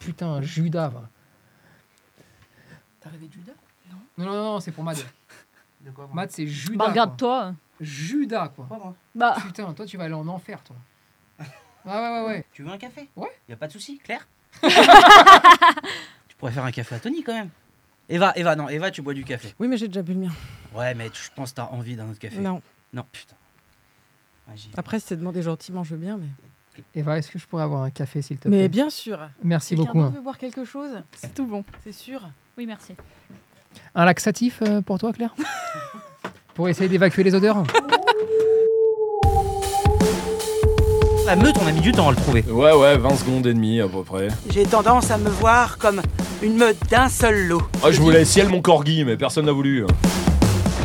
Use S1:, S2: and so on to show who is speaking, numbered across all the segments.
S1: putain, Judas. va.
S2: T'as rêvé de Judas
S1: Non, non, non, c'est pour Mad.
S3: De quoi
S1: Mad, c'est Judas.
S4: Bah,
S1: quoi.
S4: regarde-toi.
S1: Judas, quoi.
S3: Quoi, moi
S4: Bah,
S1: Putain, toi, tu vas aller en enfer, toi. Ouais, ouais, ouais, ouais.
S3: Tu veux un café
S1: Ouais.
S3: Y a pas de souci, Claire Tu pourrais faire un café à Tony quand même. Eva, Eva, non, Eva, tu bois du café.
S5: Oui, mais j'ai déjà bu le mien.
S3: Ouais, mais tu- je pense que t'as envie d'un autre café.
S5: Non.
S3: Non, putain. Ah, j'ai-
S5: Après, c'est demander gentiment, je veux bien, mais.
S1: Eva, est-ce que je pourrais avoir un café, s'il te plaît
S5: Mais bien sûr.
S1: Merci
S5: Quelqu'un
S1: beaucoup.
S5: d'autre
S1: hein.
S5: veut boire quelque chose
S4: c'est tout bon.
S5: C'est sûr.
S4: Oui, merci.
S1: Un laxatif euh, pour toi, Claire Pour essayer d'évacuer les odeurs
S3: La Ah, meute, on a mis du temps à le trouver.
S6: Ouais, ouais, 20 secondes et demie à peu près.
S7: J'ai tendance à me voir comme une meute d'un seul lot.
S6: Ah, je voulais ciel mon corgi, mais personne n'a voulu. hein.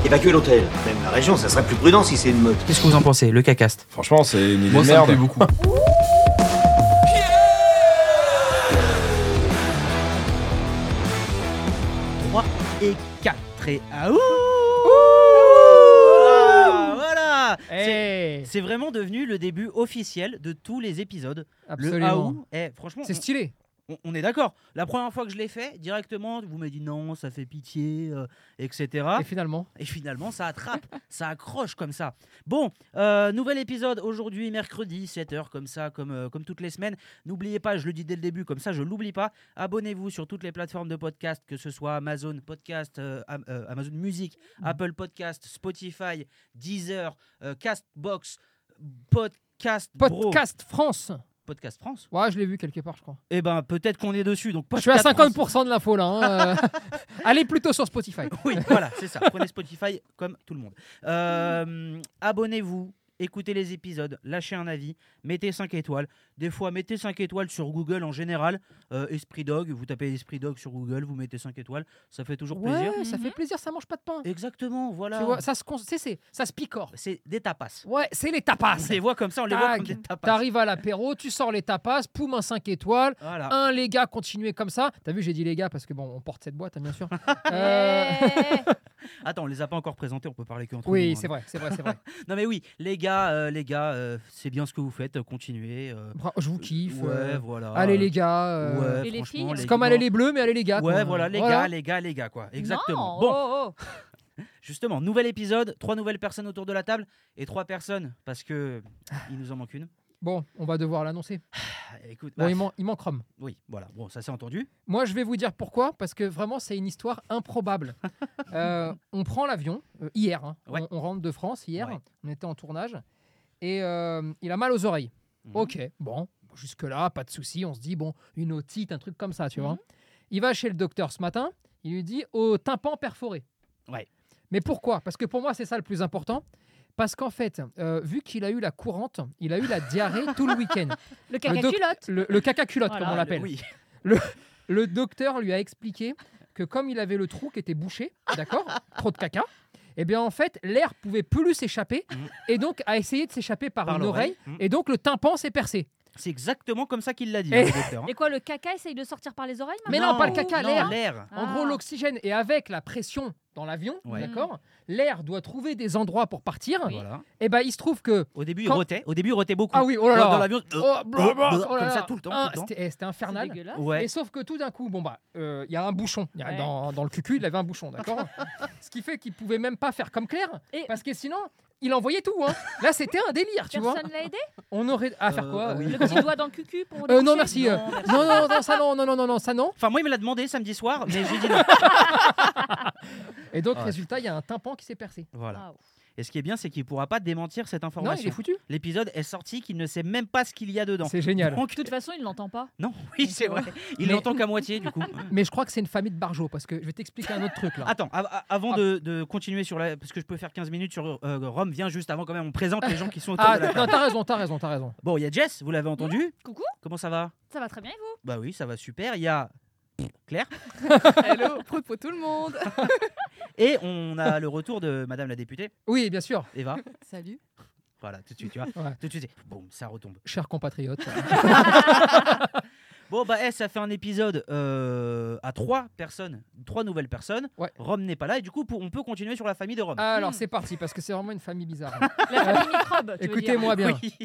S8: Évacuer l'hôtel, même la région, ça serait plus prudent si c'est une meute.
S3: Qu'est-ce que vous en pensez, le cacaste
S6: Franchement, c'est une idée
S9: Moi,
S6: de
S9: ça me
S6: merde.
S9: plaît beaucoup.
S3: Et 4 et ah, ouh Ah, Voilà
S1: Eh,
S3: C'est-
S1: Hey
S3: C'est vraiment devenu le début officiel de tous les épisodes. Le
S1: Absolument.
S3: aou, eh, franchement,
S1: C'est
S3: on-
S1: stylé.
S3: On, on est d'accord. La première fois que je l'ai fait, directement, vous m'avez dit non, ça fait pitié, euh, etc.
S1: Et finalement,
S3: Et finalement, ça attrape, ça accroche comme ça. Bon, euh, nouvel épisode aujourd'hui, mercredi, 7h, comme ça, comme, euh, comme toutes les semaines. N'oubliez pas, je le dis dès le début, comme ça, je l'oublie pas. Abonnez-vous sur toutes les plateformes de podcast, que ce soit Amazon Podcast, euh, Am- euh, Amazon Music,
S1: Mm.
S3: Apple Podcast, Spotify, Deezer, euh, Castbox, Podcast, Bro,
S1: podcast France.
S3: Podcast France.
S1: Ouais, je l'ai vu quelque part, je crois.
S3: Eh ben, peut-être qu'on est dessus. Donc,
S1: Je suis à
S3: Podcast France.
S1: 50% de l'info là. hein, euh. Allez plutôt sur Spotify.
S3: Oui, voilà, c'est ça. Prenez Spotify comme tout le monde. Euh, Abonnez-vous, écoutez les épisodes, lâchez un avis, mettez 5 étoiles. Des fois, mettez 5 étoiles sur Google en général. Euh, Esprit Dog, vous tapez Esprit Dog sur Google, vous mettez 5 étoiles. Ça fait toujours
S1: Ouais,
S3: plaisir.
S1: ça fait
S5: Mhm.
S1: plaisir, ça mange pas de pain.
S3: Exactement, voilà.
S1: Tu vois, ça se, con- c'est- c'est- ça se picore.
S3: C'est des tapas.
S1: Ouais, c'est les
S3: Ah,
S1: tapas.
S3: on les voit comme ça, on les voit
S1: Tag.
S3: comme des tapas.
S1: T'arrives à l'apéro, tu sors les tapas, poum, un 5 étoiles.
S3: Voilà.
S1: Un, les gars, continuez comme ça. T'as vu, j'ai dit les gars parce que bon, on porte cette boîte, hein, bien sûr. Euh,
S4: Eh.
S3: Attends, on les a pas encore présentés, on peut parler qu'entre
S1: Oui,
S3: nous,
S1: c'est
S3: hein.
S1: vrai, c'est vrai, c'est vrai.
S3: Non mais oui, les gars, euh, les gars, euh, c'est bien ce que vous faites, euh, continuez. euh,
S1: Bra- Je vous kiffe.
S3: ouais,
S1: euh,
S3: voilà.
S1: Allez les gars. euh,
S3: Ouais,
S4: Et les
S3: franchement,
S4: filles, hein.
S1: C'est comme aller
S3: gars.
S1: les bleus, mais allez les gars.
S3: Ouais,
S1: quoi.
S3: voilà, les gars, les gars, les gars, quoi. Exactement.
S4: Non,
S3: bon,
S4: oh, oh.
S3: justement, nouvel épisode, trois nouvelles personnes autour de la table et trois personnes parce que il nous en manque une.
S1: Bon, on va devoir l'annoncer.
S3: Ah, Écoute,
S1: Bon,
S3: bah,
S1: il, man- il manque Rome.
S3: oui, voilà, bon, ça s'est entendu.
S1: Moi, je vais vous dire pourquoi, parce que vraiment, c'est une histoire improbable. Euh, on prend l'avion, euh, hier, hein.
S3: Ouais.
S1: on, on rentre de France hier,
S3: Ouais.
S1: on était en tournage, et euh, il a mal aux oreilles.
S3: Mhm.
S1: Ok, bon, jusque-là, pas de souci, on se dit, bon, une otite, un truc comme ça, tu
S3: Mhm.
S1: vois. Il va chez le docteur ce matin, il lui dit, au tympan perforé.
S3: Ouais.
S1: Mais pourquoi Parce que pour moi, c'est ça le plus important. Parce qu'en fait, euh, vu qu'il a eu la courante, il a eu la diarrhée tout le week-end. Le
S4: Le
S1: doc-
S4: caca-culotte.
S1: Le, le caca-culotte,
S4: Voilà.
S1: comme on l'appelle.
S3: Oui.
S1: Le docteur lui a expliqué que comme il avait le trou qui était bouché, d'accord, trop de caca, eh bien en fait l'air pouvait plus s'échapper
S3: Mhm.
S1: et donc a essayé de s'échapper par,
S3: Par
S1: une
S3: l'oreille.
S1: oreille
S3: Mhm.
S1: et donc le tympan s'est percé.
S3: C'est exactement comme ça qu'il l'a dit,
S1: Et-
S3: hein, le docteur, hein.
S4: Et quoi, le caca essaye de sortir par les oreilles
S1: Eh. Mais non,
S4: maintenant
S1: pas le caca,
S4: Ou-
S3: non,
S1: l'air.
S3: l'air.
S1: En
S4: Ah.
S1: gros l'oxygène et avec la pression dans l'avion,
S3: Ouais.
S1: d'accord, l'air doit trouver des endroits pour partir.
S3: Voilà.
S1: Et ben il se trouve que
S3: Au début,
S1: Quand-
S3: il rotait. Au début, il rotait beaucoup.
S1: ah oui oh là
S3: Dans- dans
S1: là,
S3: l'avion. euh,
S1: Oh, blablabla,
S3: euh,
S1: oh là
S3: comme ça
S1: là.
S3: tout le temps,
S1: Ah,
S3: tout le temps.
S1: c'était eh, c'était
S4: C'est
S1: infernal.
S4: dégueulasse.
S3: ouais.
S1: Et sauf que tout d'un coup, bon bah, euh, il y a un bouchon Il y a-
S4: Ouais.
S1: dans, dans le cucu, il avait un bouchon, d'accord. Ce qui fait qu'il pouvait même pas faire comme Claire,
S4: Et-
S1: parce que sinon, il envoyait tout. hein. Là, c'était un délire, tu vois.
S4: Personne l'a aidé
S1: On aurait à faire
S3: Euh,
S1: quoi
S3: oui.
S1: euh,
S4: Le petit doigt dans le cucu pour.
S1: euh,
S4: le
S1: Non,
S4: toucher
S1: merci. euh, Non, non, non, ça non, non, non, non, non, ça non.
S3: Enfin, moi, il me l'a demandé samedi soir, mais j'ai dit non.
S1: Et donc,
S3: Ah Ouais.
S1: résultat, il y a un tympan qui s'est percé.
S3: voilà.
S4: Ah, ouf.
S3: Et ce qui est bien, c'est qu'il pourra pas démentir cette
S1: Non, il est
S3: information.
S1: foutu.
S3: L'épisode est sorti qu'il ne sait même pas ce qu'il y a dedans.
S1: C'est génial.
S3: Donc,
S4: De toute façon, il l'entend pas. euh,
S3: Non, oui, c'est vrai. Il
S1: Mais-
S3: l'entend qu'à moitié, du coup.
S1: Mais je crois que c'est une famille de barjots, parce que je vais t'expliquer un autre truc là.
S3: Attends, av- av-
S1: Ah.
S3: avant de, de continuer sur la. Parce que je peux faire 15 minutes sur euh, Rome, viens juste avant quand même, on présente les gens qui sont autour
S1: Ah,
S3: de la
S1: non,
S3: table.
S1: t'as raison, t'as raison, t'as raison.
S3: Bon, il y a Jess, vous l'avez entendu
S4: Coucou,
S3: Comment ça va
S4: ça va très bien et vous
S3: Bah oui, ça va super. Il y a. Claire.
S5: Hello, propos tout le monde.
S3: Et on a le retour de Madame la députée,
S1: Oui, bien sûr,
S3: Eva.
S5: Salut.
S3: Voilà, tout de suite, tu vois.
S1: Ouais.
S3: Tout de suite, et boum, ça retombe.
S1: chers compatriotes.
S3: Bon, bah, eh, ça fait un épisode euh, à trois personnes, trois nouvelles personnes.
S1: Ouais. Ah,
S3: Rome n'est pas là, et du coup, pour- on peut continuer sur la famille de Rome.
S1: Alors, c'est parti, parce que c'est vraiment une famille bizarre.
S4: La famille microbe. tu veux dire.
S1: Écoutez-moi bien.
S3: Oui.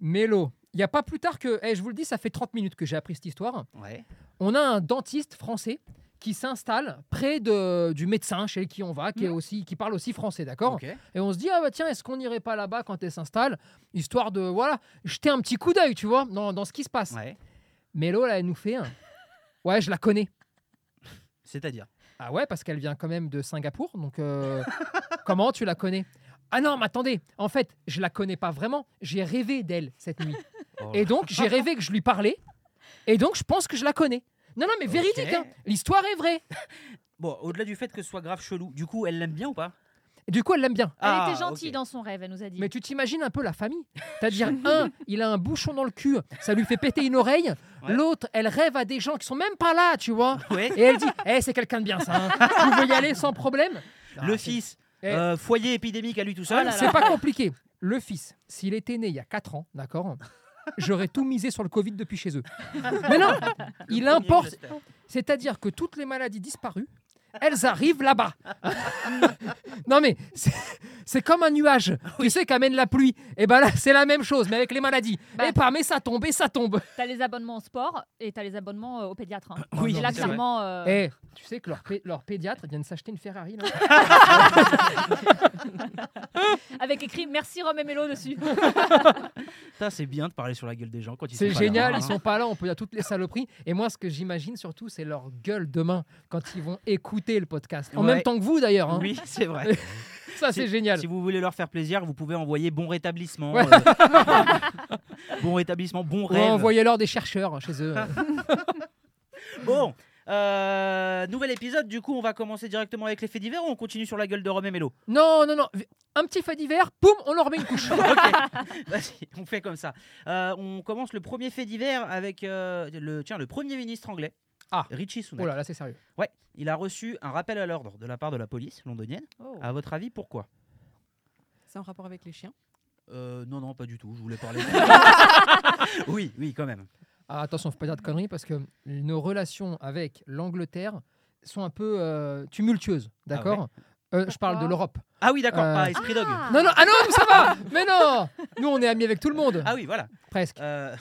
S1: Mélo, il n'y a pas plus tard que, eh, je vous le dis, ça fait 30 minutes que j'ai appris cette histoire.
S3: Ouais.
S1: on a un dentiste français qui s'installe près de, du médecin chez qui on va, qui, est aussi, qui parle aussi français, d'accord
S3: Mm. Ok.
S1: Et on se dit, ah bah tiens, est-ce qu'on n'irait pas là-bas quand elle s'installe Histoire de, voilà, jeter un petit coup d'œil, tu vois, dans, dans ce qui se passe.
S3: Ouais.
S1: Mélo, là, elle nous fait un. Ouais, je la connais.
S3: C'est-à-dire.
S1: Ah ouais, parce qu'elle vient quand même de Singapour, donc euh, comment tu la connais Ah non, mais attendez, en fait, je la connais pas vraiment, j'ai rêvé d'elle cette nuit.
S3: Oh
S1: Et donc, j'ai rêvé que je lui parlais, et donc je pense que je la connais. Non, non, mais véridique,
S3: Ok.
S1: hein, l'histoire est vraie.
S3: Bon, au-delà du fait que ce soit grave chelou, du coup, elle l'aime bien ou pas
S1: Et du coup, elle l'aime bien.
S4: Elle
S3: Ah,
S4: était gentille
S3: ok.
S4: dans son rêve, elle nous a dit.
S1: Mais tu t'imagines un peu la famille C'est-à-dire, un, il a un bouchon dans le cul, ça lui fait péter une oreille.
S3: Ouais.
S1: L'autre, elle rêve à des gens qui sont même pas là, tu vois.
S3: Ouais.
S1: Et elle dit, eh, c'est quelqu'un de bien, ça. hein. Vous pouvez y aller sans problème.
S3: le
S1: Ah, c'est-
S3: fils,
S1: Eh.
S3: euh, foyer épidémique à lui tout
S4: Oh
S3: seul.
S4: là là.
S1: C'est pas compliqué. Le fils, s'il était né il y a 4 ans, d'accord J'aurais tout misé sur le Covid depuis chez eux. Mais non,
S3: Le
S1: il
S3: premier,
S1: importe.
S3: j'espère.
S1: C'est-à-dire que toutes les maladies disparues, elles arrivent là-bas. non mais c'est- c'est comme un nuage. Tu sais qu'amène la pluie. Et ben là, c'est la même chose, mais avec les maladies.
S4: Bah.
S1: Et par mais ça tombe, et ça tombe.
S4: T'as les abonnements au sport et t'as les abonnements euh, au pédiatre. hein.
S3: Oui,
S4: et là,
S3: c'est vrai.
S4: clairement. euh,
S1: Eh, tu sais que leur, pé- leur pédiatre vient de s'acheter une Ferrari. là.
S4: Avec écrit merci Rome et Mélo dessus.
S3: Putain, c'est bien de parler sur la gueule des gens quand ils
S1: C'est
S3: sont pas
S1: génial,
S3: là, hein.
S1: ils sont pas là, on peut dire toutes les saloperies. Et moi, ce que j'imagine surtout, c'est leur gueule demain quand ils vont écouter le podcast. En
S3: Ouais.
S1: même temps que vous d'ailleurs. hein.
S3: Oui, c'est vrai.
S1: Ça, c'est génial.
S3: Si vous voulez leur faire plaisir, vous pouvez envoyer bon rétablissement.
S1: Ouais.
S3: euh, bon rétablissement, bon
S1: Ou
S3: rêve.
S1: envoyez-leur des chercheurs hein, chez eux.
S3: Bon, euh, nouvel épisode. Du coup, on va commencer directement avec les faits divers ou on continue sur la gueule de Romain Mello
S1: non, non, non. Un petit fait divers, poum, on leur met une couche.
S3: Vas-y, on fait comme ça. Euh, on commence le premier fait divers avec euh, le, tiens, le premier ministre anglais.
S1: Ah.
S3: Richie Sunak.
S1: Oh là là, c'est sérieux.
S3: Ouais, il a reçu un rappel à l'ordre de la part de la police londonienne. À votre avis, pourquoi
S5: C'est en rapport avec les chiens.
S3: Euh, non, non, pas du tout. Je voulais parler. oui, oui, quand même.
S1: Ah, attention, faut pas dire de conneries parce que nos relations avec l'Angleterre sont un peu euh, tumultueuses, d'accord Euh, Je parle de
S5: Pourquoi
S1: l'Europe.
S3: Ah oui, d'accord.
S1: Euh,
S3: Ah, Esprit Dog.
S4: Ah.
S1: Non, non, ah non, mais ça va Mais non Nous, on est amis avec tout le monde,
S3: Ah oui, voilà.
S1: presque.
S3: Euh,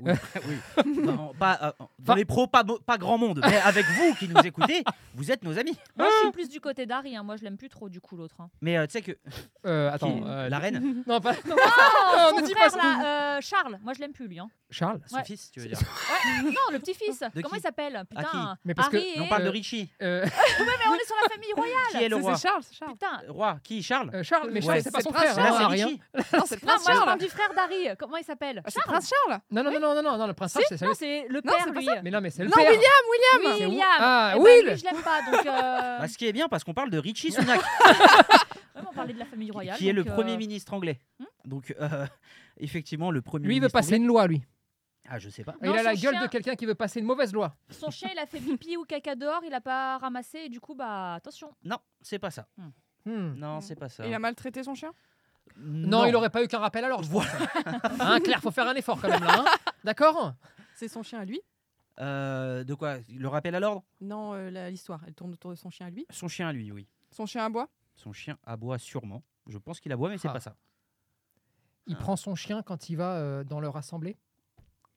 S3: oui, oui. Non, pas, euh, dans
S1: Enfin-
S3: les pros, pas, mo- pas grand monde. Mais avec vous qui nous écoutez, vous êtes nos amis.
S4: Moi, je suis plus du côté d'Harry. hein. Moi, je l'aime plus trop, du coup, l'autre. hein.
S3: Mais euh, tu sais que
S1: Euh, attends,
S3: qui-
S1: euh,
S3: la reine,
S1: non, pas. non.
S4: Oh,
S1: non,
S4: son
S1: dis pas
S4: frère,
S1: ça.
S4: là, euh, Charles. Moi, je l'aime plus, lui. hein.
S1: Charles
S3: son
S4: Ouais.
S3: fils, tu veux dire.
S4: Ouais. Non, le petit-fils.
S3: De
S4: Comment
S3: qui
S4: il s'appelle
S3: qui
S4: Putain.
S1: Mais parce que-
S4: Harry
S3: Et on
S4: et-
S3: parle de
S1: Euh,
S3: Richie.
S1: euh,
S4: Ouais, mais on est sur la famille royale.
S3: Qui est le
S5: C'est-
S3: roi
S5: C'est Charles, c'est Charles.
S4: Putain.
S3: Roi, qui Charles
S1: euh, Charles, mais Charles,
S3: Ouais.
S1: c'est pas
S5: C'est
S1: son
S5: le prince
S1: frère,
S5: Charles.
S1: hein,
S3: Là, Ah,
S1: Harry,
S3: c'est
S1: hein.
S3: Richie.
S5: Non, c'est
S4: Non,
S5: Prince
S4: moi, je
S5: Charles.
S4: parle du frère d'Harry. Comment il s'appelle
S5: Ah, C'est Prince Charles.
S1: Non, non, non, non, non, non, non, le prince Charles, c'est
S4: Non,
S1: sérieux.
S4: c'est le
S5: Non,
S4: père,
S5: c'est pas
S4: lui.
S1: Mais non, mais c'est le
S5: Non,
S1: père.
S5: William,
S4: Oui,
S1: C'est où
S4: William.
S1: Ah,
S4: Eh ben,
S1: Will
S4: lui, je l'aime pas, donc... euh,
S3: Bah, Ce qui est bien parce qu'on parle de Richie Sunak,
S4: vraiment, on parlait de la famille royale.
S3: qui est le
S4: donc, euh,
S3: premier ministre anglais. Donc euh, effectivement, le premier
S1: hmm Lui, il veut
S3: ministre
S1: passer
S3: anglais-
S1: une loi, lui.
S3: Ah, je sais pas.
S1: il
S4: Non,
S1: a la
S4: son
S1: gueule
S4: chien-
S1: de quelqu'un qui veut passer une mauvaise loi.
S4: Son chien, il a fait pipi ou caca dehors, il a pas ramassé, et du coup, bah, attention.
S3: Non, c'est pas ça.
S1: Hmm.
S3: Non, c'est pas ça.
S5: Il a maltraité son chien
S1: Non, il aurait pas eu qu'un rappel alors. Je vois. hein, Claire, faut faire un effort quand même là. hein. D'accord
S5: C'est son chien à lui
S3: Euh, de quoi Le rappel à l'ordre
S5: Non, euh, la- l'histoire, elle tourne autour de son chien à lui.
S3: Son chien, à lui, oui.
S5: Son chien à bois
S3: Son chien aboie sûrement. Je pense qu'il aboie, mais c'est
S1: Ah.
S3: pas ça.
S1: Il
S3: Ah.
S1: prend son chien quand il va euh, dans leur assemblée.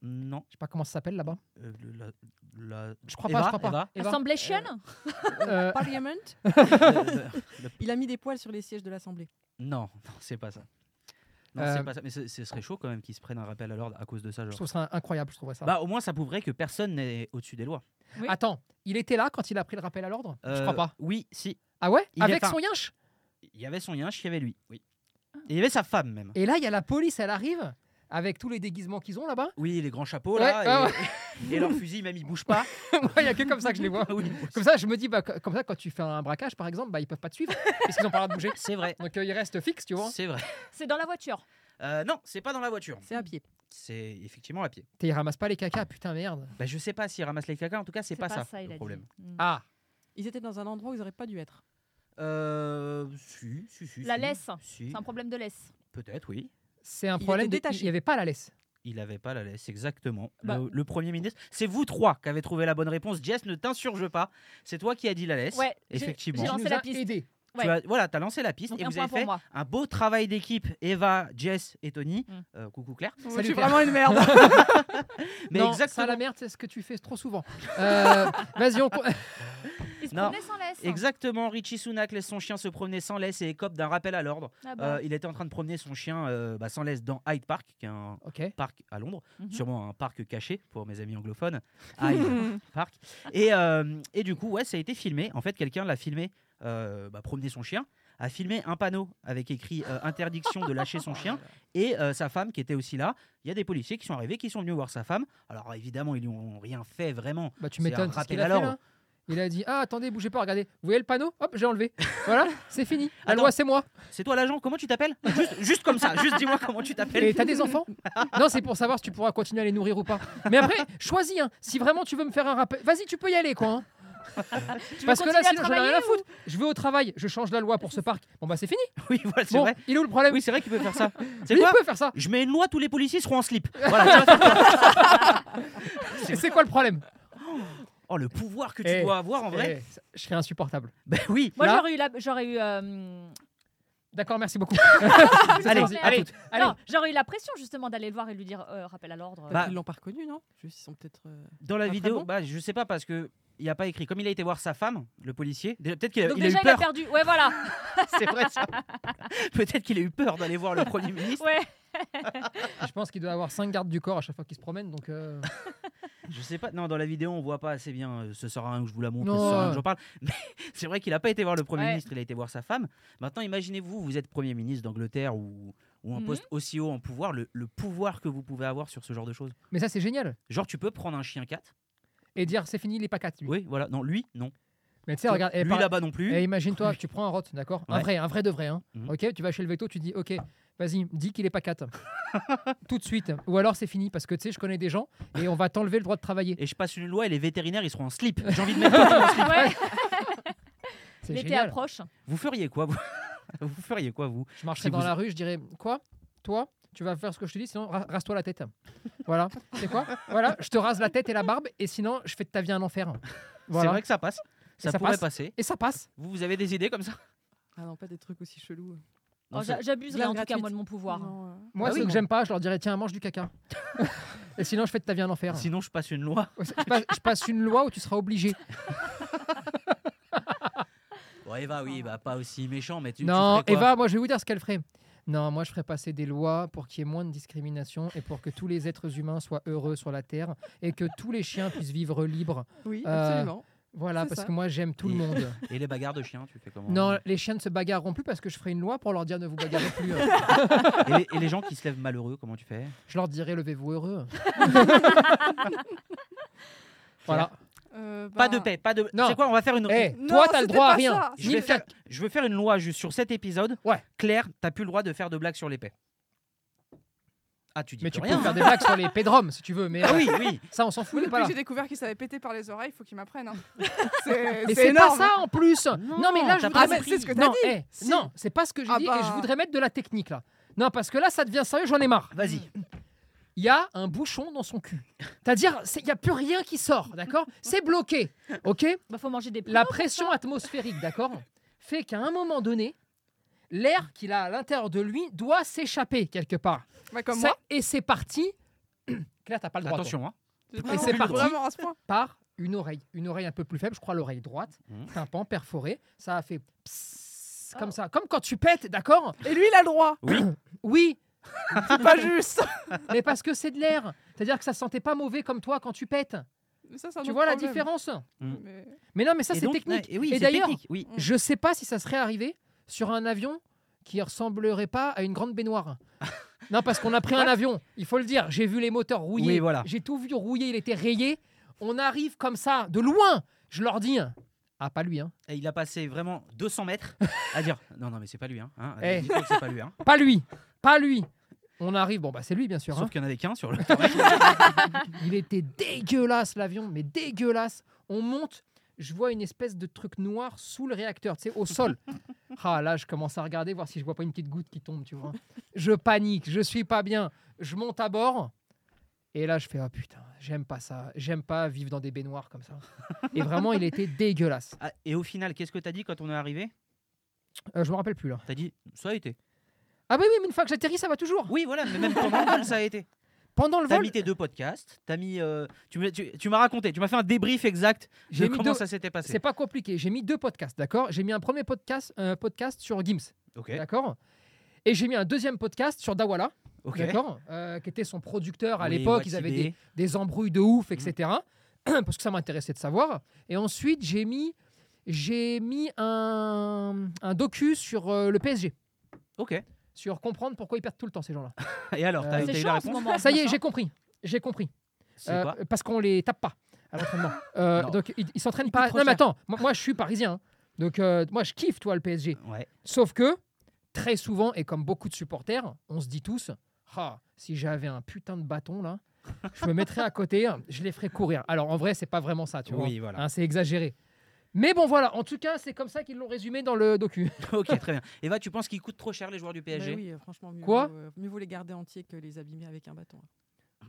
S3: Non.
S1: Je sais pas comment ça s'appelle là-bas.
S3: Euh, le- la- la-
S1: Je crois
S3: Eva,
S1: pas, je crois pas. Eva.
S4: Assemblation
S1: Eh ben, Euh,
S5: Parliament
S3: Eva. Le- le- le-
S5: Il a mis des poils sur les sièges de l'Assemblée.
S3: Euh, non, non, c'est pas ça. Non,
S1: Euh,
S3: c'est pas ça. Mais ce ce serait chaud quand même qu'ils se prennent un rappel à l'ordre à cause de ça.
S1: je
S3: Genre.
S1: trouve ça incroyable, je trouverais ça.
S3: Bah, au moins, ça prouverait que personne n'est au-dessus des lois.
S4: oui.
S1: Attends, il était là quand il a pris le rappel à l'ordre Je
S3: Euh,
S1: crois pas.
S3: Oui, si.
S1: Ah ouais
S3: il est
S1: Avec
S3: pas-
S1: son yinche
S3: Il y avait son yinche, il y avait lui. Oui. Et il y avait sa femme même.
S1: Et là, il y a la police, elle arrive avec tous les déguisements qu'ils ont là-bas.
S3: Oui, les grands chapeaux
S1: Ouais,
S3: là.
S1: ah
S3: et, et leurs fusils, même ils bougent pas. Ah
S1: Moi, il y a que comme ça que je les vois.
S3: Oui.
S1: Comme ça, je me dis, bah, co- comme ça, quand tu fais un braquage, par exemple, bah, ils peuvent pas te suivre parce qu'ils ont pas le droit de bouger.
S3: C'est vrai.
S1: Donc euh, ils restent fixes, tu vois.
S3: C'est vrai.
S4: C'est dans la voiture.
S3: Euh, non, c'est pas dans la voiture.
S5: C'est à pied.
S3: C'est effectivement à pied.
S1: T'es- Ils ramassent pas les caca, putain merde.
S3: Bah, je sais pas s'ils ramassent les caca. En tout cas, c'est pas, ça,
S4: il
S3: le
S4: a
S3: problème.
S4: dit. Mm.
S1: Ah,
S5: Ils étaient dans un endroit où ils n'auraient pas dû être.
S3: Euh, si, si, si.
S4: La
S3: si.
S4: laisse.
S3: Si,
S4: C'est un problème de laisse.
S3: peut-être, oui.
S1: c'est un
S5: Il
S1: problème. de-
S5: était
S1: Il
S5: détaché.
S1: y avait pas la laisse.
S3: Il n'avait pas la laisse, exactement. Le-
S4: Bah.
S3: le, Premier ministre. C'est vous trois qui avez trouvé la bonne réponse. Jess, ne t'insurge pas. C'est toi qui as dit la laisse.
S4: Ouais, j'ai-
S3: effectivement.
S4: j'ai
S1: Tu
S4: lancé
S1: nous
S4: la
S1: as
S4: piste.
S1: aidés.
S4: Ouais.
S3: Tu as, voilà, t'as lancé la piste
S4: Donc
S3: et
S4: un
S3: vous
S4: point
S3: avez
S4: pour
S3: fait
S4: moi.
S3: un beau travail d'équipe. Eva, Jess et Tony.
S4: Mm.
S3: Euh, coucou Claire.
S5: Je
S1: Salut,
S5: suis
S1: Pierre.
S5: vraiment une merde.
S3: Mais
S1: non, ça,
S3: exactement.
S1: la merde, c'est ce que tu fais trop souvent. Euh, Vas-y, on. con-
S4: Ils se
S3: Non.
S4: promenaient sans laisse.
S3: Exactement, Richie Sunak laisse son chien se promener sans laisse et écope d'un rappel à l'ordre.
S4: Ah
S3: Euh,
S4: bah.
S3: il était en train de promener son chien euh, bah, sans laisse dans Hyde Park, qui est un
S1: Ok.
S3: parc à Londres,
S4: Mhm.
S3: sûrement un parc caché pour mes amis anglophones. Hyde Park. Et, euh, et du coup, ouais, ça a été filmé. En fait, quelqu'un l'a filmé euh, bah, promener son chien a filmé un panneau avec écrit euh, interdiction de lâcher son chien et euh, sa femme qui était aussi là. Il y a des policiers qui sont arrivés, qui sont venus voir sa femme. Alors évidemment, ils lui ont rien fait vraiment.
S1: Bah, tu
S3: C'est
S1: m'étonnes.
S3: un
S1: c'est ce qu'il
S3: rappel
S1: a
S3: à
S1: fait,
S3: l'ordre.
S1: là. Il a dit Ah, attendez, bougez pas, regardez. Vous voyez le panneau Hop, j'ai enlevé. Voilà, c'est fini. La
S3: Attends.
S1: loi, c'est moi.
S3: C'est toi l'agent, comment tu t'appelles juste, juste comme ça, juste dis-moi comment tu
S1: Et
S3: t'appelles.
S1: t'as des enfants Non, c'est pour savoir si tu pourras continuer à les nourrir ou pas. Mais après, choisis. hein. Si vraiment tu veux me faire un rappel, vas-y, tu peux y aller, quoi. hein.
S4: Tu veux
S1: Parce que là,
S4: continuer
S1: sinon,
S4: à
S1: j'en ai rien à
S4: travailler
S1: foutre. Je vais au travail, je change la loi pour ce parc. Bon, bah, c'est fini.
S3: Oui, voilà, c'est
S1: Bon,
S3: vrai.
S1: il est où le problème
S3: Oui, c'est vrai qu'il peut faire ça. C'est
S1: Lui,
S3: quoi
S1: il peut faire ça.
S3: Je mets une loi, tous les policiers seront en slip. Voilà, tu vois.
S1: Et c'est quoi le problème
S3: Oh, le pouvoir que tu
S1: Eh,
S3: dois avoir en vrai.
S1: Eh, ça- Je serais insupportable.
S3: Ben oui.
S4: Moi,
S1: Là.
S4: j'aurais eu. La... J'aurais eu euh,
S1: D'accord, merci beaucoup.
S3: Allez,
S4: gentil.
S3: à
S4: Allez.
S3: toutes.
S1: Allez.
S4: Non, j'aurais eu la pression justement d'aller le voir et lui dire euh, rappel à l'ordre.
S3: Bah,
S5: Ils l'ont pas reconnu, non Juste, ils sont peut-être. euh,
S3: Dans la
S5: Pas très
S3: vidéo,
S5: bon.
S3: bah, je sais pas parce que. Il a pas écrit. Comme il a été voir sa femme, le policier, déjà- peut-être qu'il a,
S4: Donc
S3: il a
S4: déjà,
S3: eu
S4: il a
S3: peur.
S4: perdu. Ouais, voilà.
S3: C'est vrai ça. Peut-être qu'il a eu peur d'aller voir le Premier ministre.
S4: Ouais.
S1: Je pense qu'il doit avoir 5 gardes du corps à chaque fois qu'il se promène. Donc, euh,
S3: Je sais pas. Non, dans la vidéo, on voit pas assez bien. euh, Ce sera un que je vous la montre,
S1: Non,
S3: ce sera un
S1: ouais.
S3: que j'en parle. Mais c'est vrai qu'il a pas été voir le Premier
S4: Ouais.
S3: ministre, il a été voir sa femme. Maintenant, imaginez-vous, vous êtes Premier ministre d'Angleterre ou, ou un
S4: Mhm.
S3: poste aussi haut en pouvoir, le, le pouvoir que vous pouvez avoir sur ce genre de choses.
S1: Mais ça, c'est génial.
S3: Genre, tu peux prendre un chien 4.
S1: Et dire c'est fini, il est pas
S4: Mm.
S1: 4.
S3: Oui, voilà. Non, lui, non.
S1: Mais tu sais, regarde. eh,
S3: lui
S1: par-
S3: là-bas non plus.
S1: Eh, imagine-toi, tu prends un rot, d'accord Un
S3: Ouais.
S1: vrai, un vrai de vrai. Hein.
S3: Mhm.
S1: Ok, tu vas chez le veto, tu dis, ok, vas-y, dis qu'il est pas 4. Tout de suite. Ou alors c'est fini, parce que tu sais, je connais des gens et on va t'enlever le droit de travailler.
S3: Et je passe une loi et les vétérinaires, ils seront en slip. J'ai envie de mettre tout le monde en slip.
S4: Ouais.
S1: C'est
S4: L'été
S1: génial.
S4: approche.
S3: Vous feriez quoi, vous Vous feriez quoi, vous
S1: Je marcherais
S3: Si
S1: dans
S3: vous-
S1: la rue, je dirais, quoi Toi tu vas faire ce que je te dis, sinon ra- rase-toi la tête. Voilà. C'est quoi Voilà, je te rase la tête et la barbe, et sinon je fais de ta vie un enfer. Voilà.
S3: C'est vrai que ça passe. Ça,
S1: ça
S3: pourrait
S1: passe.
S3: passer.
S1: Et ça passe.
S3: Vous, vous avez des idées comme ça
S5: Ah non, pas des trucs aussi chelous. euh.
S4: Oh, j'a- J'abuserais
S5: Blague
S4: en tout cas
S5: gratuite.
S4: moi de mon pouvoir.
S5: Non, euh.
S1: Moi,
S3: Ah
S1: ceux
S3: oui,
S1: que
S3: non.
S1: j'aime pas, je leur dirais tiens, mange du caca. Et sinon, je fais de ta vie un enfer.
S3: Sinon, je passe une loi.
S1: Je passe, je passe une loi où tu seras obligé.
S3: Bon, Eva, oui, bah, pas aussi méchant, mais tu. tu
S1: non,
S3: ferais quoi
S1: Eva, moi, je vais vous dire ce qu'elle ferait. Non, moi, je ferais passer des lois pour qu'il y ait moins de discrimination et pour que tous les êtres humains soient heureux sur la Terre et que tous les chiens puissent vivre libres.
S5: Oui,
S1: Euh,
S5: absolument.
S1: Voilà,
S5: C'est
S1: parce
S5: ça.
S1: que moi, j'aime tout le
S3: Et-
S1: monde.
S3: Et les bagarres de chiens, tu fais comment
S1: Non, les chiens ne se bagarreront plus parce que je ferai une loi pour leur dire ne vous bagarrez plus.
S3: Et les, et les gens qui se lèvent malheureux, comment tu fais
S1: Je leur dirai levez-vous heureux. voilà.
S5: Euh,
S3: Pas
S5: bah,
S3: de paix, pas de.
S1: Non.
S3: C'est quoi On va faire une.
S1: Eh,
S5: Non,
S1: toi, t'as le
S5: c'était
S1: droit à
S5: pas
S1: rien.
S5: ça.
S3: Je
S1: Ni
S3: vais,
S1: le
S3: faire, je vais faire une loi juste sur cet épisode.
S1: Ouais.
S3: Claire, t'as plus le droit de faire de blagues sur les paix. Ah, tu dis
S1: Mais
S3: plus
S1: tu peux
S3: rien.
S1: faire des blagues sur les pédromes si tu veux, mais
S3: Ah
S1: euh,
S3: oui, oui.
S1: ça on s'en fout. on est
S9: Oui, depuis
S1: pas
S9: que
S1: là.
S9: j'ai découvert qu'il savait péter par les oreilles, il faut qu'il m'apprenne. hein. C'est
S1: Mais
S9: c'est
S1: c'est pas
S9: énorme.
S1: ça en plus. Non, mais là je
S3: t'as
S1: voudrais
S3: pas
S9: Ah, mais
S1: mettre-
S3: compris.
S9: c'est ce que t'as
S1: non,
S9: dit.
S1: eh, non, c'est pas ce que j'ai
S9: Ah
S1: dit et
S9: bah.
S1: je voudrais mettre de la technique là. Non, parce que là ça devient sérieux, j'en ai marre.
S3: Vas-y.
S1: Il y a un bouchon dans son cul. C'est-à-dire, c'est- il n'y a plus rien qui sort, d'accord C'est bloqué, ok
S4: Bah, faut manger des
S1: La pression atmosphérique, d'accord Fait qu'à un moment donné, l'air qu'il a à l'intérieur de lui doit s'échapper quelque part.
S9: Bah, comme
S1: Ça-
S9: moi.
S1: Et c'est parti. Claire, t'as pas le droit. toi.
S3: Attention, hein.
S9: J'ai
S1: Et c'est
S9: vraiment-
S1: parti.
S9: Vraiment à ce point.
S1: par une oreille, une oreille un peu plus faible, je crois l'oreille droite,
S3: Mhm.
S1: tympan perforé, ça a fait psss, comme ça, comme quand tu pètes, d'accord
S9: Et lui, il a le droit.
S1: Oui,
S9: C'est pas juste.
S1: mais parce que c'est de l'air, c'est-à-dire que ça sentait pas mauvais comme toi quand tu pètes.
S9: Mais ça, c'est
S5: Ah
S9: un
S1: tu
S9: autre
S1: vois la
S9: problème.
S1: différence
S9: Mais-
S1: Mais non, mais ça
S3: Et
S1: c'est
S3: donc,
S1: technique.
S3: ouais, Et, oui,
S1: Et
S3: c'est
S1: d'ailleurs-
S3: technique, oui.
S1: Je sais pas si ça serait arrivé sur un avion qui ressemblerait pas à une grande baignoire. non, parce qu'on a pris un avion, il faut le dire, j'ai vu les moteurs rouillés,
S3: Oui, voilà.
S1: j'ai tout vu rouillé, il était rayé. On arrive comme ça, de loin, je leur dis, ah pas lui, hein.
S3: Et il a passé vraiment 200 mètres à dire non, non, mais c'est pas lui. Hein. hein,
S1: Eh.
S3: dis-toi que c'est pas lui. Hein.
S1: Pas lui, pas lui. On arrive, bon bah c'est lui bien sûr.
S3: Sauf
S1: hein.
S3: qu'il y en avait qu'un sur le.
S1: Il était dégueulasse l'avion, mais dégueulasse. On monte, je vois une espèce de truc noir sous le réacteur, tu sais, au sol. Ah là, je commence à regarder, voir si je vois pas une petite goutte qui tombe, tu vois. Je panique, je suis pas bien. Je monte à bord. Et là, je fais, ah putain, j'aime pas ça. J'aime pas vivre dans des baignoires comme ça. Et vraiment, il était dégueulasse.
S3: Ah, et au final, qu'est-ce que t'as dit quand on est arrivé
S1: Euh, je me rappelle plus là.
S3: T'as dit, ça a été.
S1: Ah bah oui, mais une fois que j'atterris, ça va toujours.
S3: Oui, voilà, mais même pendant le vol, ça a été.
S1: Pendant le
S3: T'as
S1: vol,
S3: mis tes deux podcasts, t'as mis. euh, tu me- tu tu m'as raconté, tu m'as fait un débrief exact de
S1: J'ai mis
S3: comment
S1: deux-
S3: ça s'était passé.
S1: c'est pas compliqué. J'ai mis deux podcasts, d'accord J'ai mis un premier podcast, un podcast sur Gims,
S3: Ok,
S1: d'accord Et j'ai mis un deuxième podcast sur Dawala,
S3: ok.
S1: d'accord Euh, Qui était son producteur à
S3: Oui,
S1: l'époque. Ils avaient
S3: Watibé.
S1: des, des embrouilles de ouf,
S3: Mhm.
S1: etc. parce que ça m'intéressait de savoir. Et ensuite, j'ai mis, j'ai mis un, un docu sur euh, le PSG,
S3: Ok.
S1: sur comprendre pourquoi ils perdent tout le temps ces gens-là.
S3: Et alors, t'as
S1: Euh,
S3: t'as
S4: C'est
S3: eu
S4: chaud
S3: la
S4: en ce
S3: réponse
S4: moment.
S1: ça y est, j'ai compris. J'ai compris.
S3: C'est
S1: Euh,
S3: quoi
S1: parce qu'on les tape pas à l'entraînement. Euh,
S3: Non.
S1: donc ils, ils s'entraînent
S3: coûtent
S1: pas.
S3: trop
S1: Non mais
S3: cher.
S1: attends, moi, moi, je suis parisien, hein. donc euh, moi je kiffe toi le PSG.
S3: Ouais.
S1: Sauf que très souvent et comme beaucoup de supporters, on se dit tous, ah si j'avais un putain de bâton là, je me mettrais à côté, hein, je les ferais courir. Alors en vrai c'est pas vraiment ça, tu vois.
S3: Oui, voilà.
S1: Hein, c'est exagéré. Mais bon voilà, en tout cas c'est comme ça qu'ils l'ont résumé dans le docu.
S3: ok, très bien. Eva, tu penses qu'il coûte trop cher les joueurs du
S5: Bah
S3: PSG
S5: oui, euh, franchement, mieux,
S1: Quoi
S5: vaut, euh, mieux vaut les garder entiers que les abîmer avec un bâton.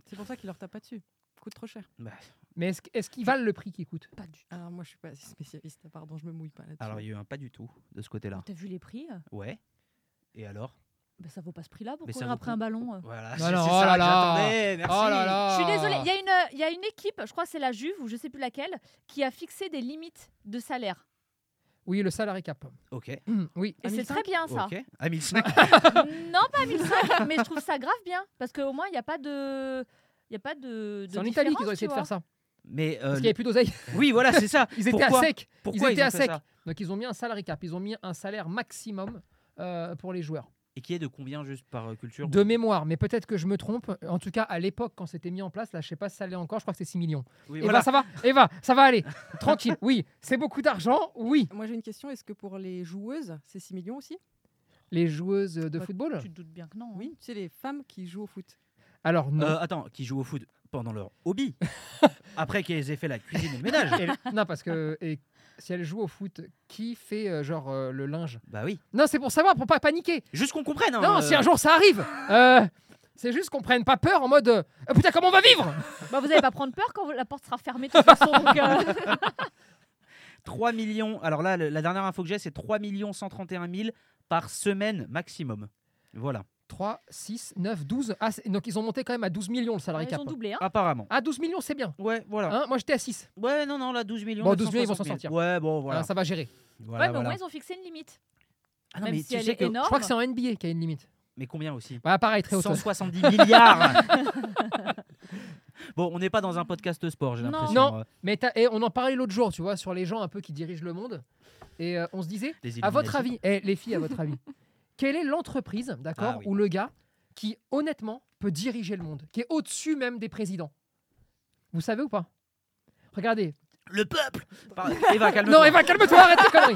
S5: C'est pour ça qu'il leur tape pas dessus. Coûte trop cher.
S3: Bah,
S1: Mais est-ce, est-ce qu'ils valent le prix qu'ils coûtent
S4: Pas du
S5: Alors Ah, moi, je suis pas spécialiste. Pardon, je me mouille pas là-dessus.
S3: Alors, il y a eu un pas du tout de ce côté-là.
S4: T'as vu les prix euh
S3: Ouais. Et alors
S4: Bah, Ça vaut pas ce prix-là pour
S3: Mais ça
S4: courir
S3: vaut
S4: après un
S3: tout.
S4: ballon. euh.
S3: Voilà,
S1: Non,
S3: c'est
S1: non,
S3: c'est
S1: oh
S3: ça
S1: là
S3: que
S1: là.
S3: j'attendais, merci.
S1: Oh là là
S4: Je suis désolée, il y, a une- il y a une équipe, je crois que c'est la Juve ou je sais plus laquelle, qui a fixé des limites de salaire.
S1: Oui, le salarié cap.
S3: Ok,
S1: Hum, oui.
S4: Et c'est
S5: 1005?
S4: très bien ça.
S3: ok. Ah, À 1005.
S1: Ah.
S4: non, pas 1005, mais je trouve ça grave bien parce qu'au moins il n'y a pas de. Il y a pas de. de
S1: C'est en Italie qu'ils ont
S4: différence,
S1: essayé
S4: tu
S1: de faire ça.
S3: Mais euh,
S1: Parce qu'il n'y avait plus d'oseille.
S3: oui, voilà, c'est ça.
S1: Ils étaient
S3: Pourquoi
S1: à sec.
S3: Pourquoi
S1: ils étaient
S3: ont
S1: à
S3: fait
S1: sec.
S3: ça
S1: Donc ils ont mis un salary cap, ils ont mis un salaire maximum euh, pour les joueurs.
S3: Et qui est de combien juste par euh, culture
S1: De mémoire, mais peut-être que je me trompe. En tout cas, à l'époque, quand c'était mis en place, là, je sais pas si ça allait encore, je crois que c'est 6 millions.
S3: Oui,
S1: Eva,
S3: voilà.
S1: ça va Eva, ça va aller. Tranquille, oui. C'est beaucoup d'argent, oui.
S5: Moi, j'ai une question. Est-ce que pour les joueuses, c'est 6 millions aussi
S1: Les joueuses de
S5: Bah,
S1: football
S4: te doutes bien que non.
S5: Oui, tu sais, les femmes qui jouent au foot.
S1: Alors non.
S3: Euh, attends, qui jouent au foot pendant leur hobby Après qu'elles aient fait la cuisine et le ménage
S1: Non, parce que et si elles jouent au foot, qui fait euh, genre euh, le linge
S3: Bah oui.
S1: Non, c'est pour savoir, pour pas paniquer.
S3: Juste qu'on comprenne. hein,
S1: Non,
S3: euh,
S1: si un jour ça arrive, euh, c'est juste qu'on prenne pas peur en mode euh, Ah, putain, comment on va vivre
S4: Bah, vous n'allez pas prendre peur quand la porte sera fermée de toute façon. donc, euh,
S3: 3 millions. Alors là, le- la dernière info que j'ai, c'est 3 131 000 par semaine maximum. Voilà,
S1: 3, 6, 9, 12. Ah, c'est- donc ils ont monté quand même à 12 millions le salarié
S4: ils
S1: cap.
S4: ont doublé. Hein.
S3: apparemment.
S1: Ah, 12 millions, c'est bien.
S3: Ouais, voilà.
S1: Hein, moi, j'étais à 6.
S3: ouais, non, non, là, 12 millions.
S1: Bon, 12 millions, ils
S3: 960
S1: vont s'en
S3: 000.
S1: sortir.
S3: Ouais, bon, voilà.
S1: Hein, ça va gérer.
S3: Voilà,
S4: ouais, mais au
S3: voilà.
S4: moins ils ont fixé une limite.
S3: Ah non,
S4: même
S3: mais
S4: si
S3: tu
S4: elle
S3: sais
S4: est
S3: que-
S1: Je
S4: énorme.
S1: crois que c'est en NBA qu'il y a une limite.
S3: Mais combien aussi
S1: Bah, pareil, très haut.
S3: 170 milliards Bon, on n'est pas dans un podcast sport, j'ai
S4: Non.
S3: l'impression.
S1: Non.
S3: euh,
S1: Mais t'as- eh, on en parlait l'autre jour, tu vois, sur les gens un peu qui dirigent le monde. Et euh, on se disait,
S3: des
S1: à votre
S3: Illuminati.
S1: avis, eh, les filles, à votre avis, quelle est l'entreprise, d'accord,
S3: Ah oui.
S1: ou le gars qui, honnêtement, peut diriger le monde, qui est au-dessus même des présidents Vous savez ou pas Regardez.
S3: Le peuple Pardon, Eva, calme
S1: Non, Eva, calme-toi, arrête tes conneries.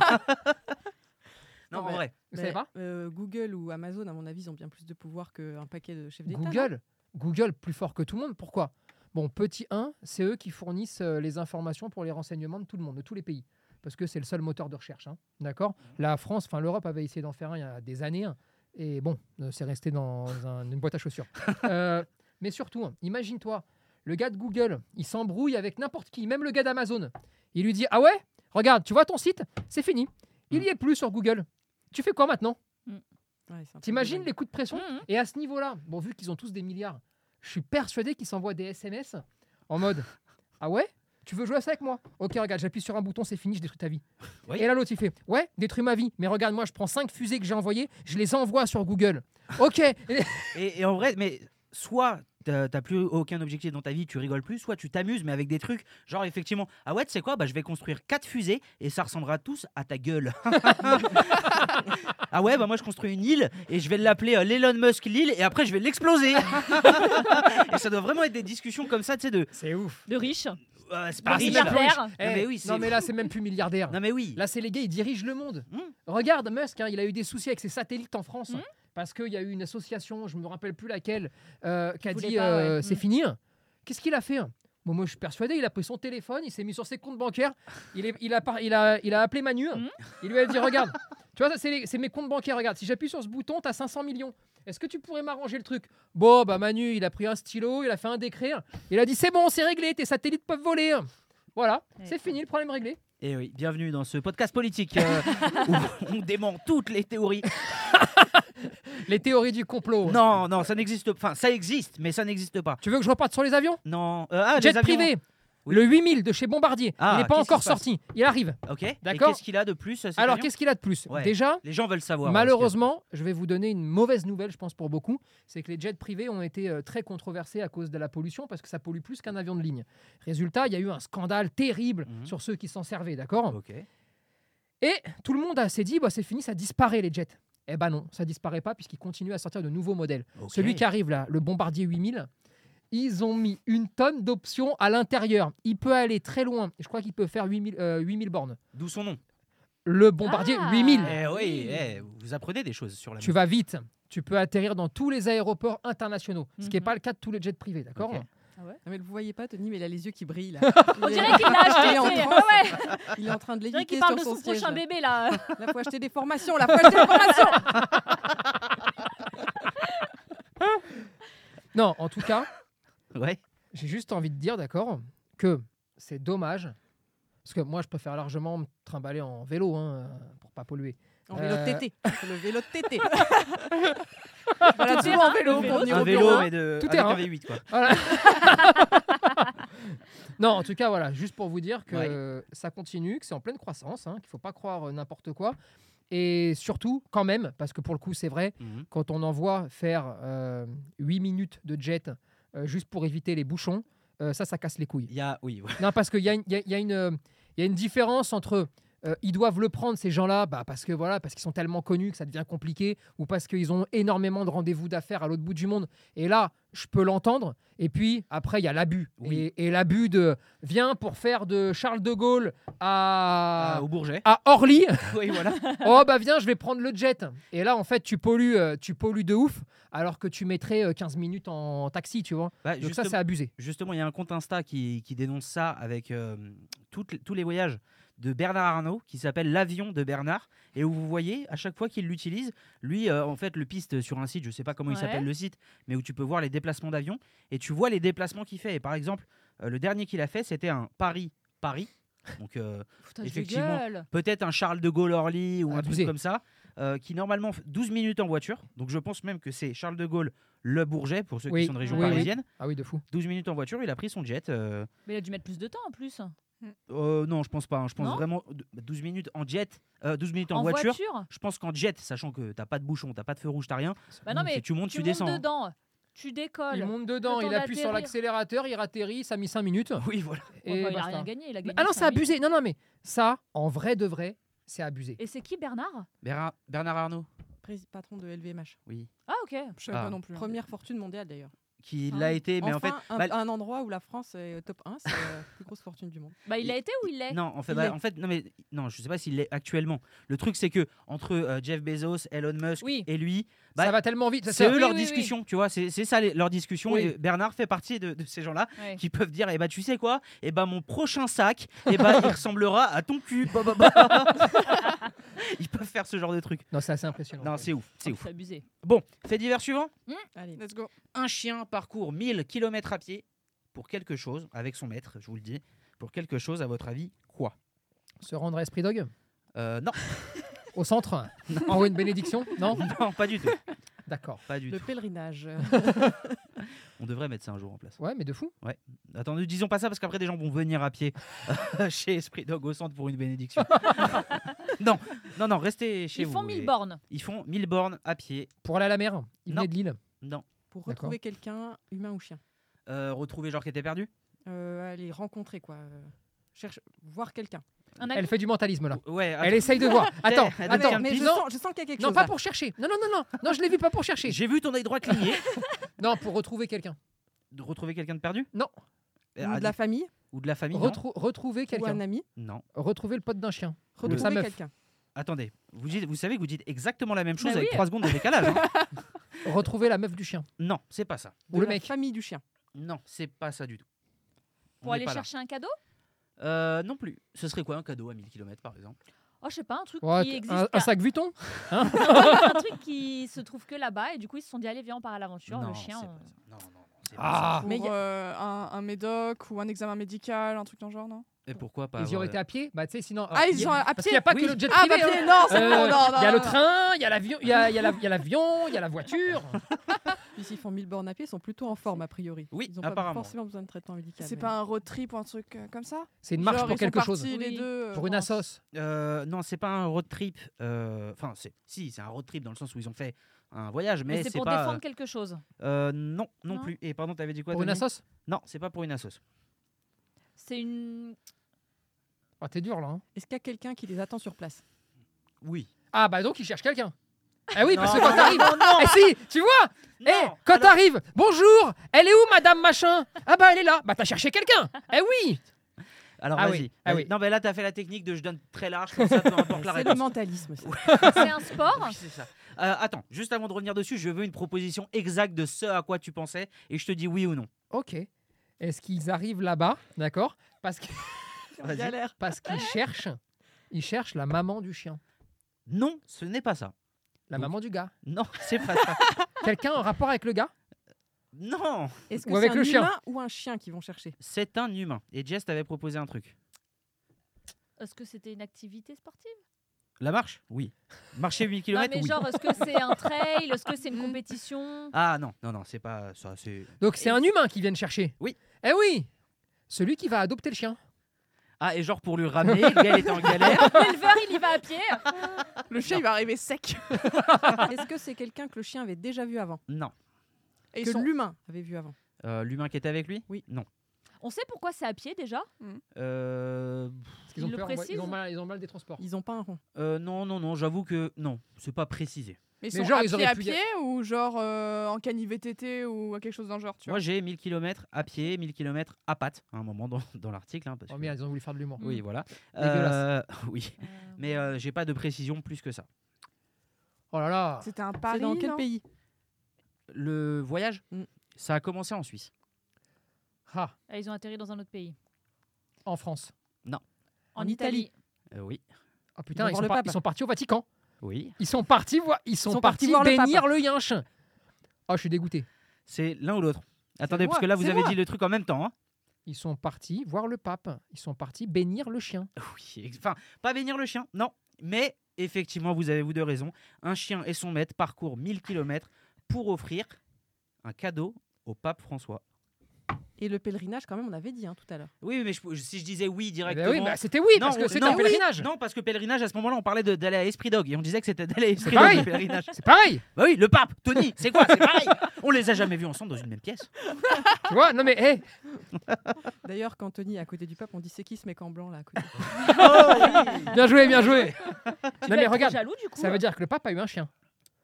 S3: Non, en
S5: mais-
S3: vrai.
S1: Vous
S5: Mais,
S1: savez pas
S5: euh, Google ou Amazon, à mon avis, ils ont bien plus de pouvoir qu'un paquet de chefs d'État. non
S1: Google, Google plus fort que tout le monde. Pourquoi Bon, petit 1, c'est eux qui fournissent euh, les informations pour les renseignements de tout le monde, de tous les pays. Parce que c'est le seul moteur de recherche. hein, D'accord La France, enfin l'Europe avait essayé d'en faire un il y a des années. hein, et bon, euh, c'est resté dans un- une boîte à chaussures. Euh, mais surtout, hein, imagine-toi, le gars de Google, il s'embrouille avec n'importe qui, même le gars d'Amazon. Il lui dit Ah ouais Regarde, tu vois ton site C'est fini. Il y est plus sur Google. Tu fais quoi maintenant
S5: Ouais, c'est un peu
S1: T'imagines
S5: dommage.
S1: les coups de pression
S4: Mhm.
S1: et à ce niveau-là, bon, vu qu'ils ont tous des milliards, je suis persuadé qu'ils s'envoient des SMS en mode Ah ouais Tu veux jouer à ça avec moi Ok, regarde, j'appuie sur un bouton, c'est fini, je détruis ta vie.
S3: Oui.
S1: Et là, l'autre, il fait Ouais, détruis ma vie, mais regarde, moi, je prends 5 fusées que j'ai envoyées, je les envoie sur Google. Ok
S3: Et, et en vrai, mais soit t'as t'as plus aucun objectif dans ta vie, tu rigoles plus, soit tu t'amuses, mais avec des trucs, genre effectivement, ah ouais, tu sais quoi, bah, je vais construire quatre fusées et ça ressemblera tous à ta gueule. ah ouais, bah moi je construis une île et je vais l'appeler euh, l'Elon Musk l'île et après je vais l'exploser. et ça doit vraiment être des discussions comme ça, tu sais, de.
S1: C'est ouf
S4: De riches.
S3: euh, c'est pas
S1: Paris,
S3: riche.
S1: même
S3: là.
S4: milliardaires.
S3: Non, mais oui, c'est-
S1: Eh, non, mais là, c'est même plus milliardaire.
S3: Non mais oui.
S1: Là, c'est les gars, ils dirigent le monde.
S4: Mmh.
S3: Mm.
S1: Regarde Musk, hein, il a eu des soucis avec ses satellites en France.
S4: Mm.
S1: Parce qu'il y a eu une association, je me rappelle plus laquelle, euh, qui a
S4: Voulait
S1: dit
S4: pas, ouais.
S1: euh,
S4: Mm.
S1: c'est fini. Qu'est-ce qu'il a fait hein Bon, Moi, je suis persuadé, il a pris son téléphone, il s'est mis sur ses comptes bancaires, il, est- il, a, par- il, a, il a appelé Manu,
S4: Mm.
S1: il lui a dit Regarde, tu vois, ça, c'est les- c'est mes comptes bancaires, regarde, si j'appuie sur ce bouton, t'as 500 millions. Est-ce que tu pourrais m'arranger le truc Bon, bah Manu, il a pris un stylo, il a fait un décret, il a dit C'est bon, c'est réglé, tes satellites peuvent voler. hein. Voilà,
S4: Ouais.
S1: c'est fini, le problème réglé.
S3: Et Eh oui, bienvenue dans ce podcast politique euh, où on dément toutes les théories.
S1: Les théories du complot.
S3: Non, non, ça n'existe pas. Enfin, ça existe, mais ça n'existe pas.
S1: Tu veux que je reparte sur les avions
S3: Non. Euh, ah, les
S1: Jet
S3: avions.
S1: privé.
S3: Oui.
S1: Le 8000 de chez Bombardier.
S3: Ah,
S1: il n'est pas
S3: qu'est-ce
S1: encore
S3: qui se passe
S1: sorti. Il arrive.
S3: Ok. Et
S1: D'accord.
S3: Qu'est-ce qu'il a de plus cet
S1: Alors,
S3: avion
S1: qu'est-ce qu'il a de plus
S3: Ouais.
S1: Déjà,
S3: Les gens veulent savoir.
S1: malheureusement, je vais vous donner une mauvaise nouvelle, je pense, pour beaucoup. C'est que les jets privés ont été euh, très controversés à cause de la pollution parce que ça pollue plus qu'un avion de ligne. Résultat, il y a eu un scandale terrible
S3: Mhm. Oh.
S1: sur ceux qui s'en servaient, d'accord
S3: parce que- Ok.
S1: Et tout le monde a- s'est dit, bah, c'est fini, ça disparaît les jets. Eh ben non, ça disparaît pas puisqu'ils continuent à sortir de nouveaux modèles.
S3: Ok.
S1: Celui qui arrive là, le Bombardier 8000, ils ont mis une tonne d'options à l'intérieur. Il peut aller très loin. Je crois qu'il peut faire 8000, euh, 8000 bornes.
S3: D'où son nom.
S1: Le Bombardier
S4: Ah.
S1: 8000,
S3: Eh oui, eh, vous apprenez des choses sur la.
S1: tu vas vite. Tu peux atterrir dans tous les aéroports internationaux, ce qui n'est
S5: Mhm.
S1: pas le cas de tous les jets privés, d'accord
S3: Ok.
S5: Non, mais vous voyez pas, Tony, mais il a les yeux qui brillent. Là.
S4: On
S5: Il est-
S4: dirait qu'il l'a
S5: il est
S4: acheté.
S5: en
S4: c'est-
S5: transe.
S4: ouais, ouais.
S5: Il est en train de
S4: On dirait
S5: l'éviter
S4: qu'il
S5: sur
S4: parle de
S5: son,
S4: son
S5: siège.
S4: prochain bébé là.
S5: La fois acheter des formations, la fois acheter des formations.
S1: Non, en tout cas,
S3: Ouais.
S1: j'ai juste envie de dire, d'accord, que c'est dommage. Parce que moi, je préfère largement me trimballer en vélo hein, pour pas polluer.
S5: En vélo
S1: Euh,
S5: de tété. Le vélo de tété. voilà, toujours en vélo pour venir
S3: Un
S5: au
S3: vélo,
S5: bureau.
S3: mais de.
S1: Tout
S3: avec
S1: terrain.
S3: un V8 quoi.
S1: Voilà. non, en tout cas, voilà, juste pour vous dire que
S3: Ouais.
S1: euh, ça continue, que c'est en pleine croissance, hein, qu'il ne faut pas croire euh, n'importe quoi. Et surtout, quand même, parce que pour le coup, c'est vrai,
S3: Mhm.
S1: quand on envoie faire 8 minutes de jet euh, juste pour éviter les bouchons, euh, ça, ça casse les couilles.
S3: Il y a, oui, ouais.
S1: Non, parce qu'il y, a une- il y a- il y a une, euh, il y a une différence entre. euh, ils doivent le prendre ces gens-là, bah, parce que voilà, parce qu'ils sont tellement connus que ça devient compliqué, ou parce qu'ils ont énormément de rendez-vous d'affaires à l'autre bout du monde. Et là, je peux l'entendre. Et puis après, il y a l'abus.
S3: Oui.
S1: Et, et l'abus de viens pour faire de Charles de Gaulle à
S3: Ah, au Bourget.
S1: à Orly.
S3: oui, voilà.
S1: oh bah viens, je vais prendre le jet. Et là, en fait, tu pollues, euh, tu pollues de ouf, alors que tu mettrais euh, 15 minutes en taxi, tu vois.
S3: Bah,
S1: Donc
S3: justement-
S1: ça, c'est abusé.
S3: Justement, il y a un compte Insta qui, qui dénonce ça avec euh, toutes- tous les voyages de Bernard Arnault qui s'appelle L'avion de Bernard et où vous voyez à chaque fois qu'il l'utilise, lui euh, en fait le piste sur un site, je sais pas comment il
S4: Ouais.
S3: s'appelle le site, mais où tu peux voir les déplacements d'avion et tu vois les déplacements qu'il fait. Et par exemple, euh, le dernier qu'il a fait, c'était un Paris-Paris. Donc euh,
S4: Putain, je
S3: Effectivement.
S4: gueule.
S3: peut-être un Charles de Gaulle Orly ou un
S1: Abusé.
S3: truc comme ça, euh, qui normalement fait 12 minutes en voiture. Donc je pense même que c'est Charles de Gaulle le Bourget pour ceux
S1: Oui,
S3: qui sont de région
S1: oui, oui.
S3: parisienne.
S1: Ah oui, de fou.
S3: 12 minutes en voiture, il a pris son jet. euh,
S4: Mais il a dû mettre plus de temps en plus.
S3: Euh, non, je pense pas. hein. Je pense
S4: Non
S3: vraiment d- 12 minutes en jet, euh, 12 minutes en, voiture. Je pense qu'en jet, sachant que t'as pas de bouchon, t'as pas de feu rouge, t'as rien.
S4: Bah non, mais
S3: si tu montes,
S4: tu,
S3: tu, descends.
S4: montes
S3: hein.
S4: dedans, tu
S1: Il
S4: décolles.
S1: monte dedans,
S4: Le temps
S1: il appuie sur
S4: d'atterrir.
S1: l'accélérateur, il atterrit, ça a mis 5 minutes.
S3: Oui, voilà.
S1: Et
S4: Enfin, il a
S1: basta.
S4: rien gagné. Il a
S1: Mais-
S4: gagné
S1: ah non,
S4: cinq
S1: c'est
S4: minutes.
S1: abusé. Non, non, mais ça, en vrai de vrai, c'est abusé.
S4: Et c'est qui Bernard
S3: Bernard, Bernard Arnault,
S5: Pré- Patron de LVMH.
S3: oui.
S4: Ah ok.
S9: Je savais
S3: Ah.
S9: pas non plus. hein.
S5: Première fortune mondiale d'ailleurs.
S3: Qui
S4: Ah.
S3: l'a été, mais en fait.
S5: Hein Enfin, un,
S3: bah,
S5: un endroit où la France est au top 1, c'est euh, la plus grosse fortune du monde.
S4: Bah il a été ou il l'est
S3: Non, en fait,
S5: il
S3: bah,
S5: est-
S3: en fait, non, mais non, je sais pas s'il l'est actuellement. Le truc, c'est que entre euh, Jeff Bezos, Elon Musk
S1: Oui.
S3: et lui,
S1: ça
S3: bah,
S1: va tellement vite. ça-
S3: c'est
S1: ça-
S3: eux
S4: oui,
S3: leur
S4: oui, oui.
S3: discussion, tu vois. C'est c'est ça les- leur discussion.
S1: Oui.
S3: Et Bernard fait partie de, de ces gens-là
S4: Ouais.
S3: qui peuvent dire, eh bah, tu sais quoi, eh bah, mon prochain sac, eh bah, il ressemblera à ton cul. Bah, bah, bah. Ils peuvent faire ce genre de truc.
S1: Non, c'est assez impressionnant.
S3: Non, c'est ouf, c'est
S4: Ah,
S3: ouf.
S4: C'est abusé.
S3: Bon, fait divers suivant.
S5: Allez,
S9: Let's go.
S3: Un chien parcourt 1000 km à pied pour quelque chose, avec son maître, je vous le dis, pour quelque chose, à votre avis, quoi
S1: Se rendre à Esprit Dog
S3: Euh, non,
S1: Au centre Envoyer une bénédiction Non
S3: non, pas du tout.
S1: D'accord.
S3: Pas du
S5: le
S3: tout.
S5: pèlerinage.
S3: On devrait mettre ça un jour en place.
S1: Ouais, mais de fou.
S3: Attends, ne disons pas ça parce qu'après des gens vont venir à pied chez Esprit Dog au centre pour une bénédiction. non, non, non, restez chez
S4: Ils
S3: vous.
S4: font
S3: et-
S4: 1000 bornes.
S3: Ils font 1000 bornes à pied.
S1: Pour aller à la mer Il
S3: Non.
S1: venait de Lille.
S3: Non.
S5: Pour
S1: D'accord.
S5: retrouver quelqu'un, humain ou chien.
S3: Euh, retrouver genre qui était perdu
S5: Euh, aller rencontrer quoi. Euh, cherche, voir quelqu'un.
S4: Un
S1: Elle
S4: ami.
S1: fait du mentalisme
S4: Ah.
S1: là.
S3: Ouais,
S1: Elle essaye de voir. Attends,
S3: Elle
S5: Ah, mais-
S1: attends.
S3: devient
S5: mais je
S1: non,
S5: sens, je sens qu'il y a quelque
S1: non,
S5: chose.
S1: pas
S5: là.
S1: pour chercher. Non, non, non, non. Non, je l'ai vu pas pour chercher.
S3: J'ai vu ton œil droit cligner.
S1: Non, pour retrouver quelqu'un.
S3: De retrouver quelqu'un de perdu
S1: Non.
S3: Euh,
S5: Ou
S3: ah,
S5: de la famille,
S3: ou de la famille non
S1: Retrou- retrouver
S5: ou un
S1: quelqu'un.
S5: ami.
S3: Non.
S1: Retrouver le pote d'un chien. sa
S5: Retrouver
S1: meuf.
S5: quelqu'un.
S3: Attendez, vous, dites- vous savez que vous dites exactement la même chose
S4: Bah
S3: avec
S4: oui.
S3: 3 secondes de décalage. hein.
S1: Retrouver la meuf du chien.
S3: non, c'est pas ça.
S1: Ou
S5: De
S1: le
S5: la
S1: mec.
S5: famille du chien.
S3: Non, c'est pas ça du tout. On
S4: Pour
S3: n'est
S4: aller
S3: pas là.
S4: chercher un cadeau
S3: Euh, non plus. Ce serait quoi un cadeau à 1000 km par exemple
S4: Oh je sais pas, un truc
S1: Ouais,
S4: qui existe.
S1: un, un
S4: qu'à-
S1: sac Vuitton
S4: un truc qui se trouve que là-bas et du coup ils se sont dit allez viens on part à l'aventure
S3: Non,
S4: le
S3: c'est
S4: chien. euh.
S3: pas
S4: on-
S3: ça. Non, non, non, c'est pas ça.
S1: Ah
S9: Pour
S5: Mais y a-
S9: euh, un, un médoc ou un examen médical, un truc dans le genre, non
S3: Et pourquoi pas
S1: Ils y
S3: avoir-
S1: auraient été à pied Bah, tu sais, sinon.
S9: Ah,
S1: alors,
S9: ils
S1: il y
S9: sont
S1: a-
S9: à
S1: Parce qu'il
S9: pied.
S1: n'y a pas
S3: Oui.
S1: que le jet
S9: Ah, bah,
S1: privé. hein.
S9: non, c'est bon,
S1: Euh,
S9: non, non.
S1: Il y a le
S9: non.
S1: train, il y a l'avion, il y a, il y a la- il y a l'avion, il y a la voiture.
S5: Puis s'ils font 1000 bornes à pied, ils sont plutôt en forme, a priori.
S3: Oui,
S5: ils ont pas
S3: apparemment.
S5: forcément besoin de traitement médical.
S9: C'est
S5: mais-
S9: pas un road trip ou un truc euh, comme ça
S1: C'est une marche
S9: Genre,
S1: pour
S9: ils sont
S1: quelque chose.
S9: partis, les
S4: Oui.
S9: deux, euh,
S1: Pour une
S9: en-
S1: assos.
S3: Euh, non, c'est pas un road trip. euh, Enfin, c'est si, c'est un road trip dans le sens où ils ont fait un voyage, mais,
S4: Mais c'est pour
S3: pas.
S4: défendre quelque chose.
S3: euh, non, non,
S4: Non.
S3: plus. Et pardon, t'avais dit quoi
S1: Pour une
S3: Denis
S1: assos
S3: Non, c'est pas pour une assos.
S4: C'est une.
S1: Ah, t'es dur là. hein.
S5: Est-ce qu'il y a quelqu'un qui les attend sur place
S3: Oui.
S1: Ah, bah donc ils cherchent quelqu'un. Ah oui, parce que
S3: Non,
S1: quand
S3: non,
S1: t'arrives.
S3: non, non,
S1: Eh si, tu vois Eh,
S3: non.
S1: quand
S3: Alors,
S1: t'arrives, bonjour, elle est où madame machin Ah bah elle est là, bah t'as cherché quelqu'un Eh oui
S3: Alors
S1: Ah
S3: vas-y.
S1: oui, ah
S3: vas-y.
S1: oui.
S3: Non, mais là, t'as fait la technique de je donne très large, comme ça, peu importe la
S5: C'est le
S3: réponse.
S5: mentalisme. ça.
S4: C'est un sport
S3: Oui, c'est ça. Euh, attends, juste avant de revenir dessus, je veux une proposition exacte de ce à quoi tu pensais et je te dis oui ou non.
S1: Ok. Est-ce qu'ils arrivent là-bas D'accord Parce que-
S3: Vas-y.
S5: Galère.
S1: parce qu'ils cherchent. Ils cherchent la maman du chien,
S3: Non, ce n'est pas ça.
S1: la
S3: Donc-
S1: maman du gars.
S3: Non, c'est pas ça.
S1: Quelqu'un en rapport avec le gars
S3: Non,
S5: Est-ce
S1: Ou
S5: que c'est
S1: avec
S5: un
S1: le chien.
S5: humain ou un chien qu'ils vont chercher
S3: c'est un humain. Et Jess t'avait proposé un truc.
S4: Est-ce que c'était une activité sportive
S3: La marche Oui. Marcher 8
S4: Non,
S3: km
S4: mais
S3: oui.
S4: genre, est-ce que c'est un trail Est-ce que c'est une compétition
S3: Ah non, non, non, c'est pas ça. C'est...
S1: Donc c'est un humain qui viennent chercher.
S3: Oui.
S1: Eh oui. Celui qui va adopter le chien.
S3: Ah, et genre pour lui ramener, le gars il était en galère.
S4: L'éleveur, il y va à pied
S9: Le chien, il va arriver sec.
S5: Est-ce que c'est quelqu'un que le chien avait déjà vu avant
S3: Non.
S9: Et ils
S5: Que
S9: sont...
S5: l'humain avait vu avant
S3: Euh, l'humain qui était avec lui
S5: Oui.
S3: Non.
S4: On sait pourquoi c'est à pied déjà
S3: Euh,
S1: Parce qu'ils ont
S4: Il le
S1: peur, on voit- ils,
S4: précise
S1: ont mal, ils ont mal des transports.
S5: Ils ont pas un rond.
S3: euh, non, non, non, j'avoue que non, c'est pas précisé.
S9: Mais ils
S1: Mais
S9: sont
S1: genre,
S9: à
S1: ils
S9: pied
S1: auraient
S9: à
S1: pu y-
S9: pied ou genre euh, en canivet TT ou quelque chose dans le genre, tu
S3: Moi
S9: vois
S3: j'ai 1000 km à pied, 1000 km à pattes, à un moment dans, dans l'article. hein, parce
S1: Oh
S3: que-
S1: merde, ils ont voulu faire de l'humour.
S3: Oui, voilà.
S1: Dégueulasse.
S3: Euh, oui, mais euh, j'ai pas de précision plus que ça.
S1: Oh là là.
S9: C'était un
S5: C'est
S9: pari,
S5: dans quel
S9: non
S5: pays
S3: Le voyage,
S5: Mm.
S3: ça a commencé en Suisse.
S1: Ah,
S4: Ah, Ils ont atterri dans un autre pays.
S1: en France.
S4: En,
S5: En
S4: Italie.
S5: Italie.
S3: Euh, oui,
S1: Ah
S5: Ils
S1: putain,
S5: vont
S1: ils,
S5: voir
S1: sont
S5: le
S1: par-
S5: pape.
S1: ils sont partis au Vatican.
S3: oui.
S1: Ils sont partis, voir- ils sont
S5: sont partis
S1: partis
S5: voir le
S1: bénir
S5: pape.
S1: le, yinche. Oh, je suis dégoûté.
S3: C'est l'un ou l'autre. Attendez,
S5: moi,
S3: parce que là vous
S5: c'est
S3: avez
S5: moi.
S3: dit le truc en même temps. hein.
S1: Ils sont partis voir le pape. Ils sont partis bénir le chien.
S3: Oui, ex- enfin, pas bénir le chien, non. Mais effectivement, vous avez vous deux raisons. Un chien et son maître parcourent 1000 km pour offrir un cadeau au pape François.
S5: Et le pèlerinage, quand même, on avait dit hein, tout à l'heure.
S3: Oui, mais je- je- si je disais oui
S1: Eh ben
S3: directement.
S1: oui, bah, c'était oui, parce
S3: Non, euh,
S1: que c'était
S3: non,
S1: un pèlerinage.
S3: Non, parce que pèlerinage, à ce moment-là, on parlait de- d'aller à Esprit Dog et on disait que c'était d'aller à Esprit Dog,
S1: pareil.
S3: le pèlerinage.
S1: C'est pareil,
S3: Bah oui, le pape, Tony, c'est quoi C'est pareil On les a jamais vus ensemble dans une même pièce.
S1: tu vois. Non mais, hé,
S5: D'ailleurs, quand Tony est à côté du pape, on dit c'est qui ce mec en blanc là à côté
S1: bien joué, bien joué.
S4: Tu
S1: non
S4: vas
S1: mais
S4: être
S1: regarde,
S4: jaloux du coup.
S1: ça
S5: hein.
S1: veut dire que le pape a eu un chien.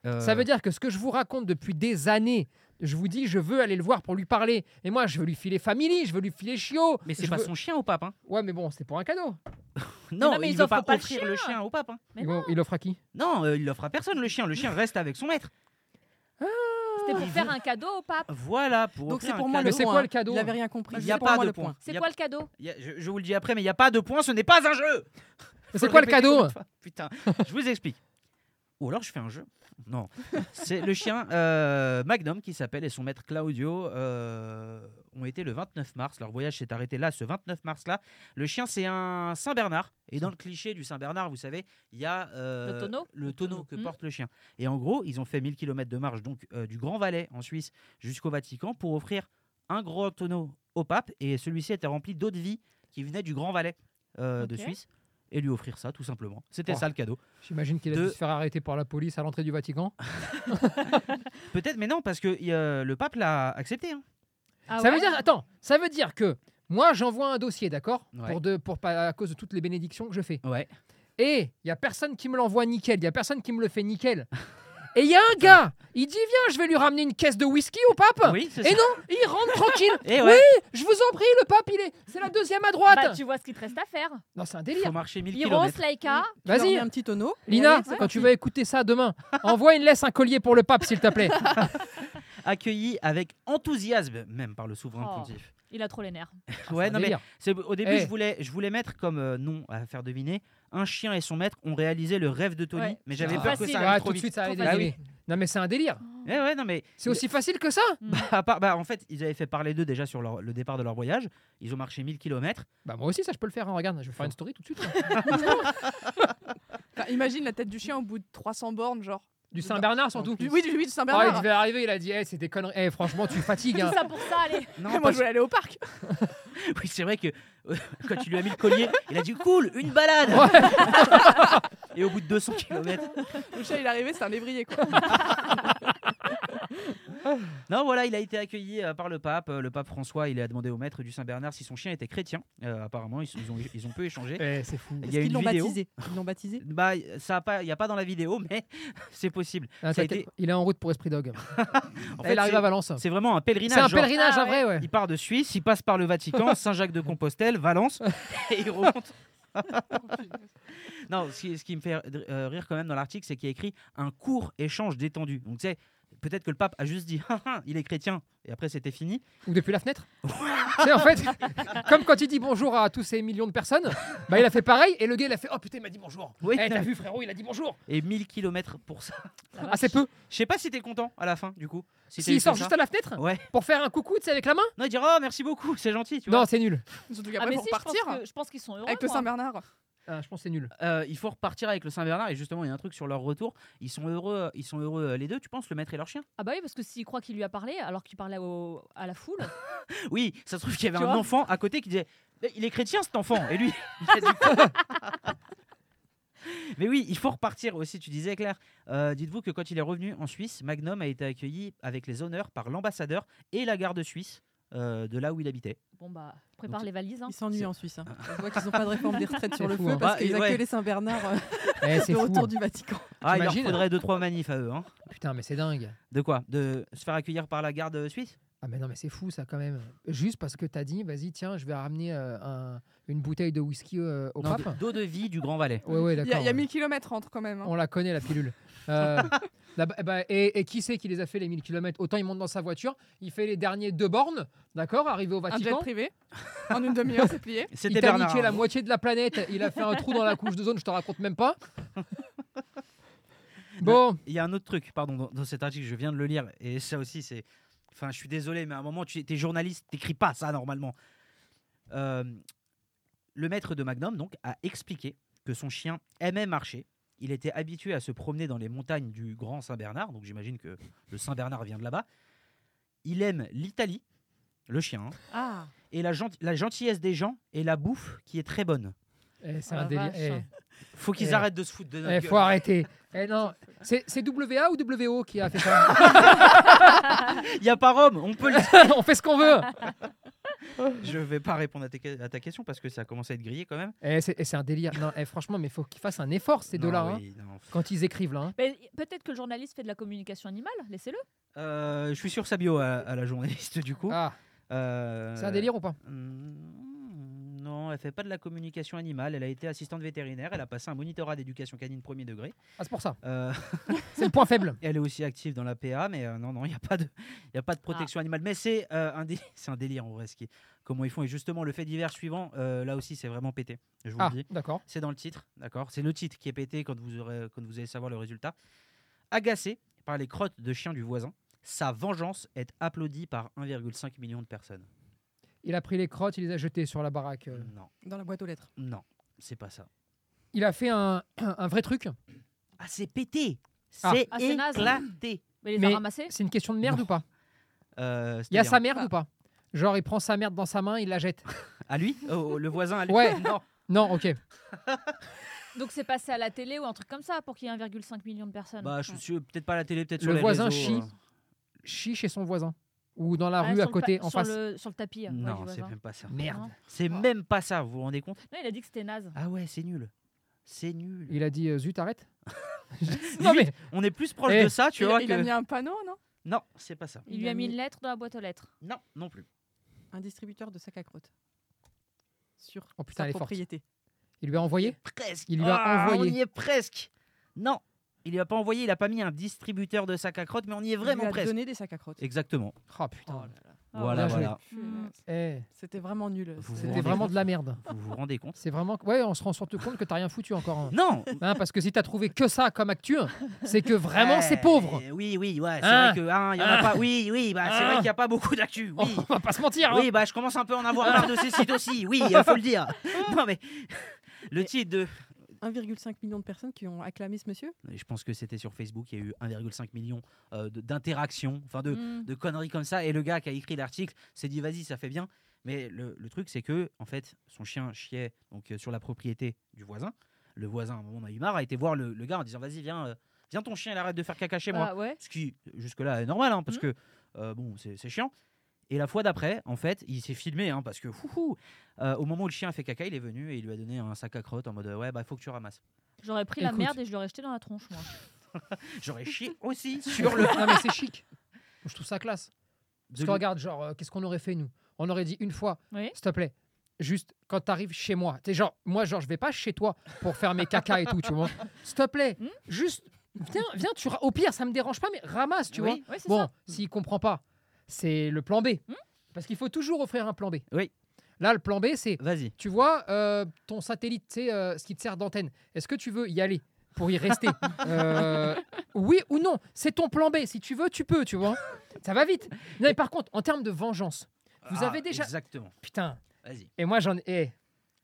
S3: Euh.
S1: Ça veut dire que ce que je vous raconte depuis des années, je vous dis, je veux aller le voir pour lui parler. Et moi, je veux lui filer famille, je veux lui filer chiot.
S3: Mais c'est
S1: je
S3: pas
S1: veux-
S3: son chien au pape. hein.
S1: Ouais, mais bon, c'est pour un cadeau.
S3: Non,
S4: non, mais
S3: il
S4: ils
S3: veut
S4: offrent
S3: pas,
S4: pas le
S3: offrir
S4: chien.
S3: le chien au pape. hein.
S4: Mais
S1: il, va- il offre à qui
S3: Non, euh, il l'offre à personne le chien. Le chien reste avec son maître.
S4: C'était pour faire un cadeau au pape.
S3: Voilà pour.
S5: Donc
S3: offrir
S5: c'est
S3: un
S5: pour moi
S1: Mais
S5: le
S3: cadeau.
S1: c'est
S5: point,
S1: quoi
S5: hein.
S1: le cadeau
S5: Il avait rien compris.
S3: Il
S5: C'est
S3: n'y a
S5: pour
S3: pas
S5: moi
S3: de
S5: le
S3: point. Il
S4: C'est
S3: y a-
S4: quoi le cadeau
S3: il y a- je, je vous le dis après, mais il n'y a pas de point. Ce n'est pas un jeu.
S1: Mais
S3: Faut
S1: C'est
S3: le
S1: quoi le
S3: répéter
S1: cadeau
S3: une fois. Putain, je vous explique. Ou alors je fais un jeu. Non, c'est le chien euh, Magnum qui s'appelle et son maître Claudio euh, ont été le 29 mars. Leur voyage s'est arrêté là, ce 29 mars là. Le chien c'est un Saint Bernard et dans le cliché du Saint Bernard, vous savez, il y a euh,
S4: Le tonneau
S3: le tonneau que
S4: Mhm.
S3: porte le chien. Et en gros, ils ont fait 1000 km de marche donc euh, du Grand Valais en Suisse jusqu'au Vatican pour offrir un grand tonneau au pape et celui-ci était rempli d'eau de vie qui venait du Grand Valais euh, de
S4: Ok.
S3: Suisse et lui offrir ça tout simplement. C'était
S1: Oh.
S3: ça le cadeau.
S1: J'imagine qu'il a
S3: De-
S1: dû se faire arrêter par la police à l'entrée du Vatican.
S3: Peut-être, mais non, parce que euh, le pape l'a accepté. hein.
S4: Ah
S1: ça
S4: ouais
S1: veut dire, attends, ça veut dire que moi, j'envoie un dossier, d'accord
S3: Ouais.
S1: Pour de, pour, pas- à cause de toutes les bénédictions que je fais.
S3: Ouais.
S1: Et il y a personne qui me l'envoie nickel, il y a personne qui me le fait nickel. Et il y a un gars, il dit viens, je vais lui ramener une caisse de whisky au pape.
S3: Oui, c'est
S1: Et
S3: ça.
S1: non, il rentre tranquille.
S3: Et
S1: Oui,
S3: ouais,
S1: je vous en prie, le pape, il est. C'est la deuxième à droite.
S4: Bah, tu vois ce qu'il te reste à faire.
S1: Non, c'est un
S3: faut
S1: délire.
S3: marcher 1000
S4: Iros,
S3: km.
S4: Laïka.
S5: Tu leur
S1: Vas-y.
S5: mets un petit tonneau. et
S1: Lina,
S5: allez, c'est
S1: quand tu
S5: parti.
S1: vas écouter ça demain, envoie une laisse, un collier pour le pape, s'il te plaît.
S3: Accueilli avec enthousiasme, même par le souverain
S4: Oh.
S3: pontife.
S4: Il a trop les nerfs.
S3: ouais,
S1: Ah, C'est un
S3: non, mais
S1: délire.
S3: c'est- au début,
S1: Eh.
S3: je, voulais, je voulais mettre comme euh, nom à faire deviner un chien et son maître ont réalisé le rêve de Tony,
S4: Ouais.
S3: mais j'avais
S1: Ah.
S3: peur que
S4: Facile.
S3: ça
S1: Ah,
S3: arrive
S1: tout
S3: trop
S1: de
S3: vite.
S1: suite, ça allait
S3: Bah oui.
S1: dériver. Non, mais c'est un délire.
S3: Ouais, ouais, non, mais
S1: C'est aussi facile que ça
S3: Bah, à part- bah, en fait, ils avaient fait parler d'eux déjà sur leur- le départ de leur voyage. Ils ont marché 1000 km.
S1: Bah, moi aussi, ça, je peux le faire. hein, Regarde, je vais faire une story tout de suite. hein.
S9: Enfin, imagine la tête du chien au bout de 300 bornes, genre.
S1: Du Saint-Bernard, surtout.
S9: Du- oui, du, oui, du
S1: Ah, il
S9: Saint-Bernard.
S1: devait arriver, il a dit, Eh, c'est des conneries. Eh, franchement, tu fatigues. hein.
S4: Tout ça pour ça, allez.
S3: Non,
S9: Et moi,
S3: parce-
S9: je voulais aller au parc.
S3: Oui, c'est vrai que euh, quand tu lui as mis le collier, il a dit cool, une balade Et au bout de 200 km.
S9: Le chien, il est arrivé, c'est un lévrier, quoi.
S3: Non, voilà, il a été accueilli euh, par le pape. Euh, Le pape François, il a demandé au maître du Saint-Bernard si son chien était chrétien. Euh, apparemment, ils, ils ont, ils ont peu échangé.
S1: Eh, c'est fou.
S3: Il y
S5: Est-ce
S3: a
S5: qu'ils
S3: une
S5: l'ont
S3: vidéo.
S5: baptisé Ils l'ont baptisé
S3: Bah, ça a pas, il n'y a pas dans la vidéo, mais c'est possible.
S1: Ah,
S3: Ça a
S1: t'inquiète,
S3: été-
S1: Il est en route pour Esprit Dog.
S3: En
S1: Eh,
S3: fait,
S1: il arrive
S3: c'est-
S1: à Valence.
S3: c'est vraiment un pèlerinage.
S1: C'est un
S3: genre,
S1: pèlerinage,
S4: Ah,
S1: à vrai, ouais.
S3: Il part de Suisse, il passe par le Vatican, Saint-Jacques-de-Compostelle, Valence, et il remonte. non, ce qui, ce qui me fait euh, rire quand même dans l'article, c'est qu'il y a écrit un court échange détendu. Donc, tu sais, peut-être que le pape a juste dit, Ah, ah, il est chrétien, et après c'était fini.
S1: Ou depuis la fenêtre. c'est en fait, comme quand il dit bonjour à tous ces millions de personnes, bah, il a fait pareil et le gars, il a fait Oh putain, il m'a dit bonjour.
S3: Oui.
S1: Eh, t'as vu, frérot, il a dit bonjour.
S3: Et 1000 km pour ça.
S1: Ah, c'est peu.
S3: Je sais pas si t'es content à la fin, du coup. Si t'as
S1: S'il
S3: eu
S1: sort
S3: comme ça.
S1: juste à la fenêtre
S3: Ouais.
S1: pour faire un coucou, tu sais, avec la main
S3: Non, il dira, oh, merci beaucoup, c'est gentil, tu
S1: Non,
S3: vois.
S1: c'est nul.
S9: Surtout
S4: Ah,
S9: qu'après,
S4: mais
S9: pour
S4: si, je pense
S9: partir,
S4: que- je pense qu'ils sont heureux.
S9: avec le
S4: moi.
S9: Saint-Bernard.
S1: Ah, je pense que c'est nul.
S3: Euh, il faut repartir avec le Saint-Bernard, et justement, il y a un truc sur leur retour. Ils sont heureux, ils sont heureux euh, les deux, tu penses, le maître et leur chien
S4: Ah bah oui, parce que s'il croit qu'il lui a parlé, alors qu'il parlait au- à la foule.
S3: Oui, ça se trouve qu'il y avait
S4: Tu
S3: un
S4: vois
S3: enfant à côté qui disait Mais Il est chrétien cet enfant Et lui, il a dit quoi Mais oui, il faut repartir aussi, tu disais Claire. Euh, Dites-vous que quand il est revenu en Suisse, Magnum a été accueilli avec les honneurs par l'ambassadeur et la garde suisse euh, de là où il habitait.
S4: Bon bah, prépare
S3: Donc,
S4: les valises. hein.
S5: Ils s'ennuient en Suisse. Hein. On voit qu'ils n'ont pas de réforme des retraites sur
S1: C'est
S5: le
S1: fou,
S5: feu
S1: hein.
S5: parce
S3: Bah,
S5: qu'ils
S3: et
S5: accueillent
S3: ouais.
S5: les Saint-Bernard euh,
S1: Eh, c'est
S5: de
S1: fou.
S5: retour
S1: hein.
S5: du Vatican.
S3: Ah, il leur
S1: T'imagines
S3: faudrait deux, trois manifs à eux. hein.
S1: Putain, mais c'est dingue.
S3: De quoi De se faire accueillir par la garde suisse
S1: Ah, mais non, mais c'est fou ça quand même. Juste parce que t'as dit, vas-y, tiens, je vais ramener euh, un- une bouteille de whisky euh, au
S3: Non,
S1: pape.
S3: d'eau de vie du Grand Valais.
S1: Ouais, ouais,
S9: Il y a-
S1: d'accord.
S9: il y a 1000 km entre quand même. hein.
S1: On la connaît, la pilule. Euh, là- bah, et, et qui c'est qui les a fait les 1000 km Autant il monte dans sa voiture, il fait les derniers deux bornes, d'accord Arrivé au
S9: Un jet
S1: Vatican.
S9: privé. En une demi-heure, c'est plié.
S1: Il
S3: C'était
S1: t'a
S3: Bernard. hein.
S1: niqué la
S3: Arnault.
S1: moitié de la planète, il a fait un trou dans la couche de zone, je te raconte même pas. Bon,
S3: Il y a un autre truc, pardon, dans, dans cet article, je viens de le lire, et ça aussi, c'est. Enfin, je suis désolé, mais à un moment, tu es journaliste, t'écris pas ça normalement. Euh, le maître de Magnum, donc, a expliqué que son chien aimait marcher. Il était habitué à se promener dans les montagnes du Grand Saint-Bernard, donc j'imagine que le Saint-Bernard vient de là-bas. Il aime l'Italie, le chien, hein,
S5: Ah,
S3: et la, gent- la gentillesse des gens et la bouffe qui est très bonne.
S1: Eh, c'est
S4: Oh
S3: Ah,
S1: un
S4: la
S1: délire.
S4: vache.
S3: hein.
S1: Eh,
S3: Faut qu'ils
S1: Eh.
S3: arrêtent de se foutre de notre
S1: eh,
S3: gueule.
S1: faut arrêter. Eh, non, c'est c'est WA ou WO qui a fait ça
S3: Il y a pas Rome, on peut le
S1: On fait ce qu'on veut.
S3: Je vais pas répondre à, tes que- à ta question parce que ça commence à être grillé quand même.
S1: Eh, c'est eh, c'est un délire. Non, eh, franchement, mais faut qu'ils fassent un effort ces
S3: Non,
S1: deux-là. hein,
S3: oui, non.
S1: quand ils écrivent là. hein.
S4: Mais peut-être que le journaliste fait de la communication animale, laissez-le.
S3: Euh, je suis sur sa bio à, à la journaliste du coup.
S1: Ah,
S3: Euh,
S1: c'est un délire ou pas
S3: mm, Non, elle fait pas de la communication animale. Elle a été assistante vétérinaire. Elle a passé un monitorat d'éducation canine premier degré.
S1: Ah, c'est pour ça.
S3: Euh,
S1: C'est le point faible.
S3: elle est aussi active dans la PA, mais euh, non, non, il n'y a pas de, il y a pas de protection
S1: Ah.
S3: animale. Mais c'est euh, un, dé- c'est un délire en vrai ce qui, comment ils font. Et justement, le fait divers suivant, euh, là aussi, c'est vraiment pété. Je vous
S1: Ah,
S3: le dis.
S1: d'accord.
S3: C'est dans le titre, d'accord C'est le titre qui est pété quand vous, aurez, quand vous allez savoir le résultat. Agacé par les crottes de chiens du voisin, sa vengeance est applaudie par 1,5 million de personnes.
S1: Il a pris les crottes, il les a jetées sur la baraque. euh.
S3: Non,
S5: dans la boîte aux lettres.
S3: non, c'est pas ça.
S1: Il a fait un, un vrai truc.
S3: Ah, c'est pété
S1: Ah.
S3: C'est
S4: Ah, c'est naze.
S3: éclaté
S4: Mais les
S1: Mais-
S4: a ramassés.
S1: C'est une question de merde
S3: Non.
S1: ou pas
S3: Euh,
S1: Il y a
S3: c'est-à-dire-
S1: sa merde ou pas Genre, il prend sa merde dans sa main, il la jette.
S3: À lui Oh, oh, Le voisin à lui
S1: Ouais.
S3: Non.
S1: Non, ok.
S4: Donc c'est passé à la télé ou un truc comme ça pour qu'il y ait 1,5 million de personnes.
S3: Bah, je suis peut-être pas à la télé, peut-être
S1: Le
S3: sur les
S1: voisin
S3: réseaux,
S1: chie.
S3: euh.
S1: Chie chez son voisin. Ou dans la
S4: Ah,
S1: rue
S4: sur
S1: à
S4: le
S1: côté,
S4: pa-
S1: en
S4: sur
S1: face.
S4: Le, sur le tapis. ouais,
S3: Non,
S4: du
S3: c'est
S4: voisin.
S3: même pas ça.
S1: Merde.
S3: C'est même pas ça, vous vous rendez compte
S4: Non, il a dit que c'était naze.
S3: Ah ouais, c'est nul. C'est nul.
S1: Il a dit euh, Zut, arrête. non, mais
S3: On est plus proche
S1: Eh,
S3: de ça, tu
S9: il,
S3: vois.
S9: il a
S3: que-
S9: mis un panneau, non
S3: Non, c'est pas ça.
S4: Il lui a mis une lettre dans la boîte aux lettres.
S3: Non, non plus.
S5: un distributeur de sacs à crotte sur
S1: Oh putain, elle
S5: sa
S1: est forte.
S5: propriété.
S1: il lui a envoyé
S3: Presque.
S1: Il lui a
S3: Ah,
S1: envoyé.
S3: On y est presque. Non, il lui a pas envoyé. Il a pas mis un distributeur de sacs à crottes, mais on y est
S5: Il lui
S3: vraiment
S5: a
S3: presque.
S5: donné des sacs à crotte.
S3: Exactement.
S1: Oh putain.
S3: Voilà,
S1: bien joué.
S3: voilà.
S4: Mm.
S1: Eh,
S5: C'était vraiment nul.
S3: Vous
S5: C'était
S1: c'était vraiment de la merde.
S3: Vous vous rendez compte
S1: C'est vraiment. Ouais, on se rend surtout compte que t'as rien foutu encore. hein.
S3: Non
S1: Hein, parce que si t'as trouvé que ça comme actu, hein, c'est que vraiment c'est
S3: Eh,
S1: pauvre.
S3: Oui, oui, ouais, c'est
S1: Hein
S3: vrai que hein, y en a
S1: Hein
S3: pas. Oui, oui, bah, c'est
S1: Hein
S3: vrai qu'il n'y a pas beaucoup d'actu. Oui.
S1: On va pas se mentir. hein.
S3: Oui, bah, je commence un peu à en avoir marre de ces sites aussi. Oui, il faut le dire. Non, mais le titre de.
S5: 1,5 million de personnes qui ont acclamé ce monsieur.
S3: Je pense que c'était sur Facebook. Il y a eu 1,5 million euh, de- d'interactions, enfin de,
S4: Mm.
S3: de conneries comme ça. Et le gars qui a écrit l'article s'est dit vas-y, ça fait bien. Mais le, le truc, c'est que en fait, son chien chiait donc euh, sur la propriété du voisin. Le voisin, à un moment, on a eu marre, a été voir le, le gars en disant vas-y, viens, euh, viens ton chien, il arrête de faire caca chez moi.
S4: Ah ouais.
S3: Ce qui, jusque-là, est normal, hein, parce
S1: Mmh.
S4: Mhm.
S3: que, euh, bon, c'est c'est chiant. Et la fois d'après, en fait, il s'est filmé, hein, parce que, fouhou, euh, au moment où le chien a fait caca, il est venu et il lui a donné un sac à crottes en mode, ouais, bah, faut que tu ramasses.
S4: J'aurais pris la
S1: Écoute.
S4: merde et je l'aurais jeté dans la tronche, moi.
S3: J'aurais chié aussi sur
S1: Sur
S3: le.
S1: le. Non mais c'est chic. Je trouve ça classe.
S3: de
S1: Parce que
S3: lui.
S1: regarde, genre, euh, qu'est-ce qu'on aurait fait, nous On aurait dit une fois,
S4: Oui.
S1: s'il te plaît, juste quand t'arrives chez moi. T'es genre, moi, genre, je vais pas chez toi pour faire mes caca et tout, tu vois. S'il te plaît,
S4: Hmm
S1: juste, viens, viens, tu, ra- au pire, ça me dérange pas, mais ramasse, tu
S3: Oui.
S1: vois.
S4: Ouais, c'est
S1: Bon,
S4: ça.
S1: s'il comprend pas, c'est le plan B.
S4: Hmm
S1: Parce qu'il faut toujours offrir un plan B.
S3: Oui.
S1: Là, le plan B, c'est,
S3: Vas-y.
S1: tu vois, euh, ton satellite, c'est ce qui te sert d'antenne. Est-ce que tu veux y aller pour y rester Euh, Oui ou non C'est ton plan B. Si tu veux, tu peux, tu vois. Ça va vite. Non, mais par contre, en termes de vengeance, Vous avez déjà-
S3: Ah, Exactement.
S1: putain.
S3: Vas-y.
S1: Et moi, j'en ai. eh,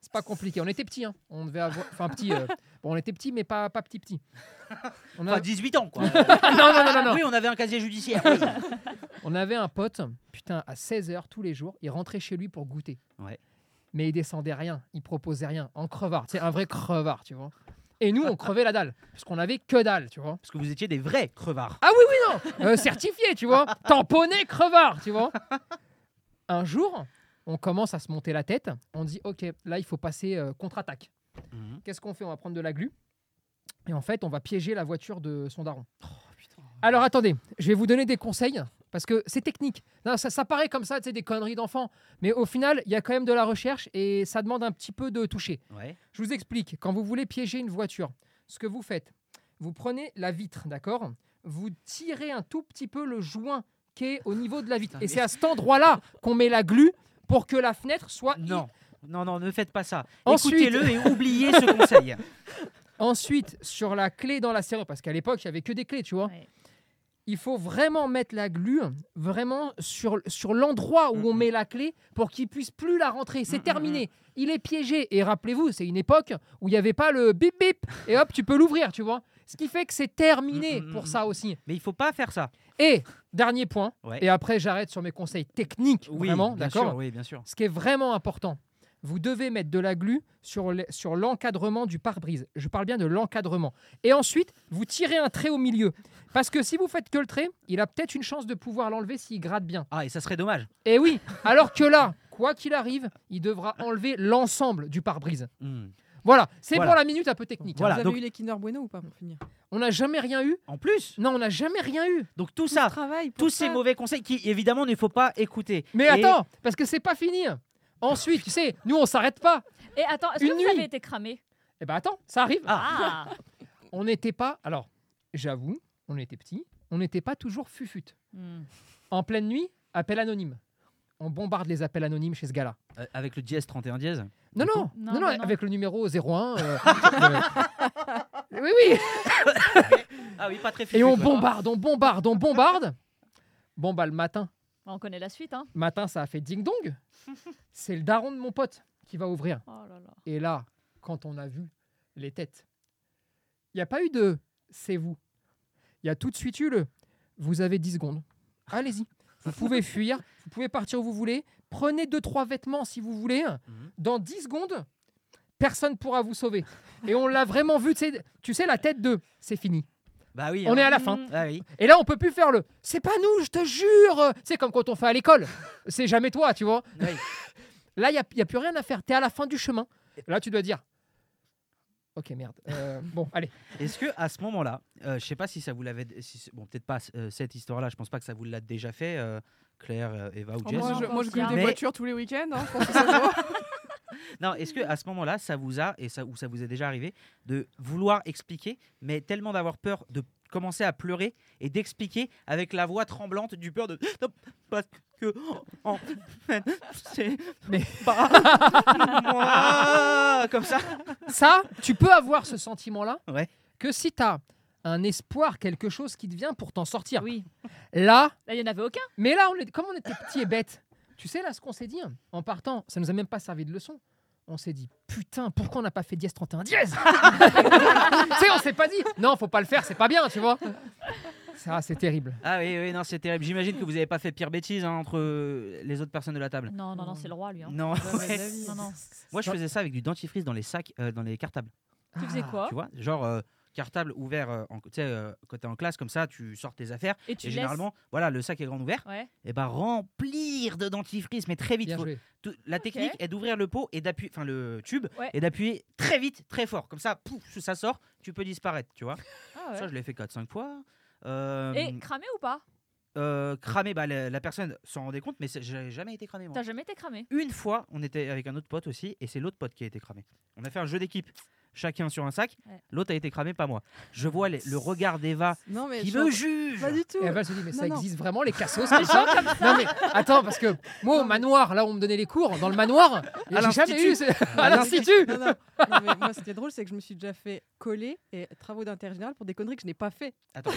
S1: c'est pas compliqué. On était petits. Hein. On devait avoir. Enfin, petit. euh, Bon, on était petits, mais pas pas petit petit. On a-
S3: Enfin, 18 ans, quoi.
S1: Ah, non, non, non, non, non.
S3: Oui, on avait un casier judiciaire. oui.
S1: On avait un pote, putain, à 16h tous les jours, il rentrait chez lui pour goûter.
S3: Ouais.
S1: Mais il descendait rien, il proposait rien, en crevard, c'est un vrai crevard, tu vois. Et nous, on crevait la dalle, parce qu'on avait que dalle, tu vois.
S3: Parce que vous étiez des vrais crevards.
S1: Euh, certifié, tu vois. Tamponné, crevard, tu vois. Un jour, on commence à se monter la tête, on dit, ok, là, il faut passer euh, contre-attaque.
S3: Mhm.
S1: Qu'est-ce qu'on fait On va prendre de la glu, et en fait, on va piéger la voiture de son daron.
S3: Oh,
S1: Alors attendez, je vais vous donner des conseils parce que c'est technique. Non, ça, ça paraît comme ça, tu sais, des conneries d'enfants. Mais au final, il y a quand même de la recherche et ça demande un petit peu de toucher.
S3: Ouais.
S1: Je vous explique. Quand vous voulez piéger une voiture, ce que vous faites, vous prenez la vitre, d'accord Vous tirez un tout petit peu le joint qui est au niveau de la vitre.
S3: Putain,
S1: Et
S3: mais-
S1: c'est à cet endroit-là qu'on met la glu pour que la fenêtre soit.
S3: Non. Non, non, ne faites pas ça.
S1: Ensuite-
S3: Écoutez-le et oubliez ce conseil.
S1: Ensuite, sur la clé dans la serrure, parce qu'à l'époque, il n'y avait que des clés, tu vois.
S4: Ouais.
S1: Il faut vraiment mettre la glu vraiment sur, sur l'endroit où on
S3: Mhm.
S1: met la clé pour qu'il puisse plus la rentrer. C'est
S3: Mhm,
S1: terminé. Il est piégé. Et rappelez-vous, c'est une époque où il n'y avait pas le bip bip et hop, tu peux l'ouvrir, tu vois. Ce qui fait que c'est terminé
S3: Mhm, mhm,
S1: pour ça aussi.
S3: Mais il faut pas faire ça.
S1: Et dernier point,
S3: Ouais.
S1: et après j'arrête sur mes conseils techniques, vraiment,
S3: bien
S1: d'accord
S3: sûr, Oui, bien sûr.
S1: ce qui est vraiment important, vous devez mettre de la glu sur le- sur l'encadrement du pare-brise. Je parle bien de l'encadrement. Et ensuite, vous tirez un trait au milieu. Parce que si vous faites que le trait, il a peut-être une chance de pouvoir l'enlever s'il gratte bien.
S3: Ah, et ça serait dommage.
S1: Et oui, alors que là, quoi qu'il arrive, il devra enlever l'ensemble du pare-brise.
S3: Hmm.
S1: Voilà, c'est
S3: Voilà.
S1: pour la minute un peu technique. hein.
S3: Voilà,
S5: Vous avez
S3: donc-
S5: eu les Kinder Bueno ou pas pour finir
S1: On n'a jamais rien eu.
S3: En plus,
S1: Non, on n'a jamais rien eu.
S3: donc tout
S5: Tout
S3: ça,
S5: ce travail pour
S3: tous
S5: ça.
S3: ces mauvais conseils qui évidemment ne faut pas écouter.
S1: Mais
S3: Et-
S1: attends, parce que c'est pas fini. Ensuite, tu sais, nous on s'arrête pas.
S4: Et attends, est-ce
S1: Une
S4: que vous
S1: nuit.
S4: avez été cramé
S1: Eh ben attends, ça arrive.
S4: Ah.
S1: On n'était pas. Alors, j'avoue, on était petits, on n'était pas toujours fufut.
S4: Mm.
S1: En pleine nuit, appel anonyme. On bombarde les appels anonymes chez ce gars-là.
S3: Euh, avec le dièse 31 dièse.
S1: Non non,
S3: Du
S4: coup
S1: non,
S4: Non,
S1: non,
S4: non, non.
S1: avec le numéro 01. euh, euh, oui, oui.
S3: Ah oui, pas très.
S1: Et on
S3: fichu, quoi.
S1: bombarde, on bombarde, on bombarde. Bon, bah, le matin,
S4: Bah, on connaît la suite, hein.
S1: matin, ça a fait ding-dong. C'est le daron de mon pote qui va ouvrir.
S4: Oh là là.
S1: Et là, quand on a vu les têtes, il n'y a pas eu de c'est vous. Il y a tout de suite eu le vous avez 10 secondes. Allez-y. Vous pouvez fuir, vous pouvez partir où vous voulez. Prenez deux trois vêtements si vous voulez.
S3: Mhm.
S1: Dans 10 secondes, personne pourra vous sauver. Et on l'a vraiment vu, tu sais, tu sais, la tête de c'est fini.
S3: Bah oui.
S1: On est
S3: hein.
S1: à la fin.
S4: Mm.
S3: Ah oui.
S1: Et là, on peut plus faire le c'est pas nous, je te jure. C'est comme quand on fait à l'école. C'est jamais toi, tu vois.
S3: Ah Oui.
S1: Là, il n'y a, plus rien à faire. Tu es à la fin du chemin. Là, tu dois dire Ok, merde. Euh, bon, allez.
S3: Est-ce que à ce moment-là, euh, je sais pas si ça vous l'avait, si c'est- bon peut-être pas euh, cette histoire-là, je pense pas que ça vous l'a déjà fait, euh, Claire, euh, Eva ou
S9: Oh,
S3: Jess.
S9: moi, je, moi, je glue des
S3: Mais-
S9: voitures tous les week-ends. hein, je pense que ça se voit.
S3: Non, est-ce que à ce moment-là, ça vous a et ça ou ça vous est déjà arrivé de vouloir expliquer, mais tellement d'avoir peur de commençait à pleurer et d'expliquer avec la voix tremblante du peur de Non, parce que en fait, c'est
S1: Mais-
S3: pas moi comme ça.
S1: Ça, tu peux avoir ce sentiment-là
S3: Ouais.
S1: que si tu as un espoir, quelque chose qui te vient pour t'en sortir.
S4: Oui.
S1: Là,
S4: Là, il n'y en avait aucun.
S1: mais là, on est, comme on était petits et bêtes, tu sais, là, ce qu'on s'est dit, hein, en partant, ça nous a même pas servi de leçon. On s'est dit, putain, pourquoi on n'a pas fait dièse 31 dièse Tu sais, on s'est pas dit, non, faut pas le faire, c'est pas bien, tu vois. Ça, c'est terrible.
S3: Ah oui, oui, non, c'est terrible. J'imagine que vous n'avez pas fait pire bêtise hein, entre euh, les autres personnes de la table.
S4: Non, non, non, c'est le roi, lui. hein.
S3: Non.
S5: Ouais, mais
S3: ouais.
S5: la vie.
S4: Non, non.
S3: Moi, je faisais ça avec du dentifrice dans les sacs, euh, dans les cartables.
S1: Ah,
S4: Tu faisais quoi
S3: Tu vois, genre euh, cartable ouvert, euh, en- tu sais, euh, quand t'es en classe comme ça, tu sors tes affaires.
S4: Et tu
S3: et
S4: laisses-
S3: généralement, voilà, le sac est grand ouvert.
S4: Ouais.
S3: Et ben remplir de dentifrice, mais très vite.
S1: Bien
S3: Faut-
S1: joué.
S3: tout- la technique est d'ouvrir le pot et d'appuyer, enfin le tube,
S4: Ouais.
S3: et d'appuyer très vite, très fort. Comme ça, pouf, ça sort, tu peux disparaître, tu vois.
S4: Ah ouais.
S3: Ça, je l'ai fait 4-5 fois. Euh,
S4: Et cramé ou pas
S3: euh, cramé, bah, la, la personne s'en rendait compte, mais c'est- j'ai jamais été cramé. Moi.
S4: T'as jamais été cramé
S3: Une fois, on était avec un autre pote aussi, et c'est l'autre pote qui a été cramé. On a fait un jeu d'équipe, chacun sur un sac.
S4: Ouais.
S3: L'autre a été cramé, pas moi. Je vois les- le regard d'Eva
S5: Non, mais.
S3: qui
S5: je-
S3: me Eh ben, juge.
S5: Pas du tout.
S1: Et elle se dit, mais ça
S5: Non, non.
S1: existe vraiment, les cassos comme ça Non, mais attends, parce que moi, au manoir, là où on me donnait les cours, dans le manoir, j'ai jamais
S3: l'institut.
S1: eu. ce-
S3: Ah,
S1: À l'institut
S5: Ah, Non, non. Non, mais moi, ce qui est drôle, c'est que je me suis déjà fait coller et travaux d'intérêt général pour des conneries que je n'ai pas fait.
S3: Attends.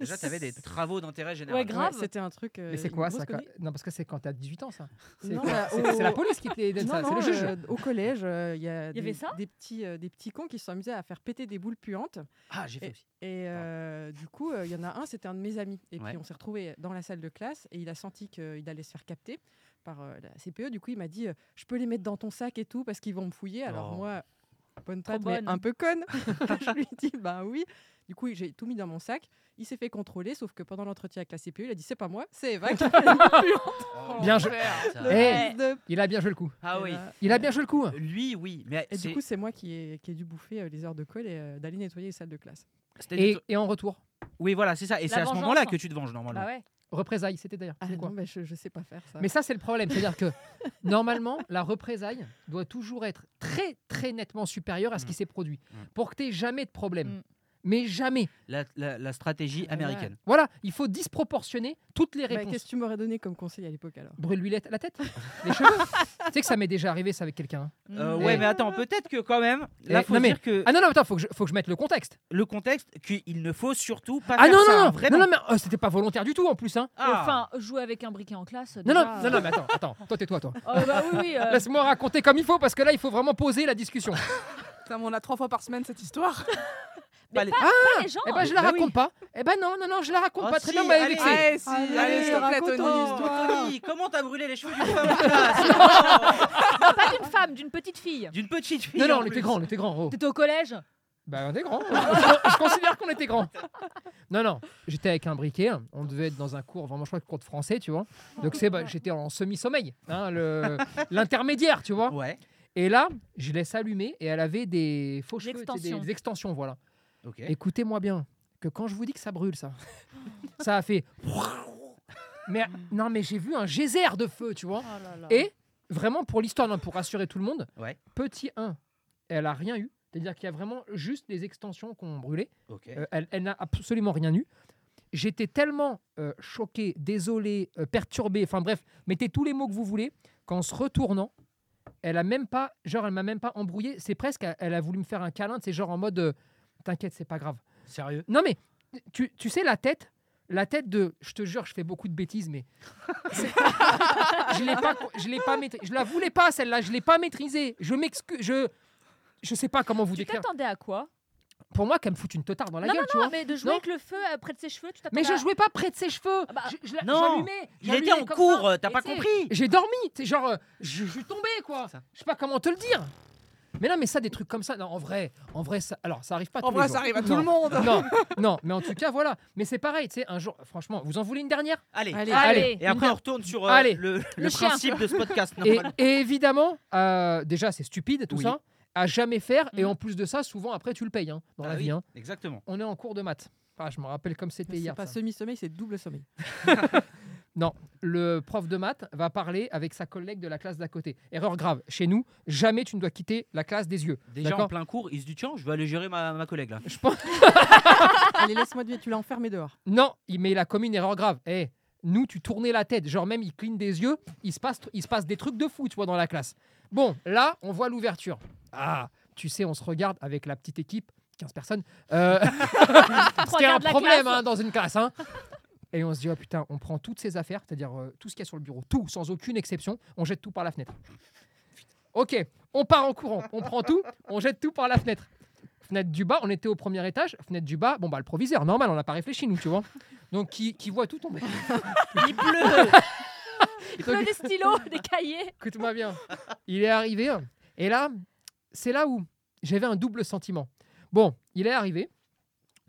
S3: Déjà, t'avais des travaux d'intérêt général.
S4: Ouais, grave.
S5: Ouais, C'était un truc. euh,
S1: Mais c'est
S5: une
S1: quoi
S5: grosse
S1: ça quand-
S5: connerie.
S1: Non, parce que c'est quand t'as 18 ans, ça. C'est
S5: Non,
S1: quoi
S5: bah,
S1: C'est-
S5: au-
S1: c'est la police qui te donne
S5: Non,
S1: ça, c'est
S5: non,
S1: le juge.
S5: euh, au collège, euh, il y a
S4: y avait
S5: des,
S4: ça
S5: des petits, euh, des petits cons qui se sont amusés à faire péter des boules puantes.
S3: Ah, j'ai fait aussi.
S5: Et euh, du coup, euh, il y en a un, c'était un de mes amis. Et
S3: Ouais.
S5: puis, on s'est retrouvés dans la salle de classe et il a senti qu'il allait se faire capter par euh, la CPE. Du coup, il m'a dit euh, Je peux les mettre dans ton sac et tout parce qu'ils vont me fouiller. Alors,
S3: Oh.
S5: moi, bonne tête,
S4: bonne.
S5: mais un peu conne. je lui dis Ben oui. Du coup, j'ai tout mis dans mon sac. Il s'est fait contrôler, sauf que pendant l'entretien avec la CPE, il a dit C'est pas moi, c'est Eva qui a fait les boules puantes.
S1: Bien joué.
S3: Ça-
S5: Le
S1: Eh.
S5: fils de-
S1: Il a bien joué le coup.
S3: Ah oui.
S5: Et là,
S1: Il a bien joué le coup.
S3: Lui, oui. Mais
S5: Et
S3: c'est-
S5: du coup, c'est moi qui ai, qui ai dû bouffer euh, les heures de colle et euh, d'aller nettoyer les salles de classe.
S3: c'était du
S1: Et,
S3: tout-
S1: et en retour,
S3: Oui, voilà, c'est ça.
S4: La
S3: Et c'est à ce
S4: vengeance,
S3: moment-là
S4: hein.
S3: que tu te venges normalement.
S4: Bah ouais.
S1: représailles, c'était d'ailleurs.
S5: Ah
S1: C'est quoi
S5: non, bah, je, je sais pas faire ça.
S1: Mais ça, c'est le problème. C'est-à-dire que normalement, la représaille doit toujours être très, très nettement supérieure à ce qui
S3: Mm.
S1: s'est produit
S3: Mm.
S1: pour que tu jamais de problème.
S4: Mm.
S1: Mais jamais.
S3: La, la- la stratégie
S1: Ah, bah
S3: américaine.
S1: Voilà, il faut disproportionner toutes les
S5: Bah,
S1: réponses.
S5: Qu'est-ce que tu m'aurais donné comme conseil à l'époque alors
S1: Brûle-lui la la tête, les cheveux. tu sais que ça m'est déjà arrivé, ça, avec quelqu'un. hein.
S4: Mmh.
S3: Euh,
S1: Mm.
S3: ouais,
S1: Et-
S3: mais attends, peut-être que quand même, là,
S1: Et-
S3: faut
S1: non, mais-
S3: dire que
S1: Ah non, non, attends, faut que je, faut que je mette le contexte.
S3: le contexte, qu'il ne faut surtout pas.
S1: Ah
S3: faire
S1: non,
S3: ça,
S1: non,
S3: hein,
S1: non,
S3: vraiment.
S1: non, non, mais euh, c'était pas volontaire du tout en plus. Hein.
S3: Ah.
S4: Enfin, jouer avec un briquet en classe.
S1: Non, non,
S4: déjà,
S1: non, non,
S4: euh,
S1: mais attends, attends, toi, tais-toi, toi.
S4: Oh, bah oui, oui. euh,
S1: Laisse-moi raconter comme il faut parce que là, il faut vraiment poser la discussion.
S3: Oh,
S9: Putain, mais on a trois fois par semaine cette histoire.
S3: Pas les-
S4: pas les gens.
S1: Eh ben, je la
S3: Bah oui.
S1: raconte pas. Eh ben, non, non, non, je la raconte
S3: Ah
S1: pas. Très
S3: si,
S1: bien, vous m'avez
S3: allez.
S1: vexé.
S9: Allez, si,
S5: eh, Allez,
S9: allez, s'il Ah, te plaît,
S5: raconte-nous
S9: Tony.
S5: l'histoire.
S3: Tony, comment t'as brûlé les cheveux d'une femme en classe Oh,
S4: Pas d'une femme, d'une petite fille.
S3: D'une petite fille.
S1: Non, non,
S3: en
S1: on était
S3: plus.
S1: grand, on était grand. oh.
S4: T'étais au collège
S1: Bah, on était grand. je, je considère qu'on était grand. Non, non, j'étais avec un briquet. hein. On devait être dans un cours, vraiment, je crois, que cours de français, tu vois. Donc, c'est, bah, j'étais en semi-sommeil, hein, le- l'intermédiaire, tu vois.
S3: Ouais,
S1: Et là, je laisse allumer et elle avait des faux cheveux, tu sais, des,
S4: extensions.
S1: des extensions, voilà.
S3: ok.
S1: Écoutez-moi bien, que quand je vous dis que ça brûle, ça, ça a fait. Mais non, mais j'ai vu un geyser de feu, tu vois. Et vraiment pour l'histoire, non, pour rassurer tout le monde,
S3: Ouais.
S1: petit 1, elle a rien eu. C'est-à-dire qu'il y a vraiment juste les extensions qu'on brûlé.
S3: ok.
S1: Euh, elle elle n'a absolument rien eu. J'étais tellement euh, choqué, désolé, euh, perturbé, enfin bref, mettez tous les mots que vous voulez, qu'en se retournant, elle a même pas, genre elle m'a même pas embrouillé, c'est presque, elle a voulu me faire un câlin, c'est genre en mode, euh, t'inquiète, c'est pas grave.
S3: Sérieux
S1: Non mais tu, tu sais la tête la tête de je te jure je fais beaucoup de bêtises mais c'est- je l'ai pas je l'ai pas maîtri- je la voulais pas celle-là je l'ai pas maîtrisée je m'excuse je je sais pas comment vous
S4: Tu
S1: décrire
S4: t'attendais à quoi
S1: pour moi qu'elle me fout une teutarde dans la
S4: Non,
S1: gueule tu
S4: Non,
S1: vois
S4: mais de jouer
S1: Non.
S4: avec le feu euh, près de ses cheveux, tu t'attendais
S1: mais je
S4: à-
S1: jouais pas près de ses cheveux
S4: Ah bah,
S1: Je- je la-
S3: non.
S1: j'allumais
S3: Il était
S1: j'allumais
S3: en
S1: comme
S3: cours,
S1: ça,
S3: euh, t'as
S1: et
S3: pas
S1: tu sais,
S3: compris
S1: j'ai dormi c'est genre euh, je, je suis tombé quoi je sais pas comment te le dire mais non mais ça des trucs comme ça non en vrai en vrai ça alors ça arrive pas tous
S9: En
S1: les
S9: vrai,
S1: jours.
S9: ça arrive à tout
S1: Non.
S9: le monde.
S5: Ah,
S1: non, non, mais en tout cas, voilà. Mais c'est pareil, tu sais, un jour, franchement, vous en voulez une dernière
S3: Allez.
S5: Allez.
S4: Allez.
S3: Et après, on retourne sur euh,
S1: Allez.
S3: le, le
S4: Le chien.
S3: principe de ce podcast.
S1: et,
S3: normal.
S1: et évidemment, euh, déjà, c'est stupide, tout
S3: Oui.
S1: ça, à jamais faire. Et
S9: Mm.
S4: Mhm.
S1: en plus de ça, souvent, après, tu le payes hein, dans
S3: Ah
S1: la
S3: oui,
S1: vie. hein.
S3: Exactement.
S1: On est en cours de maths. Ah, je me rappelle comme c'était
S5: C'est
S1: hier.
S5: pas
S1: ça.
S5: semi-sommeil, c'est double sommeil.
S1: Non, le prof de maths va parler avec sa collègue de la classe d'à côté. Erreur grave, chez nous, jamais tu ne dois quitter la classe des yeux.
S3: Déjà en
S1: D'accord.
S3: plein cours, il se dit tiens, je vais aller gérer ma, ma collègue là.
S1: Je pense...
S5: Allez, laisse-moi deviner, tu l'as enfermé dehors.
S1: Non, il- mais il a commis une erreur grave. Eh, nous, tu tournais la tête. Genre, même, il cligne des yeux. Il se, passe, il se passe des trucs de fou, tu vois, dans la classe. Bon, là, on voit l'ouverture. Ah, tu sais, on se regarde avec la petite équipe, 15 personnes. Euh, ce qui est un
S4: quarts de la
S1: problème
S4: classe.
S1: hein, dans une classe. hein. Et on se dit, oh putain, on prend toutes ces affaires, c'est-à-dire euh, tout ce qu'il y a sur le bureau, tout, sans aucune exception, on jette tout par la fenêtre. Ok, on part en courant, on prend tout, on jette tout par la fenêtre. Fenêtre du bas, on était au premier étage, fenêtre du bas, bon bah le proviseur, normal, on n'a pas réfléchi nous, tu vois. Donc qui, qui voit tout tomber.
S3: Il pleut
S4: Il pleut des stylos, des cahiers.
S1: Écoute-moi bien. Il est arrivé. hein. Et là, c'est là où j'avais un double sentiment. Bon, il est arrivé.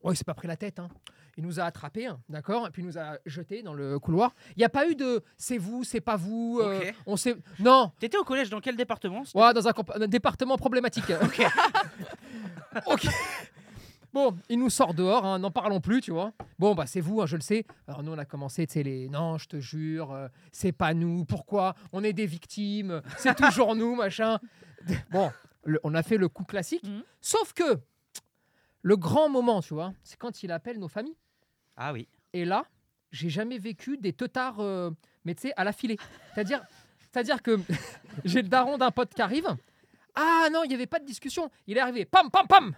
S1: Oh, il s'est pas pris la tête. hein. Il nous a attrapés, hein, d'accord Et puis il nous a jetés dans le couloir. Il n'y a pas eu de c'est vous, c'est pas vous. euh,
S3: Ok.
S1: On sait. Non
S3: T'étais au collège dans quel département
S1: Ouais, dans un, compa- un département problématique. ok. ok. Bon, il nous sort dehors, hein, n'en parlons plus, tu vois. Bon, bah c'est vous, hein, je le sais. Alors nous, on a commencé, tu sais, les non, je te jure, euh, c'est pas nous, pourquoi On est des victimes, c'est toujours nous, machin. Bon, le- on a fait le coup classique,
S4: Mhm.
S1: sauf que le grand moment, tu vois, c'est quand il appelle nos familles.
S3: Ah oui.
S1: Et là, j'ai jamais vécu des teutards, euh, mais tu sais, à la filée. C'est-à-dire, c'est-à-dire que j'ai le daron d'un pote qui arrive. Ah non, il n'y avait pas de discussion. Il est arrivé. Pam, pam, pam.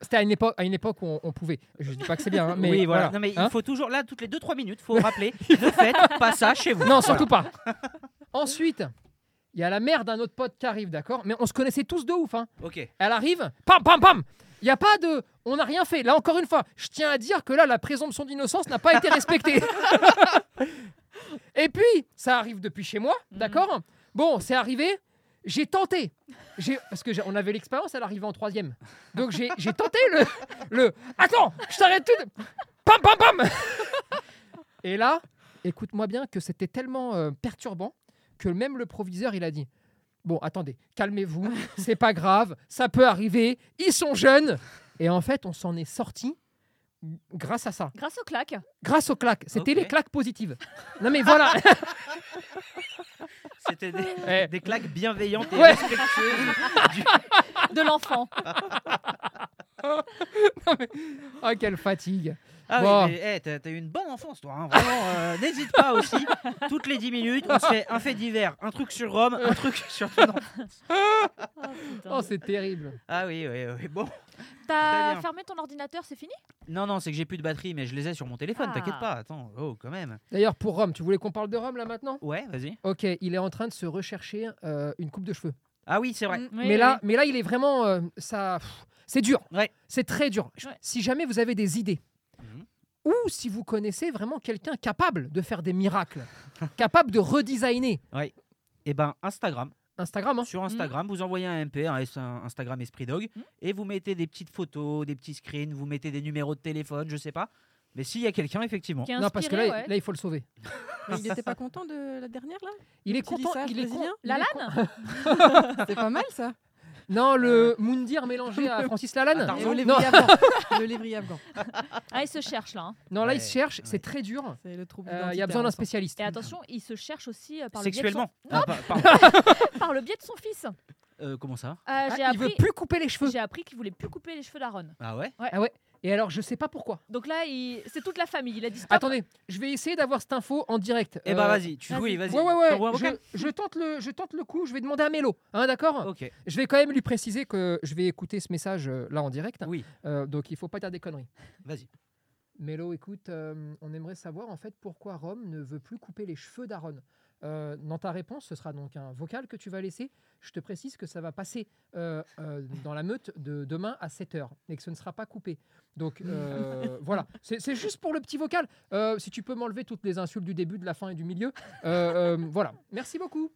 S1: C'était à une époque, à une époque où on, on pouvait. Je dis pas que c'est bien, hein, mais
S3: oui, voilà. Non, Ah, mais
S1: Hein
S3: il faut toujours, là, toutes les 2-3 minutes, faut rappeler, ne faites pas ça chez vous.
S1: Non, surtout pas. Ensuite, il y a la mère d'un autre pote qui arrive, d'accord. Mais on se connaissait tous de ouf. hein.
S3: Ok.
S1: Elle arrive, pam, pam, pam. Il n'y a pas de. On n'a rien fait. Là, encore une fois, je tiens à dire que là, la présomption d'innocence n'a pas été respectée. Et puis, ça arrive depuis chez moi, d'accord Bon, c'est arrivé. J'ai tenté. J'ai- Parce que j'ai- on avait l'expérience, elle arrivait en troisième. Donc, j'ai j'ai tenté le, le. Attends, je t'arrête tout. de- Pam, pam, pam Et là, écoute-moi bien que c'était tellement euh, perturbant que même le proviseur, il a dit Bon, attendez, calmez-vous, c'est pas grave, ça peut arriver, ils sont jeunes. Et en fait, on s'en est sorti grâce à ça,
S4: Grâce aux claques.
S1: grâce aux claques. C'était
S3: Ok.
S1: les claques positives. Non mais voilà.
S3: C'était des,
S1: Eh,
S3: des claques bienveillantes et
S1: Ouais.
S3: respectueuses.
S4: de l'enfant.
S1: Ah quelle fatigue.
S3: Ah
S1: Bon.
S3: oui, mais, eh, t'as t'as eu une bonne enfance, toi. hein, vraiment, euh, n'hésite pas aussi. Toutes les 10 minutes, on se fait un fait divers, un truc sur Rome, un truc sur. Non.
S1: Oh c'est terrible.
S3: Ah oui, oui, oui. Bon. Très bien.
S4: T'as fermé ton ordinateur, c'est fini
S3: Non, non, c'est que j'ai plus de batterie, mais je les ai sur mon téléphone,
S4: Ah.
S3: t'inquiète pas. Attends, oh, quand même.
S1: D'ailleurs pour Rome, tu voulais qu'on parle de Rome là maintenant
S3: Ouais, vas-y.
S1: Ok, il est en train de se rechercher euh, une coupe de cheveux.
S3: Ah oui, c'est
S4: Mm.
S3: vrai.
S1: mais là, mais là il est vraiment euh, ça. pff, C'est dur.
S3: Ouais.
S1: C'est très dur. Je-
S4: Ouais.
S1: Si jamais vous avez des idées.
S3: Mhm.
S1: Ou si vous connaissez vraiment quelqu'un capable de faire des miracles, capable de redesigner,
S3: Eh ben, Instagram.
S1: Instagram. Hein.
S3: Sur Instagram, vous envoyez un MP, un S- un Instagram Esprit Dog,
S1: Mm.
S3: et vous mettez des petites photos, des petits screens, vous mettez des numéros de téléphone, je sais pas. Mais s'il y a quelqu'un, effectivement.
S4: Qui est
S1: Non, parce que là,
S4: inspiré,
S1: il-
S4: ouais.
S1: là, il faut le sauver.
S5: Mais il n'était pas content de la dernière, là
S1: Il est
S5: Petit
S1: content.
S5: lissage
S1: Il est con-
S5: brésilien
S1: il
S4: La
S1: est con-
S4: lane
S5: C'est pas mal, ça.
S1: Non,
S3: Euh.
S1: le Moundir mélangé à Francis Lalanne.
S5: Et le
S1: non,
S5: lévrier afghan. Le lévrier afghan.
S4: Ah, il se cherche là. hein.
S1: non, là, il
S3: Ouais,
S1: se cherche.
S3: ouais.
S1: C'est très dur.
S5: C'est le trouble. hein.
S1: Euh, Il y a
S5: identitaire,
S1: besoin
S5: on
S1: d'un
S5: sent.
S1: spécialiste.
S4: Et attention, il se cherche aussi euh, par le, biais de son...
S3: Sexuellement. Ah, par- pardon.
S4: par le biais de son fils. Euh,
S3: Euh, comment ça
S1: Ah,
S4: J'ai
S1: il veut
S4: appris,
S1: plus couper les cheveux.
S4: j'ai appris qu'il voulait plus couper les cheveux d'Aaron.
S3: Ah ouais
S1: Et alors, je sais pas pourquoi.
S4: Donc là, il... c'est toute la famille. Il a dit stop.
S1: Attendez, je vais essayer d'avoir cette info en direct.
S3: Eh ben
S1: Euh,
S3: vas-y, tu
S4: vas-y.
S3: oui, vas-y.
S1: Ouais, ouais, ouais.
S3: T'envoies un vocal
S1: Je, je tente le, je tente le coup. Je vais demander à Mélo. Hein, D'accord
S3: Ok.
S1: Je vais quand même lui préciser que je vais écouter ce message euh, là en direct.
S3: Oui,
S1: Euh, donc, il faut pas dire des conneries.
S3: vas-y.
S1: Mélo, écoute, euh, on aimerait savoir en fait pourquoi Rome ne veut plus couper les cheveux d'Aaron. Euh, dans ta réponse, ce sera donc un vocal que tu vas laisser. Je te précise que ça va passer euh, euh, dans la meute de demain à 7h et que ce ne sera pas coupé. Donc euh, voilà, c'est c'est juste pour le petit vocal. Euh, si tu peux m'enlever toutes les insultes du début, de la fin et du milieu. Euh, euh, voilà, merci beaucoup.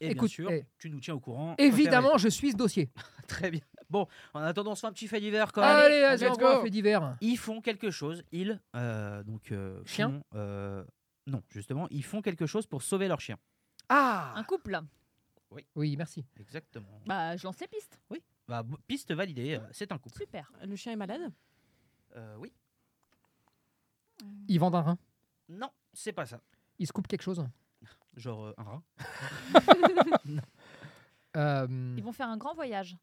S3: Et bien
S1: Écoute,
S3: sûr,
S1: eh,
S3: tu nous tiens au courant.
S1: Évidemment, je suis ce dossier.
S3: Très bien. Bon, en attendant, on se fait un petit fait d'hiver quand même.
S1: Allez, vas-y,
S9: let's
S1: envoie un
S9: go.
S1: fait divers.
S3: Ils font quelque chose. Ils, euh, donc, euh,
S1: Chien
S3: font, euh, Non, justement, ils font quelque chose pour sauver leur chien.
S1: Ah
S4: Un couple.
S1: Oui, merci.
S3: Exactement.
S4: Bah, je lance les pistes.
S3: Bah, b- piste validée, euh, c'est un couple.
S4: Super.
S5: Le chien est malade
S3: Euh, oui.
S1: Yvan Darin.
S3: Non, c'est pas ça.
S1: Il se coupe quelque chose.
S3: Genre euh, un rat.
S1: Euh,
S4: Ils vont faire un grand voyage.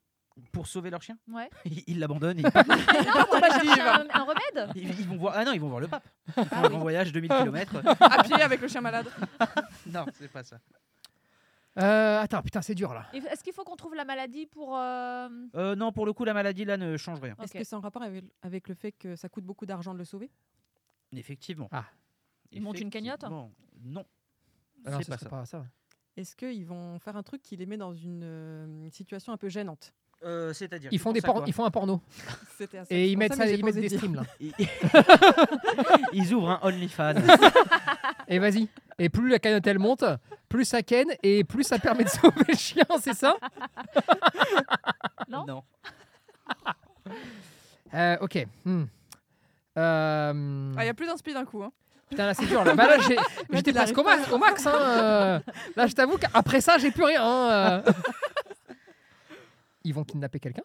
S3: Pour sauver leur chien
S4: Ouais.
S3: Ils ils l'abandonnent. et
S4: Ah non, on va chercher un, un remède.
S3: Ils, ils vont voir... Ah non, ils vont voir le pape. Ils font
S5: Ah,
S3: un grand voyage, 2000 km.
S9: À pied avec le chien malade.
S3: non, c'est pas ça.
S1: euh, attends, putain, c'est dur là.
S4: Et Est-ce qu'il faut qu'on trouve la maladie pour. euh,
S1: Oh,
S3: Euh, non, pour le coup, la maladie là ne change rien.
S5: Est-ce
S4: Ok.
S5: que c'est en rapport avec, avec le fait que ça coûte beaucoup d'argent de le sauver
S3: Effectivement.
S1: Ah.
S4: Ils montent une cagnotte
S3: Effectivement. Non.
S1: Ah non,
S3: C'est
S1: ce
S3: pas
S1: serait
S3: ça.
S1: pas ça.
S5: Est-ce qu'ils vont faire un truc qui les met dans une euh, situation un peu gênante
S3: Euh, C'est-à-dire.
S1: Ils font, des
S3: pensent à
S1: por-
S3: quoi
S1: ils font un porno.
S5: C'était à ça que
S1: Et
S5: je
S1: ils mettent,
S5: pensais, mais
S1: ça,
S5: j'ai
S1: ils
S5: pas
S1: mettent
S5: osé
S1: des
S5: dire.
S1: streams là.
S3: Ils ouvrent un OnlyFans.
S1: Et vas-y. Et plus la cagnotte elle monte, plus ça ken et plus ça permet de sauver le chien, c'est ça
S4: Non
S1: Euh, Ok. Hmm. Euh,
S9: Il y a plus d'un speed d'un coup. Hein.
S1: Putain, là c'est dur. Là, Bah, là, j'ai- j'étais
S5: il arrive
S1: presque au max. Au max hein, euh. Là, je t'avoue qu'après ça, j'ai plus rien. hein, euh. Ils vont kidnapper quelqu'un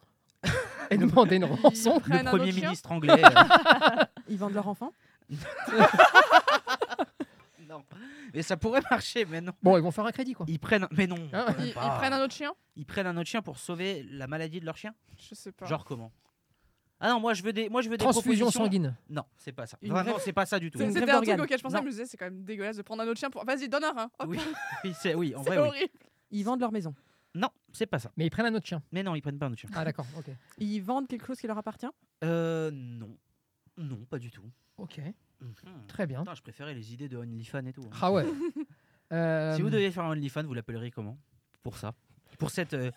S1: et demander une rançon.
S9: Ils prennent
S3: le
S9: un
S3: premier
S9: autre chien.
S3: ministre anglais. euh,
S5: Ils vendent leur enfant
S3: non. Mais ça pourrait marcher, mais non.
S1: Bon, ils vont faire un crédit quoi.
S3: Ils prennent. Mais non.
S1: Ah.
S3: quand même
S9: Ils, ils
S3: pas.
S9: prennent un autre chien
S3: Ils prennent un autre chien pour sauver la maladie de leur chien
S9: Je sais pas.
S3: Genre comment Ah non, moi je veux des, moi je veux des
S1: Transfusion
S3: propositions.
S1: sanguine.
S3: Non, c'est pas ça.
S5: Une
S3: Vraiment,
S5: greffe-
S3: c'est pas ça du tout.
S5: Une
S9: C'est- C'était
S5: greffe
S9: un truc
S5: d'organes.
S9: auquel je pensais,
S3: Non.
S9: mais je me disais, c'est quand même dégueulasse de prendre un autre chien pour. Vas-y, donne un rein. Hop,
S3: Oui, oui, c'est- oui, en
S9: C'est
S3: vrai, oui.
S9: horrible.
S5: Ils vendent leur maison
S3: Non, c'est pas ça.
S1: Mais ils prennent un autre chien.
S3: Mais non, ils prennent pas un autre chien.
S1: Ah d'accord. Ok.
S5: Ils vendent quelque chose qui leur appartient
S3: Euh, non. Non, pas du tout.
S1: Ok.
S3: Mhm.
S1: Très bien.
S3: Putain, je préférais les idées de OnlyFans et tout. hein.
S1: Ah ouais. Euh,
S3: Si vous deviez faire un OnlyFans, vous l'appelleriez comment Pour ça Pour cette. euh,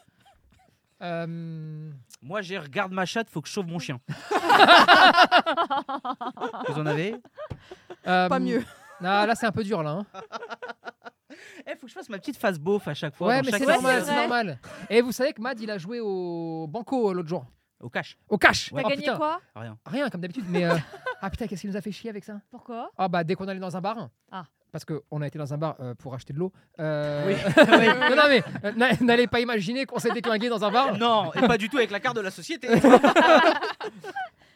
S1: euh,
S3: moi, j'ai regarde ma chatte, faut que je sauve mon chien. vous en avez
S1: euh,
S5: Pas mieux.
S1: Ah, là, c'est un peu dur, là. hein.
S3: Eh, faut que je fasse ma petite face beauf à chaque fois.
S1: Ouais,
S3: dans
S1: mais
S3: chaque
S1: c'est
S4: Ouais,
S1: normal,
S4: c'est
S1: c'est
S4: vrai.
S1: normal. Et vous savez que Mad, il a joué au Banco euh, l'autre jour.
S3: Au cash,
S1: Au cash
S4: T'as
S1: Oh,
S4: gagné
S1: putain.
S4: quoi
S3: rien.
S1: Rien, comme d'habitude, mais... euh, Ah putain, qu'est-ce qu'il nous a fait chier avec ça
S4: Pourquoi
S1: Ah bah, dès qu'on allait dans un bar...
S4: Ah.
S1: Parce qu'on a été dans un bar euh, pour acheter de l'eau. euh,
S3: Oui.
S1: non, non, mais euh, n'a- n'allez pas imaginer qu'on s'est déclingué dans un bar.
S3: Non, et pas du tout avec la carte de la société.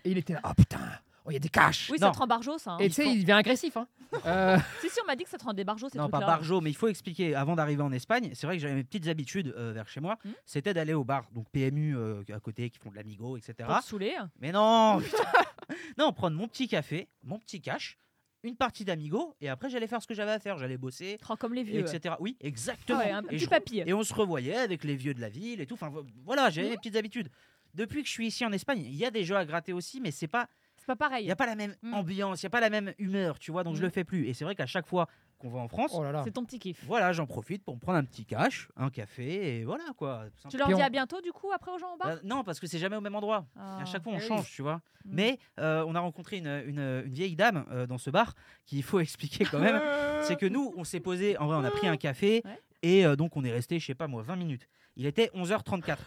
S1: Et il était là, ah putain, oh, il y a des cash
S4: Oui,
S3: Non.
S4: ça te rend barjo, ça. hein.
S1: Et tu sais, il devient agressif. Hein. Euh,
S4: Si, si, on m'a dit que ça te rendait barjo, ces
S3: non, pas
S4: trucs-là.
S3: Barjo, mais il faut expliquer. Avant d'arriver en Espagne, c'est vrai que j'avais mes petites habitudes euh, vers chez moi.
S4: Hmm.
S3: C'était d'aller au bar, donc PMU euh, à côté, qui font de l'amigo, etc.
S4: Pour te saouler.
S3: Mais non putain. Non, prendre mon petit café, mon petit cash, une partie d'amigo, et après j'allais faire ce que j'avais à faire. J'allais bosser,
S4: Oh, comme les vieux. ouais.
S3: etc. Oui,
S4: Ah
S3: exactement.
S4: ouais, un
S3: Et
S4: petit
S3: je-
S4: papier.
S3: Et on se revoyait avec les vieux de la ville et tout. Enfin, vo- voilà, j'avais mes
S4: Hmm.
S3: petites habitudes. Depuis que je suis ici en Espagne, il y a des jeux à gratter aussi, mais c'est pas,
S4: C'est pas
S3: il
S4: pareil.
S3: y a pas la même
S4: Mm.
S3: ambiance, il y a pas la même humeur, tu vois. Donc je
S4: Mm.
S3: le fais plus. Et c'est vrai qu'à chaque fois qu'on va en France,
S1: oh là là.
S4: C'est ton petit kiff.
S3: voilà, j'en profite pour me prendre un petit cash, un café et voilà quoi. Tout
S4: Tu
S3: simple.
S4: leur
S1: Puis
S4: dis
S1: on-
S4: à bientôt, du coup, après aux gens en bas Ah,
S3: Bah, non, parce que c'est jamais au même endroit. À chaque fois, on
S1: Eh oui.
S3: change, tu vois.
S4: Mm.
S3: Mais euh, on a rencontré une, une- une vieille dame euh, dans ce bar qu'il faut expliquer quand même. c'est que nous, on s'est posé, en vrai, on a pris un café
S4: Ouais.
S3: et euh, donc on est resté, je sais pas moi, 20 minutes. Il était 11h34.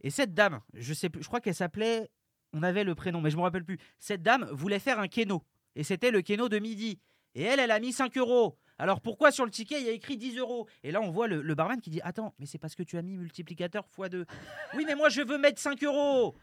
S3: Et cette dame, je sais plus, je crois qu'elle s'appelait, on avait le prénom, mais je me rappelle plus. Cette dame voulait faire un keno. Et c'était le keno de midi. Et elle, elle a mis 5 euros. Alors pourquoi sur le ticket il y a écrit 10 euros Et là on voit le, le barman qui dit Attends, mais c'est parce que tu as mis multiplicateur x2. oui, mais moi je veux mettre 5 euros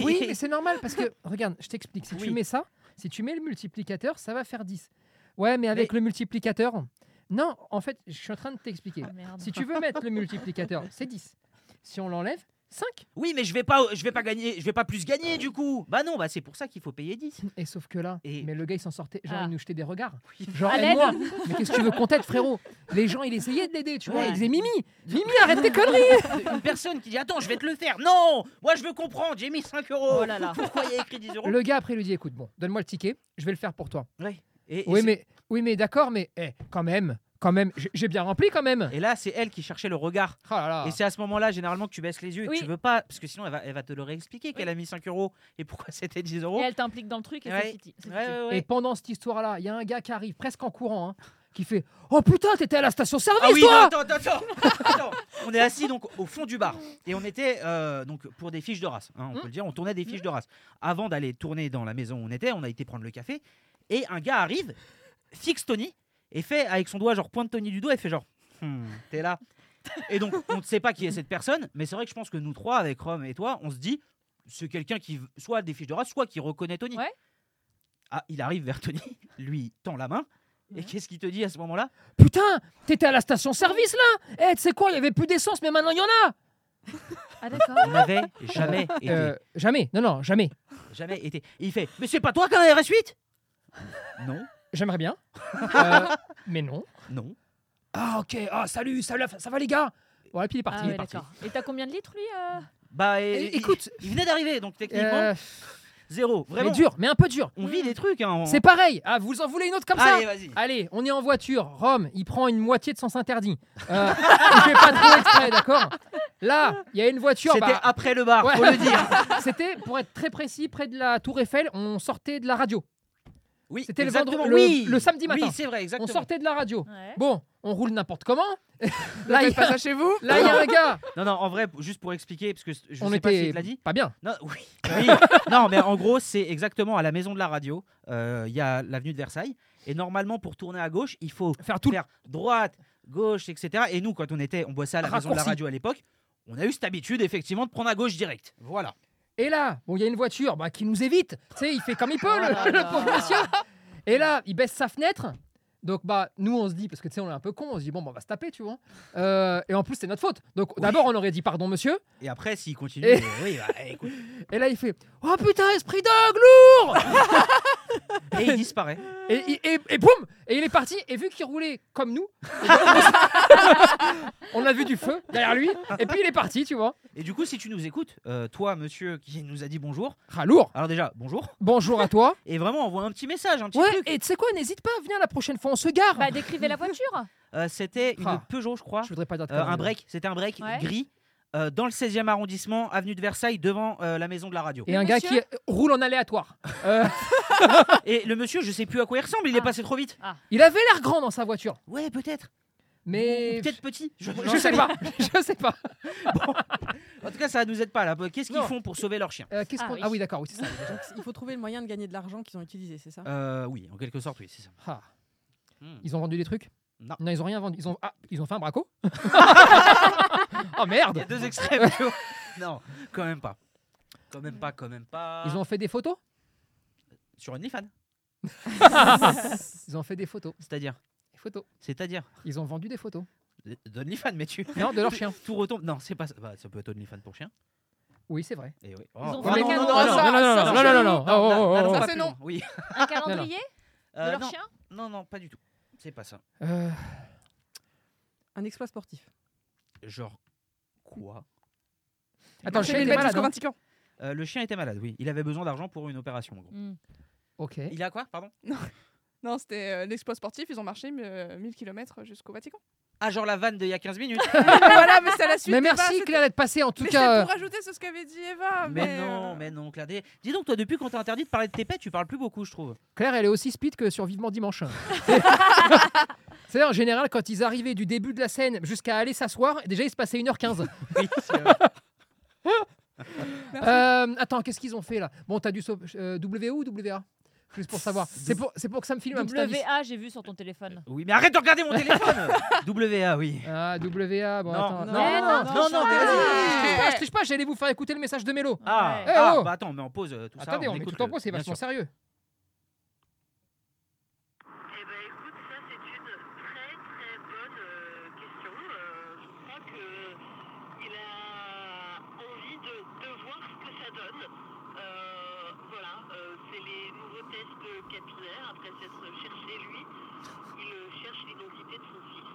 S1: Oui, mais c'est normal parce que, regarde, je t'explique. Si
S3: Oui.
S1: tu mets ça, si tu mets le multiplicateur, ça va faire 10. Ouais, mais avec le multiplicateur. Non, en fait, je suis en train de t'expliquer.
S4: Ah, merde.
S1: Si tu veux mettre le multiplicateur, c'est 10. Si on l'enlève, 5.
S3: Oui, mais je vais pas, je vais pas gagner, je vais pas plus gagner du coup. Bah non, bah c'est pour ça qu'il faut payer 10.
S1: Et sauf que là,
S3: Et-
S1: mais le gars, il s'en sortait. Genre,
S4: Ah.
S1: il nous jetait des regards. Genre,
S4: À l'aide.
S1: aide-moi. Mais qu'est-ce que tu veux qu'on t'aide, frérot Les gens, il essayait de l'aider, tu vois.
S3: Ouais.
S1: Il disait Mimi, Mimi, arrête tes conneries
S3: Une personne qui dit attends, je vais te le faire. Non, moi je veux comprendre. J'ai mis 5 euros.
S4: Oh là là.
S3: Pourquoi il y a écrit 10 euros
S1: Le gars, après, il lui dit Écoute, bon, donne-moi le ticket, je vais le faire pour toi.
S3: Ouais. Et, et
S1: Oui,
S3: c'est-
S1: mais, oui, mais d'accord, mais eh, quand même, quand même, j'ai- j'ai bien rempli quand même.
S3: et là c'est elle qui cherchait le regard.
S1: Oh là là.
S3: Et c'est à ce moment-là généralement que tu baisses les yeux et que
S4: Ah. Oui.
S3: tu veux pas parce que sinon elle va, elle va te le réexpliquer qu'elle a mis 5 euros et pourquoi c'était 10 euros.
S4: Et elle t'implique dans le truc et
S3: Ouais.
S4: c'est fini.
S3: Ouais, ouais, ouais.
S1: Et pendant cette histoire-là, il y a un gars qui arrive presque en courant, hein, qui fait Oh putain, t'étais à la station-service,
S3: Ah oui, non,
S1: toi
S3: attends, attends, attends. Attends. On est assis donc au fond du bar et on était euh, donc pour des fiches de race. hein, on peut le dire, on tournait des fiches de race. Avant d'aller tourner dans la maison où on était, on a été prendre le café et un gars arrive, fixe Tony et fait avec son doigt genre pointe Tony du doigt et fait genre Hmm, t'es là. Et donc on ne sait pas qui est cette personne, mais c'est vrai que je pense que nous trois avec Rome et toi, on se dit c'est quelqu'un qui v- soit a des fiches de race, soit qui reconnaît Tony.
S4: Ouais.
S3: Ah, il arrive vers Tony, lui tend la main Et qu'est-ce qu'il te dit à ce moment-là
S1: Putain, t'étais à la station-service là Eh, tu sais quoi, il y avait plus d'essence, mais maintenant il y en a
S4: Ah d'accord.
S3: On n'avait jamais été.
S1: Euh, Jamais, non, non, jamais.
S3: Jamais été. Et il fait Mais c'est pas toi qui as la RS8 Non,
S1: J'aimerais bien. Euh, mais non.
S3: non.
S1: Ah, ok, ah, salut, salut, ça va les gars Voilà, puis il est parti.
S4: Ah ouais,
S3: parti.
S4: d'accord. Et t'as combien de litres lui euh
S3: Bah et-
S1: Eh,
S3: il-
S1: écoute.
S3: il, venait d'arriver donc techniquement
S1: Euh,
S3: zéro. Vraiment.
S1: mais dur, mais un peu dur.
S3: On vit des trucs. Hein, on-
S1: C'est pareil. Ah, vous en voulez une autre comme ça Ah,
S3: Allez, vas-y.
S1: Allez, on est en voiture. Rome, il prend une moitié de sens interdit. Euh, je fais pas trop exprès, d'accord Là, il y a une voiture.
S3: C'était
S1: bah,
S3: après le bar,
S1: Ouais.
S3: Ah, faut le dire.
S1: C'était, pour être très précis, près de la Tour Eiffel, on sortait de la radio.
S3: Oui,
S1: C'était le
S3: exactement.
S1: vendredi- le-
S3: oui.
S1: le samedi matin.
S3: Oui, c'est vrai, exactement.
S1: On sortait de la radio.
S4: Ouais.
S1: Bon, on roule n'importe comment. là, Ah, il y
S9: Faites pas
S1: a,
S9: ça chez vous.
S1: là, il y a un gars.
S3: Non, non, en vrai, juste pour expliquer, parce que je
S1: on
S3: sais
S1: était
S3: pas si tu l'as dit.
S1: pas bien.
S3: Non, oui. oui. non, mais en gros, c'est exactement à la maison de la radio. euh, Il y a l'avenue de Versailles. Et normalement, pour tourner à gauche, il faut
S1: Faire tout. le-
S3: faire droite, gauche, etc. Et nous, quand on était, on bossait à la maison de la
S1: Raccourci.
S3: radio à l'époque, on a eu cette habitude, effectivement, de prendre à gauche direct. Voilà.
S1: Et là, bon, il y a une voiture bah, qui nous évite. Tu sais, il fait comme il peut,
S3: Ah
S1: le,
S5: là
S1: le
S5: là.
S1: pauvre monsieur. Et là, il baisse sa fenêtre. Donc, bah, nous, on se dit, parce que tu sais, on est un peu con, on se dit, bon, bah, on va se taper, tu vois. Euh, et en plus, c'est notre faute. Donc,
S3: Oui.
S1: d'abord, on aurait dit, pardon, monsieur.
S3: Et après, s'il continue,
S1: Et-
S3: euh, oui, bah, écoute.
S1: Et là, il fait, oh putain, esprit dog, lourd
S3: Et il disparaît.
S1: et, et, et, et boum Et il est parti. Et vu qu'il roulait comme nous, on a vu du feu derrière lui. Et puis, il est parti, tu vois.
S3: Et du coup, si tu nous écoutes, euh, toi, monsieur, qui nous a dit bonjour,
S1: Ah, lourd.
S3: alors déjà, bonjour.
S1: Bonjour à toi.
S3: Et vraiment, envoie un petit message, un petit
S1: Ouais,
S3: truc.
S1: et tu sais quoi, n'hésite pas, viens la prochaine fois, on se gare.
S4: Bah décrivez la voiture.
S3: Euh, C'était une
S1: Ah.
S3: Peugeot, je crois.
S1: je voudrais pas dire de
S3: Euh, un
S1: conneries.
S3: break, c'était un break
S4: Ouais.
S3: gris euh, dans le 16e arrondissement, avenue de Versailles, devant euh, la maison de la radio.
S1: Et un gars qui euh, roule en aléatoire. Euh,
S3: Et le monsieur, je sais plus à quoi il ressemble, il est
S4: Ah.
S3: passé trop vite.
S1: il avait l'air grand dans sa voiture,
S3: Ouais, peut-être.
S1: mais
S3: Ou Peut-être petit. Je,
S1: je
S3: j'en
S1: sais pas. Je sais pas.
S3: En tout cas, ça nous aide pas là. Qu'est-ce qu'ils
S1: Non.
S3: font pour sauver leur chien
S1: Euh, qu'est-ce
S4: Ah
S1: qu'on-
S4: oui.
S1: Ah oui, d'accord, oui, c'est ça.
S5: Donc, il faut trouver le moyen de gagner de l'argent qu'ils ont utilisé, c'est ça
S3: Euh, Oui, en quelque sorte, oui, c'est ça.
S1: Ah.
S3: Hmm.
S1: Ils ont vendu des trucs
S3: Non.
S1: Non, ils ont rien vendu. Ils ont, ah, ils ont fait un braco Oh merde
S3: Il y a deux extrêmes. tu vois. non, quand même pas. Quand même pas, quand même pas.
S1: Ils ont fait des photos
S3: Sur OnlyFans,
S1: Ils ont fait des photos.
S3: c'est-à-dire
S1: Des photos.
S3: C'est-à-dire
S1: Ils ont vendu des photos.
S3: d'OnlyFans, mais tu.
S1: Non, de leur chien.
S3: Tout retombe. Non, c'est pas ça. Bah, ça peut être OnlyFans pour chien.
S1: Oui, c'est vrai.
S3: Et oui. Oh.
S4: ont
S3: Oh,
S4: fait un
S3: non, non,
S4: cadeau.
S3: non,
S4: Ah, ça,
S3: non,
S1: non, non,
S4: ça,
S1: non,
S4: ça,
S1: non, non,
S4: non,
S1: non, oh, oh, oh,
S3: n'allons
S1: oh.
S3: pas
S9: c'est
S3: plus
S9: non.
S3: loin, Oui.
S4: Un calendrier de
S3: Euh,
S4: leur
S3: non,
S4: chien.
S3: non, non, pas du tout. C'est pas ça.
S1: Euh,
S5: Un exploit sportif.
S3: Genre quoi
S1: Attends, le
S9: J'ai
S1: chien
S9: une
S1: était
S9: bête
S1: malade.
S9: jusqu'au
S1: hein.
S9: 25 ans.
S3: Euh, Le chien était malade, oui. Il avait besoin d'argent pour une opération. En gros.
S4: Hmm.
S1: Ok.
S3: Il a quoi, pardon
S9: Non, c'était euh, l'exploit sportif. Ils ont marché euh, 1000 km jusqu'au Vatican. Ah,
S3: Ah, genre la vanne d'il y a 15 minutes.
S9: voilà, mais c'est la suite.
S1: Mais
S9: Eva,
S1: merci
S9: c'était-
S1: Claire d'être passée en tout
S9: Mais c'est
S1: cas. euh,
S9: pour ajouter sur ce qu'avait dit
S1: Ah,
S9: Eva.
S3: mais,
S9: Mais,
S3: non,
S9: euh,
S3: mais non, Claire. Dis dis donc, toi, depuis qu'on t'a interdit de parler de tes pets, tu parles plus beaucoup, je trouve.
S1: Claire, elle est aussi speed que sur Vivement Dimanche. C'est en général quand ils arrivaient du début de la scène jusqu'à aller s'asseoir, déjà il se passait 1h15.
S3: Oui,
S1: Euh, attends, qu'est-ce qu'ils ont fait là Bon, t'as du so- euh, WO ou WA Juste pour savoir. C'est pour, c'est pour que ça me filme un petit indice.
S4: WA, j'ai vu sur ton téléphone.
S3: mais arrête de regarder mon téléphone WA, oui.
S1: Ah, WA, bon,
S3: Non,
S1: attends.
S3: non, Eh
S1: Non,
S4: non,
S3: non, non,
S1: vas-y,
S3: vas-y.
S1: je triche pas, je triche pas, j'allais vous faire écouter le message de Mélo.
S3: Ah,
S1: Eh,
S3: ah,
S1: oh.
S3: bah attends, mais on pause euh, tout ça.
S1: Attendez, on, met
S3: écoute
S1: tout en
S3: le-
S1: pause, c'est
S3: bien
S1: vachement
S3: sûr.
S1: sérieux.
S10: Eh ben écoute, ça c'est une très très bonne euh, question. Euh, je crois que il a Euh, envie de, de voir ce que ça donne. Euh, voilà, euh, c'est les nouveaux tests capillaires. Après s'être cherché lui, il euh, cherche l'identité de son fils.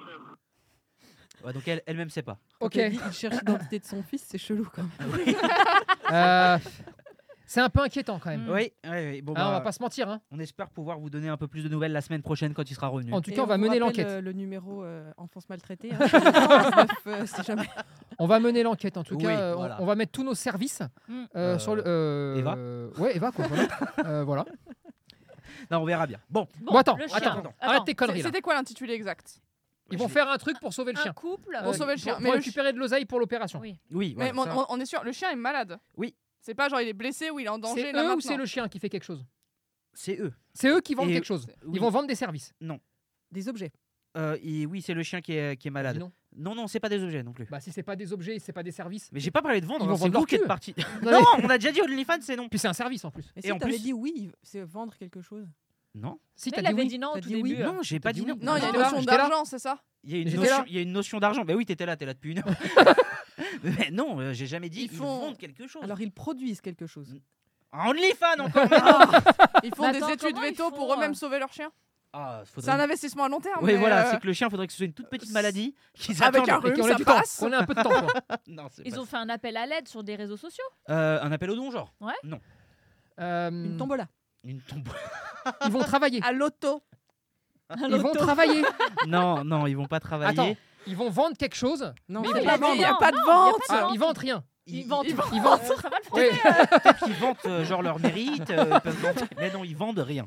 S3: Ouais, donc elle- elle-même sait pas.
S5: Quand
S1: Ok.
S5: elle dit, il cherche l'identité de son fils, c'est chelou quand même.
S1: Euh, c'est un peu inquiétant quand même.
S4: Mm.
S3: Oui, oui, oui. Bon,
S1: Hein, on
S3: bah,
S1: va pas se mentir. hein.
S3: on espère pouvoir vous donner un peu plus de nouvelles la semaine prochaine quand il sera revenu.
S1: En tout
S5: Et
S1: cas, on va
S5: vous
S1: mener
S5: rappelle,
S1: l'enquête.
S5: euh, le numéro euh, enfance maltraitée. hein, 19, euh, si jamais.
S1: On va mener l'enquête en tout
S3: Oui,
S1: cas. euh, on-
S3: voilà.
S1: On, va mettre tous nos services
S4: Mm.
S1: euh, sur le. euh,
S3: Eva
S1: Ouais, Eva quoi. Voilà. Euh, voilà.
S3: Non, on verra bien. Euh, Bon,
S4: Bon,
S1: Bon, attends,
S4: le chien.
S1: attends, attends, arrête tes
S9: c'est-
S1: conneries là.
S9: C'était quoi l'intitulé exact
S1: Ils vont
S3: Je-
S1: faire un truc pour sauver le
S4: Un
S1: chien.
S4: couple.
S1: Euh,
S9: Pour sauver le chien.
S1: Pour,
S9: Mais le
S1: récupérer de l'oseille pour l'opération.
S4: Oui.
S3: Oui,
S9: Mais
S3: voilà,
S9: mon-
S3: ça-
S9: on, on est sûr, le chien est malade.
S3: Oui.
S9: C'est pas genre il est blessé ou il est en danger
S1: C'est
S9: là
S1: eux ou
S9: maintenant.
S1: c'est le chien qui fait quelque chose
S3: c'est eux.
S1: C'est eux qui vendent
S3: Et-
S1: quelque chose.
S3: oui.
S1: Ils vont vendre des services.
S5: Des objets.
S3: Euh, et oui, c'est le chien qui est, qui est malade.
S1: Non.
S3: Non, non, c'est pas des objets non plus.
S1: Bah si c'est pas des objets, c'est pas des services.
S3: Mais j'ai pas parlé de vendre,
S1: Ils vont
S3: hein, c'est
S1: vendre leur
S3: vous qui êtes
S1: cul.
S3: parti.
S1: Non,
S3: non,
S1: mais-
S3: on a déjà dit OnlyFans, c'est non.
S1: Puis c'est un service en plus.
S5: Mais
S3: Et
S5: si
S3: en
S5: t'avais
S3: plus-
S5: dit oui, c'est vendre quelque chose.
S3: Non.
S1: Si,
S4: Mais
S1: t'as
S4: il
S1: dit
S4: avait
S1: oui.
S4: dit non au
S5: T'as
S4: tout
S5: dit
S4: début.
S5: oui.
S4: hein.
S3: Non, j'ai pas euh, dit non.
S9: Non, il y a une
S1: J'étais là,
S9: notion
S1: j'étais là.
S9: d'argent, c'est ça
S3: Il y a une
S1: J'étais
S3: notion,
S1: là.
S3: il y a une notion d'argent. Ben oui, t'étais là, t'es là depuis une heure. Mais non, euh, j'ai jamais dit
S5: Ils
S3: ils,
S5: font-
S3: vendent quelque
S1: Oh.
S3: chose.
S5: Alors ils produisent quelque chose.
S3: Un OnlyFans encore. mais-
S9: Ils font
S4: Mais
S9: des
S4: attends,
S9: études
S4: comment ils
S9: veto pour
S4: font,
S9: eux-mêmes
S4: euh
S9: sauver leur chien.
S3: Ah, faudrait-
S9: C'est un investissement à long terme.
S3: Oui,
S9: mais,
S3: voilà,
S9: euh,
S3: c'est que le chien, faudrait que ce soit une toute petite maladie qu'ils
S9: Avec
S3: attendent.
S9: un rhume,
S1: Et qu'on
S9: ça
S1: ait du temps.
S9: passe.
S1: On a un peu de temps. quoi.
S3: Non, c'est
S4: Ils
S3: pas
S4: ont fait un appel à l'aide sur des réseaux sociaux.
S3: ça. Euh, un appel au don, genre.
S1: Euh,
S5: Une tombola.
S3: Une tombe.
S1: Ils vont travailler.
S9: À l'auto.
S1: Ils vont travailler.
S3: non, non, ils vont pas travailler.
S1: Attends, ils vont vendre quelque chose.
S5: Non,
S1: Mais
S5: c'est
S1: il
S5: pas-
S1: a
S9: Il
S1: vendre.
S9: n'y a
S4: Non,
S9: pas de
S4: non, il y a
S9: vente.
S4: pas de vente.
S1: Ils vendent rien.
S3: Ils,
S4: vendent.
S3: ils-
S1: Ils vendent.
S4: Ça va le
S1: Ouais.
S4: français.
S3: peut-être qu'ils vendent euh, genre leur mérite. euh, ils peuvent vendre- Mais non, ils vendent rien.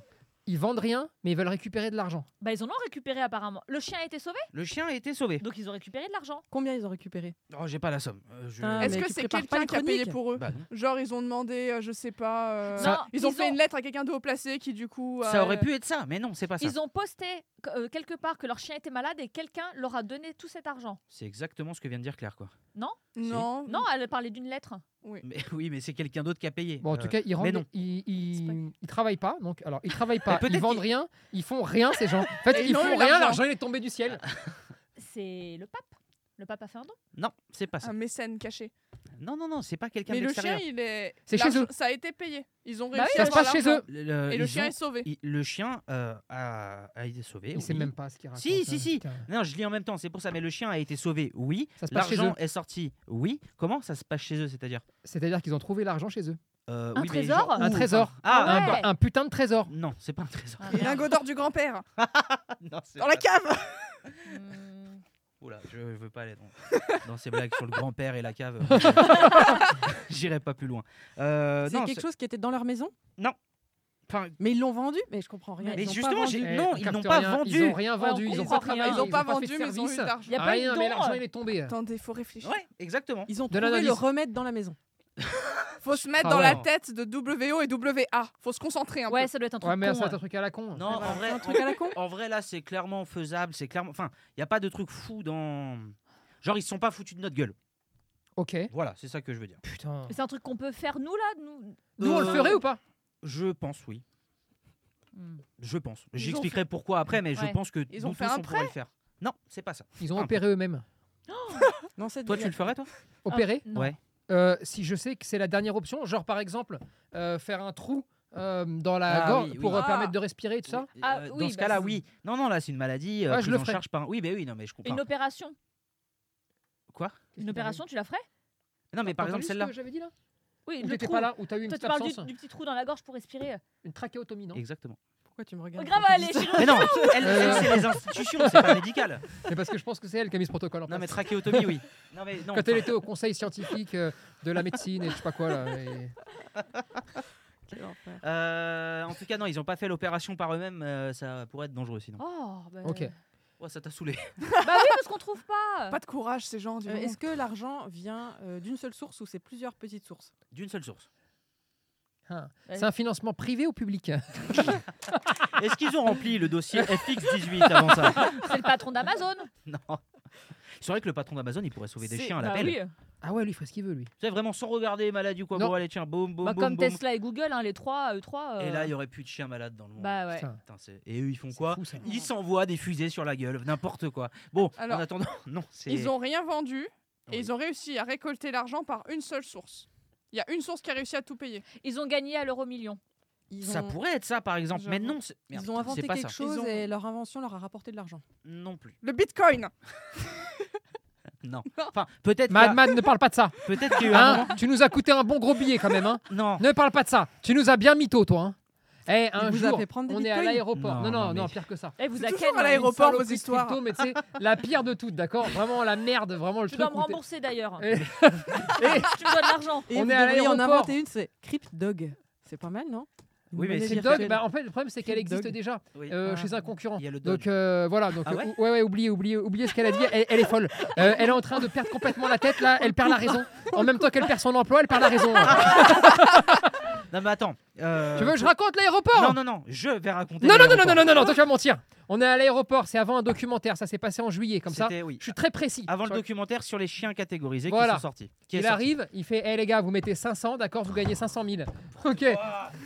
S1: Ils vendent rien, mais ils veulent récupérer de l'argent.
S4: Bah, ils en ont récupéré apparemment. Le chien a été sauvé,
S3: Le chien a été sauvé.
S4: donc ils ont récupéré de l'argent.
S5: Combien ils ont récupéré
S3: Oh, j'ai pas la somme. Euh, je-
S5: Ah,
S9: Est-ce
S5: mais
S9: que
S5: tu
S9: c'est
S5: prépares pas
S9: quelqu'un
S5: les
S9: qui a payé
S5: chroniques
S9: pour eux
S3: Bah, non.
S9: Genre, ils ont demandé, euh, je sais pas. euh,
S4: Non,
S9: ils ont
S4: ils
S9: fait
S4: ont-
S9: une lettre à quelqu'un de haut placé qui, du coup.
S3: Ça
S9: a-
S3: aurait pu être ça, mais non, c'est
S1: Ah,
S3: pas ça.
S4: Ils ont posté euh, quelque part que leur chien était malade et quelqu'un leur a donné tout cet argent.
S3: C'est exactement ce que vient de dire Claire, quoi.
S9: Non.
S4: Non, elle parlait d'une lettre.
S3: Mais, oui, mais c'est quelqu'un d'autre qui a payé.
S1: Bon, en
S3: Euh,
S1: tout cas, ils rendent.
S3: non.
S1: Ils, ils-
S4: C'est pas-
S1: ils travaillent pas. Donc, alors, ils travaillent pas.
S3: Mais
S1: Ils
S3: peut-être
S1: vendent
S3: qu'ils-
S1: rien. Ils font rien, ces gens. En fait,
S9: Et
S1: ils,
S9: ils ont
S1: font
S9: eu
S1: rien.
S9: l'argent.
S1: L'argent, il est tombé du ciel.
S4: C'est le pape. Le pape a fait un don.
S3: Non, c'est pas ça.
S9: Un mécène caché.
S1: Ah.
S3: Non, non, non, c'est pas quelqu'un
S9: Mais
S3: de
S9: le chien,
S3: l'extérieur.
S9: il est.
S1: C'est chez
S9: l'argent-
S1: eux.
S9: Ça a été payé. Ils ont
S4: Bah oui,
S9: réussi
S1: Ça
S9: à
S1: se
S9: avoir
S1: passe chez
S9: l'argent.
S1: eux.
S3: Le- le-
S9: Et le
S3: ils
S9: chien
S3: ont-
S9: est sauvé.
S3: il- le chien euh, a, a été sauvé.
S1: Il sait
S3: oui.
S1: même pas ce qu'il raconte.
S3: Si, si,
S1: hein,
S3: si.
S1: putain.
S3: Non, je lis en même temps, c'est pour ça. Mais le chien a été sauvé, oui.
S1: Ça se passe chez eux.
S3: L'argent est sorti, oui. Comment ça se passe chez eux, c'est-à-dire
S1: C'est-à-dire qu'ils ont trouvé l'argent chez eux.
S3: Euh,
S4: Un
S3: oui, mais
S4: trésor
S3: genre,
S1: Un
S3: où
S1: trésor.
S3: Ah,
S4: Ouais.
S1: Un, un putain de trésor.
S3: un- non, c'est pas un trésor.
S4: Ah,
S9: Les
S4: merde.
S9: lingots d'or du grand-père.
S3: Non, c'est
S9: Dans la
S3: pas-
S9: cave.
S4: Hmm.
S3: Oula, je, je veux pas aller dans, dans ces blagues sur le grand-père et la cave. Euh, J'irai pas plus loin. Euh,
S5: C'est
S3: non,
S5: quelque chose qui était dans leur maison
S3: enfin,
S5: Mais ils l'ont vendu Mais je comprends rien.
S3: Mais
S5: ils l'ont pas
S3: justement,
S5: vendu.
S3: j'ai-
S1: Eh,
S3: non,
S1: on
S3: ils
S1: capte
S3: n'ont pas
S1: rien,
S3: vendu.
S1: Ils ont rien
S4: Ouais, on
S1: vendu. ils ont
S4: comprend
S1: pas travaillé.
S4: rien.
S9: Ils ont pas vendu,
S1: fait de
S9: mais ils ont eu
S1: service.
S9: de l'argent.
S4: Y a pas eu de
S1: Rien, mais
S4: don,
S1: l'argent,
S4: euh.
S1: il est tombé.
S9: Attendez, faut réfléchir.
S3: ouais, exactement.
S5: Ils ont
S1: Donne
S5: trouvé
S1: un
S5: le
S1: indice.
S5: remède dans la maison.
S9: Faut se mettre
S1: Ah
S9: dans
S1: ouais.
S9: la tête de WO et WA. Faut se concentrer un
S4: Ouais,
S9: peu.
S4: ça doit être un truc
S1: Ouais, mais
S4: con, euh.
S1: ça, c'est
S4: ouais.
S1: un truc à la con.
S3: Non, en vrai,
S5: Un truc à la con
S3: en vrai, là, c'est clairement faisable. C'est clairement, enfin, il y a pas de truc fou dans. Genre, ils se sont pas foutus de notre gueule.
S1: Ok.
S3: Voilà, c'est ça que je veux dire.
S1: Putain.
S4: Mais C'est un truc qu'on peut faire nous là. Nous...
S1: Nous, on le
S3: Euh,
S1: ferait ou pas
S3: Je pense, oui.
S4: Hmm.
S3: Je pense.
S9: Ils ont
S3: J'expliquerai pourquoi après, mais
S4: Ouais.
S3: je pense que
S9: Ils
S3: nous
S9: ont fait
S3: tous,
S9: un
S3: on pourrait le faire. Non, c'est pas ça.
S1: Ils ont
S3: Ah.
S1: opéré eux-mêmes.
S5: Non, c'est
S3: Toi, tu le ferais, toi
S1: Opérer
S4: non.
S3: Ouais.
S1: Euh, si je sais que c'est la dernière option, genre par exemple euh, faire un trou euh, dans la
S3: Ah
S1: gorge
S3: oui, oui.
S1: pour euh,
S9: Ah.
S1: permettre de respirer et tout ça.
S4: Ah,
S3: Euh,
S4: oui,
S3: dans ce
S4: bah,
S3: cas-là,
S4: c'est-
S3: oui. Non, non, là, c'est une maladie. euh,
S1: Ouais, je
S3: prise
S1: le
S3: en
S1: ferais.
S3: charge par un- Oui, ben oui, non, mais je comprends.
S4: Une opération.
S3: Quoi
S4: Une opération, tu la ferais
S3: Non, mais par
S1: T'as entendu
S3: exemple,
S1: ce
S3: celle-là.
S1: que J'avais dit là.
S4: Oui,
S1: Ou
S4: le
S1: t'étais
S4: trou.
S1: pas là, ou t'as eu une
S4: Toi,
S1: petite
S4: tu parles du,
S1: absence,
S4: du petit trou dans la gorge pour respirer.
S1: une trachéotomie, non
S3: Exactement.
S5: Pourquoi tu me
S4: Oh,
S5: regardes
S4: grave,
S5: comme
S4: allez,
S5: ça
S4: chirurgie.
S3: Mais non, elle,
S1: Euh,
S3: elle, c'est les institutions, c'est pas médical.
S1: Mais parce que je pense que c'est elle qui a mis ce protocole en
S3: Non,
S1: place.
S3: mais trachéotomie, oui. Non, mais non.
S1: Quand elle était au conseil scientifique euh, de la médecine et je sais pas quoi là. et-
S5: Quel enfer.
S3: Euh, en tout cas, non, ils ont pas fait l'opération par eux-mêmes. euh, ça pourrait être dangereux sinon.
S4: Oh, bah...
S1: Ok.
S3: Oh, ça t'a saoulé.
S4: bah oui, parce qu'on trouve pas.
S9: Pas de courage, ces gens. dis
S5: Euh,
S9: donc.
S5: Est-ce que l'argent vient euh, d'une seule source ou c'est plusieurs petites sources
S3: D'une seule source.
S1: Ah.
S4: Ouais.
S1: C'est un financement privé ou public
S3: Est-ce qu'ils ont rempli le dossier FX18 avant ça
S4: C'est le patron d'Amazon.
S3: Non. C'est vrai que le patron d'Amazon, il pourrait sauver des
S5: C'est-
S3: chiens à
S4: Bah
S3: l'appel.
S4: oui.
S1: Ah ouais, lui, il ferait ce qu'il veut, lui.
S3: Tu sais, vraiment sans regarder maladie ou quoi.
S1: Non.
S3: Bon, allez, tiens, boum, boum,
S4: Bah,
S3: boum.
S4: comme
S3: boum.
S4: Tesla et Google, hein, les trois, eux trois. euh,
S3: Et là, il y aurait plus de chiens malades dans le monde.
S4: Bah ouais.
S1: Putain,
S3: Putain, c'est- Et eux, ils font
S1: c'est
S3: quoi
S1: fou, ça.
S3: Ils s'envoient des fusées sur la gueule, n'importe quoi. Bon,
S9: Alors,
S3: en attendant, non, c'est.
S9: Ils ont rien vendu et
S3: Oui.
S9: ils ont réussi à récolter l'argent par une seule source. Il y a une source qui a réussi à tout payer.
S4: Ils ont gagné à l'euro million.
S5: Ils
S3: Ça
S5: ont-
S3: pourrait être ça, par exemple. Mais
S9: J'avoue.
S3: non, c'est- Merde,
S5: Ils ont
S3: putain,
S5: inventé
S3: c'est pas ça.
S5: quelque chose
S9: Ils ont-
S5: et leur invention leur a rapporté de l'argent.
S3: Non plus.
S9: Le bitcoin.
S3: Non. Enfin, peut-être. qu'il y a-
S1: Madman, ne parle pas de ça.
S3: Peut-être qu'il y a eu un
S1: Hein tu nous as coûté un bon gros billet quand même. Hein
S3: moment- Non.
S1: ne parle pas de ça. Tu nous as bien mytho, toi. Hein. Eh,
S5: Il
S1: un
S5: vous a
S1: jour,
S5: fait prendre des
S1: on est à
S5: bitcoins
S1: l'aéroport.
S3: Non,
S1: Non, non,
S3: non,
S1: non,
S3: mais-
S1: pire que ça.
S4: Eh, vous
S9: C'est
S4: a
S9: toujours
S4: ken,
S9: à
S4: hein.
S9: l'aéroport, vos
S1: Saloperie de
S9: histoires.
S1: crypto, mais tu sais, la pire de toutes, d'accord Vraiment la merde, vraiment le
S4: Tu dois
S1: truc.
S4: me
S1: où t'es-
S4: rembourser d'ailleurs.
S1: Eh. Eh.
S4: Tu me donnes l'argent.
S5: Et
S1: On
S5: vous
S1: est à
S5: devriez en
S1: l'aéroport.
S5: inventer une, c'est Crypt Dog. C'est pas mal, non Une
S3: Oui, mais
S5: monnaie
S3: Crypt
S1: Crypt
S5: virtuelle.
S1: Dog, bah, en fait, le problème, c'est qu'elle
S5: Crypt
S1: existe
S5: Dog.
S1: déjà
S3: Oui.
S1: euh,
S5: Ah.
S1: chez un concurrent.
S3: Il y a le dog.
S1: Donc euh, voilà, donc
S3: Ah
S1: euh,
S3: ouais
S1: ouais, ouais, oubliez, oubliez, oubliez ce qu'elle a dit. Elle, elle est folle. Euh, elle est en train de perdre complètement la tête là. Elle perd la raison. En même temps qu'elle perd son emploi, elle perd la raison.
S3: Ah.
S1: hein.
S3: Non, mais attends. euh,
S1: Tu veux que je raconte
S3: Non,
S1: l'aéroport
S3: non, non, je vais raconter.
S1: non non, non, non,
S3: l'aéroport.
S1: non, non, non, toi, tu vas mentir. On est à l'aéroport. C'est avant un documentaire. Ça s'est passé en juillet, comme ça.
S3: C'était, oui.
S1: Je suis très précis.
S3: Avant
S1: Sur
S3: le documentaire sur les chiens catégorisés
S1: Voilà.
S3: qui sont sortis. Qui est
S1: Il
S3: sorti.
S1: arrive, il fait Eh les gars, vous mettez
S5: Ah.
S1: 500, d'accord, vous gagnez 500 000. Ok.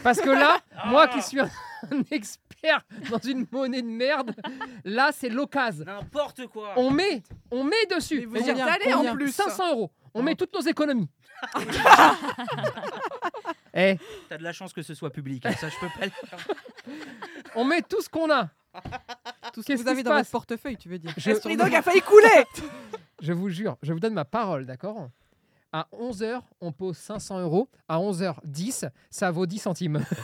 S1: Parce que là, moi qui suis un expert faire dans une monnaie de merde. Là, c'est l'occasion.
S3: N'importe quoi.
S1: On met, on met dessus.
S5: Ah. Mais vous
S1: C'est-à-dire,
S5: en avez
S1: combien
S5: en plus. Ah.
S1: 500 euros. On met toutes nos économies. Eh,
S3: T'as de la chance que ce soit public. hein, Ça, je peux pas le faire.
S1: on met tout ce qu'on a.
S5: Tout ce que
S1: Qu'est-ce
S5: vous
S1: qui
S5: avez
S1: se
S5: dans votre
S1: passe
S5: portefeuille, tu veux dire.
S1: Je-
S7: Esprit Dog a failli couler
S1: Je vous jure, je vous donne ma parole, d'accord À 11h, on pose 500 euros. À 11h10, ça vaut 10 centimes.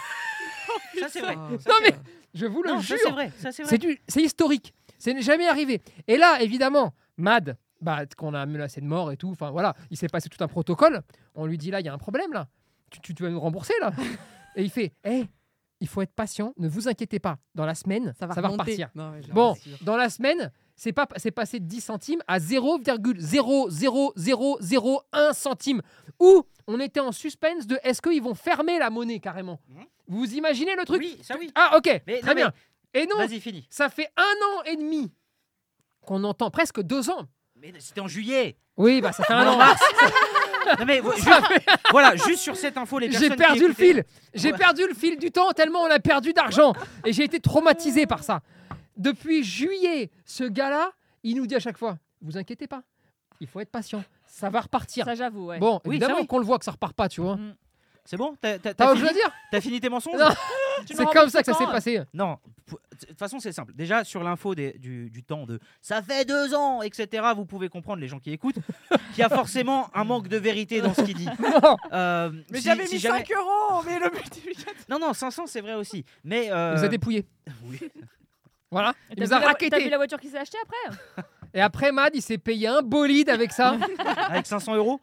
S3: Ça,
S5: Oh,
S3: c'est vrai.
S1: Non, mais- Je vous le
S3: Non, ça,
S1: jure.
S3: c'est vrai. Ça, c'est vrai.
S1: C'est du- c'est historique. C'est jamais arrivé. Et là, évidemment, Mad, bah, qu'on a menacé de mort et tout, enfin voilà, il s'est passé tout un protocole. On lui dit là, il y a un problème là. Tu, tu- tu vas nous rembourser là. et il fait, hé, il faut être patient. Ne vous inquiétez pas. Dans la semaine, ça va,
S5: remonter.
S1: repartir.
S5: Non, mais j'ai
S1: Bon,
S5: rien sûr.
S1: dans la semaine, c'est pas c'est passé de 10 centimes à 0,00001 centime. Où on était en suspense de est-ce qu'ils vont fermer la monnaie carrément.
S3: Mhm.
S1: Vous imaginez le truc
S3: Oui, ça, oui.
S1: Ah ok,
S3: Mais
S1: très
S3: non,
S1: bien. Et non,
S3: Vas-y, finis.
S1: ça fait un an et demi qu'on entend, presque deux ans.
S3: Mais c'était en juillet.
S1: Oui, bah ça fait un
S3: Ah Non,
S1: an.
S3: Non, mais vo- juste- voilà, juste sur cette info, les personnes
S1: J'ai
S3: qui
S1: perdu le
S3: écoutaient-
S1: fil. J'ai
S3: Ouais.
S1: perdu le fil du temps tellement on a perdu d'argent. Et j'ai été traumatisé par ça. Depuis juillet, ce gars-là, il nous dit à chaque fois, vous inquiétez pas, il faut être patient, ça va repartir.
S4: Ça, j'avoue, ouais.
S1: Bon,
S3: Oui,
S1: évidemment
S3: ça, oui.
S1: qu'on le voit que ça repart pas, tu vois.
S3: Mm. C'est bon T'as t'as-
S1: T'as
S3: t'as
S1: autre chose
S3: fini,
S1: à dire
S3: T'as fini tes mensonges
S1: Ah, Non.
S4: Tu me
S1: C'est
S4: rembourses
S1: comme ça que ça
S4: quand,
S1: s'est
S4: euh
S1: passé.
S3: Non, p- de toute façon, c'est simple. Déjà, sur l'info des- du, du temps de ça fait deux ans, etc., vous pouvez comprendre, les gens qui écoutent, qu'il y a forcément un manque de vérité dans ce qu'il dit.
S1: Non.
S3: Euh,
S7: Mais
S3: si-
S7: j'avais
S3: si
S7: mis
S3: jamais-
S7: 5 euros, mais le multiplicateur.
S3: Non, non, 500, c'est vrai aussi. Mais. euh,
S1: Il nous a dépouillé.
S3: oui.
S1: Voilà, il
S4: T'as
S1: nous a
S4: vu la- T'as vu
S1: raquetté.
S4: la voiture qui s'est achetée après
S1: Et après, Mad, il s'est payé un bolide avec ça.
S3: Avec 500 euros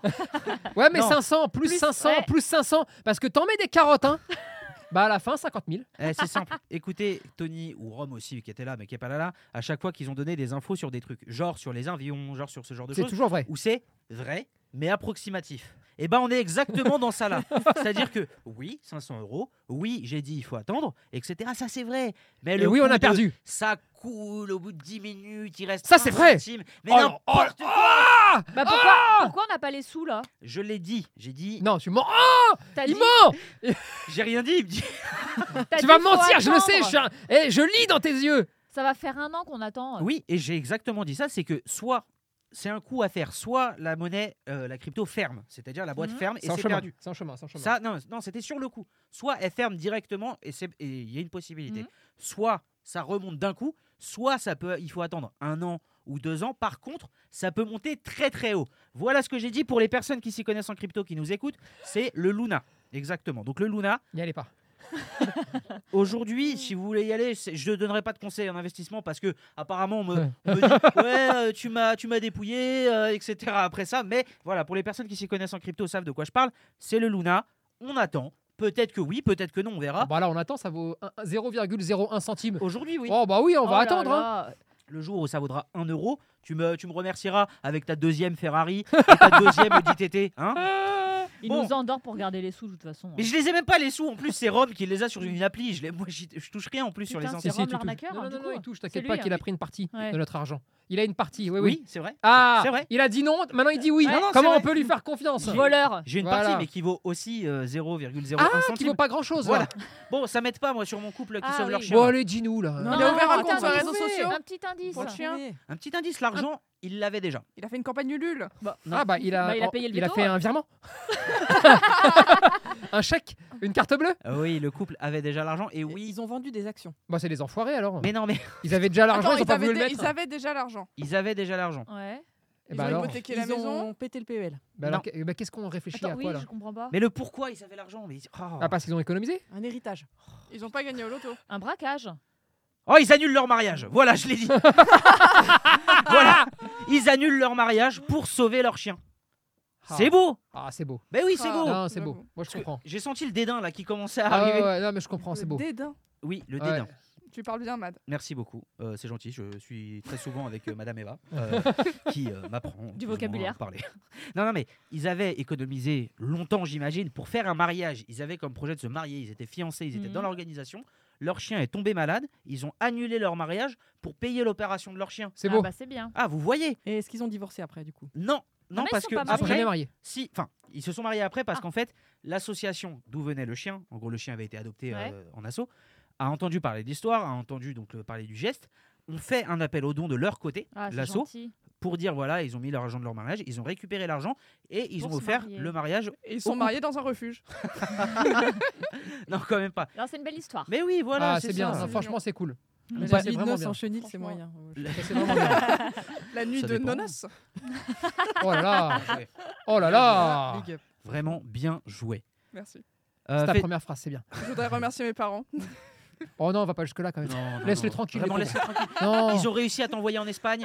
S1: Ouais, mais
S3: Non.
S1: 500, plus, 500,
S4: ouais.
S1: plus 500. Parce que t'en mets des carottes, hein. Bah, à la fin, 50 000.
S3: Eh, C'est simple. Écoutez, Tony ou Rome aussi, qui était là, mais qui est pas là, là, à chaque fois qu'ils ont donné des infos sur des trucs, genre sur les avions, genre sur ce genre de
S1: C'est
S3: choses,
S1: toujours vrai.
S3: où c'est vrai, mais approximatif. Eh ben, on est exactement dans ça là. C'est-à-dire que oui, 500 euros, oui, j'ai dit il faut attendre, etc. Ah, ça c'est vrai. Mais
S1: Et
S3: le
S1: oui, on
S3: coup
S1: a
S3: de-
S1: perdu.
S3: Ça coule au bout de 10 minutes, il reste.
S1: Ça,
S3: un
S1: c'est vrai.
S3: centime. Mais
S1: Oh,
S3: n'importe quoi.
S4: Bah
S1: Ah
S4: pourquoi, pourquoi on n'a pas les sous là
S3: Je l'ai dit, j'ai dit.
S1: Non, tu mens.
S4: T'as
S1: Oh, il
S4: dit-
S1: ment
S3: J'ai rien dit, il me dit.
S4: t'as
S1: Tu
S4: dit
S1: vas
S4: faut
S1: mentir, je le sais. Je,
S4: attendre.
S1: suis un- Eh, je lis dans tes yeux.
S4: Ça va faire un an qu'on attend.
S3: Oui, et j'ai exactement dit ça, c'est que soit c'est un coup à faire, soit la monnaie, euh, la crypto ferme, c'est-à-dire la boîte
S4: Mhm.
S3: ferme et
S1: C'est en
S3: c'est
S1: chemin.
S3: perdu.
S1: C'est en chemin, c'est en chemin.
S3: Ça, non, non c'était sur le coup. Soit elle ferme directement et c'est- et il y a une possibilité.
S4: Mhm.
S3: Soit ça remonte d'un coup, soit ça peut, il faut attendre un an ou deux ans. Par contre, ça peut monter très très haut. Voilà ce que j'ai dit pour les personnes qui s'y connaissent en crypto, qui nous écoutent, c'est le Luna. Exactement. Donc le Luna,
S1: N'y allez pas.
S3: Aujourd'hui, si vous voulez y aller, c'est- je ne donnerai pas de conseils en investissement parce que apparemment on me,
S1: Ouais.
S3: on me dit ouais euh, tu m'as tu m'as dépouillé euh, etc. Après ça, mais voilà pour les personnes qui s'y connaissent en crypto savent de quoi je parle. C'est le Luna. On attend. Peut-être que oui, peut-être que non, on verra.
S1: Bah là, on attend, ça vaut un- 0,01 centime.
S3: Aujourd'hui, oui.
S1: Oh, bah oui, on va attendre. hein.
S3: Le jour où ça vaudra 1 euro, tu me, tu me remercieras avec ta deuxième Ferrari, et ta deuxième Audi TT. Hein
S4: Il
S3: Bon.
S4: nous endort pour garder les sous de toute façon.
S3: mais je les ai même pas les sous. En plus, c'est Rome qui les a sur une appli. Je, les, moi, j'y- je touche rien en plus sur les
S4: Putain,
S1: Si,
S4: C'est
S3: anciens.
S1: si, tu-
S4: Rome
S1: tu-
S4: l'arnaqueur,
S1: Non, non,
S4: hein, du
S1: non,
S4: coup.
S1: il touche,
S4: C'est
S1: t'inquiète
S4: lui,
S1: pas
S4: hein.
S1: qu'il a pris une partie
S4: Ouais.
S1: de notre argent. Il a une partie, oui, oui.
S3: Oui, c'est vrai.
S1: Ah
S3: C'est vrai.
S1: Il a dit non, maintenant il dit oui.
S4: Ouais. Non,
S3: non,
S1: Comment
S3: c'est
S1: on peut lui faire confiance
S4: Voleur.
S3: J'ai une
S1: Voilà.
S3: partie, mais qui vaut aussi euh, 0,01
S1: Ah, qui
S3: centime.
S1: vaut pas grand chose.
S3: Voilà. Bon, ça m'aide pas, moi, sur mon couple qui
S4: Ah
S3: sauve
S4: oui.
S3: leur
S1: Bon,
S3: chien.
S1: allez, dis-nous là.
S5: Non.
S7: Il a ouvert un
S4: un
S7: compte sur les
S4: indice.
S7: réseaux sociaux.
S4: Un petit indice.
S5: Pour le chien.
S3: Un petit indice, l'argent, il l'avait déjà.
S5: Il a fait une campagne Ulule.
S1: Ah bah il a,
S4: Bah, il a payé le veto,
S1: fait
S4: hein.
S1: un virement. un chèque, une carte bleue.
S3: Ah oui, le couple avait déjà l'argent, et oui.
S5: Ils ont vendu des actions.
S1: Bah c'est les enfoirés alors.
S3: Mais non, mais
S1: Ils avaient déjà l'argent,
S9: Attends,
S1: ils ont
S9: ils,
S1: pas voulu
S9: avaient
S1: le
S9: dé-
S1: mettre.
S9: ils avaient déjà l'argent.
S3: ils avaient déjà l'argent.
S4: Ouais.
S1: Eh
S9: Ils
S1: bah
S9: ont
S1: alors,
S9: hypothéqué
S5: Ils
S9: la maison.
S5: ont pété le E PEL.
S1: bah alors,
S3: Non.
S1: que- bah, qu'est-ce qu'on réfléchit
S4: Attends,
S1: à
S4: oui,
S1: quoi là
S4: je comprends pas.
S3: Mais le pourquoi ils avaient l'argent mais... oh.
S1: Ah parce qu'ils ont économisé
S5: Un héritage.
S9: Ils ont pas gagné au loto.
S4: Un braquage.
S3: Oh, ils annulent leur mariage. Voilà, je l'ai dit. voilà. Ils annulent leur mariage pour sauver leur chien.
S1: Ah.
S3: C'est beau.
S1: Ah c'est beau.
S3: Mais oui, c'est beau.
S1: Non c'est beau.
S9: j'avoue.
S1: Moi je
S3: Parce que
S1: comprends.
S3: J'ai senti le dédain là qui commençait à
S1: Ah, ouais,
S3: arriver.
S1: ouais, non mais je comprends, c'est
S9: Le
S1: beau.
S9: Dédain.
S3: Oui, le
S1: Ouais.
S3: dédain.
S9: Tu parles bien, Mad.
S3: Merci beaucoup, Euh, c'est gentil. Je suis très souvent avec euh, Madame Eva, euh, qui euh, m'apprend plus ou moins à
S4: vocabulaire.
S3: parler. Non, non, mais ils avaient économisé longtemps, j'imagine, pour faire un mariage. Ils avaient comme projet de se marier. Ils étaient fiancés, ils étaient dans
S4: Mhm.
S3: l'organisation. Leur chien est tombé malade. Ils ont annulé leur mariage pour payer l'opération de leur chien.
S1: C'est
S4: Ah
S1: beau.
S4: bah, c'est bien.
S3: Ah, vous voyez
S5: Et est-ce qu'ils ont divorcé après, du coup
S3: Non,
S4: mais
S3: non,
S4: ils
S3: parce
S4: sont
S3: que
S4: pas
S1: Ah, pour
S4: mariés.
S1: jamais
S3: après,
S1: marié.
S3: si, enfin, ils se sont mariés après parce
S4: Ah.
S3: qu'en fait, l'association d'où venait le chien, en gros, le chien avait été adopté
S4: Ouais.
S3: euh, en assaut, a entendu parler d'histoire, a entendu donc le- parler du geste, ont fait un appel aux dons de leur côté,
S4: Ah, c'est
S3: l'assaut,
S4: gentil.
S3: pour dire voilà, ils ont mis l'argent de leur mariage, ils ont récupéré l'argent et ils
S4: Pour
S3: ont
S4: se
S3: offert
S4: marier.
S3: le mariage.
S9: Et ils
S3: au
S9: sont
S3: couple.
S9: mariés dans un refuge.
S3: Non, quand même pas.
S4: Alors, c'est une belle histoire.
S3: Mais oui, voilà,
S1: ah, c'est bien.
S3: ça.
S1: Non, franchement, c'est cool.
S5: Mais
S1: Ouais,
S5: la
S1: c'est
S5: nuit de
S1: vraiment
S5: noces
S1: bien.
S5: en chenil, c'est
S9: Franchement.
S5: moyen.
S1: Ça, c'est vraiment bien.
S9: La nuit
S3: Ça
S9: de
S3: dépend.
S9: Nonas.
S1: Oh là là
S3: Ouais,
S1: Oh là
S3: Euh,
S1: là
S5: Big up.
S3: Vraiment bien joué.
S9: Merci.
S3: Euh,
S1: C'est ta
S3: fait-
S1: première phrase, c'est bien.
S9: Je voudrais remercier mes parents.
S1: Oh non, on va pas jusque-là quand même.
S3: Non, non,
S1: Laisse-les
S3: non.
S1: tranquilles,
S3: Vraiment,
S1: les
S3: laisse-les tranquilles.
S1: Non,
S3: Ils ont réussi à t'envoyer en Espagne.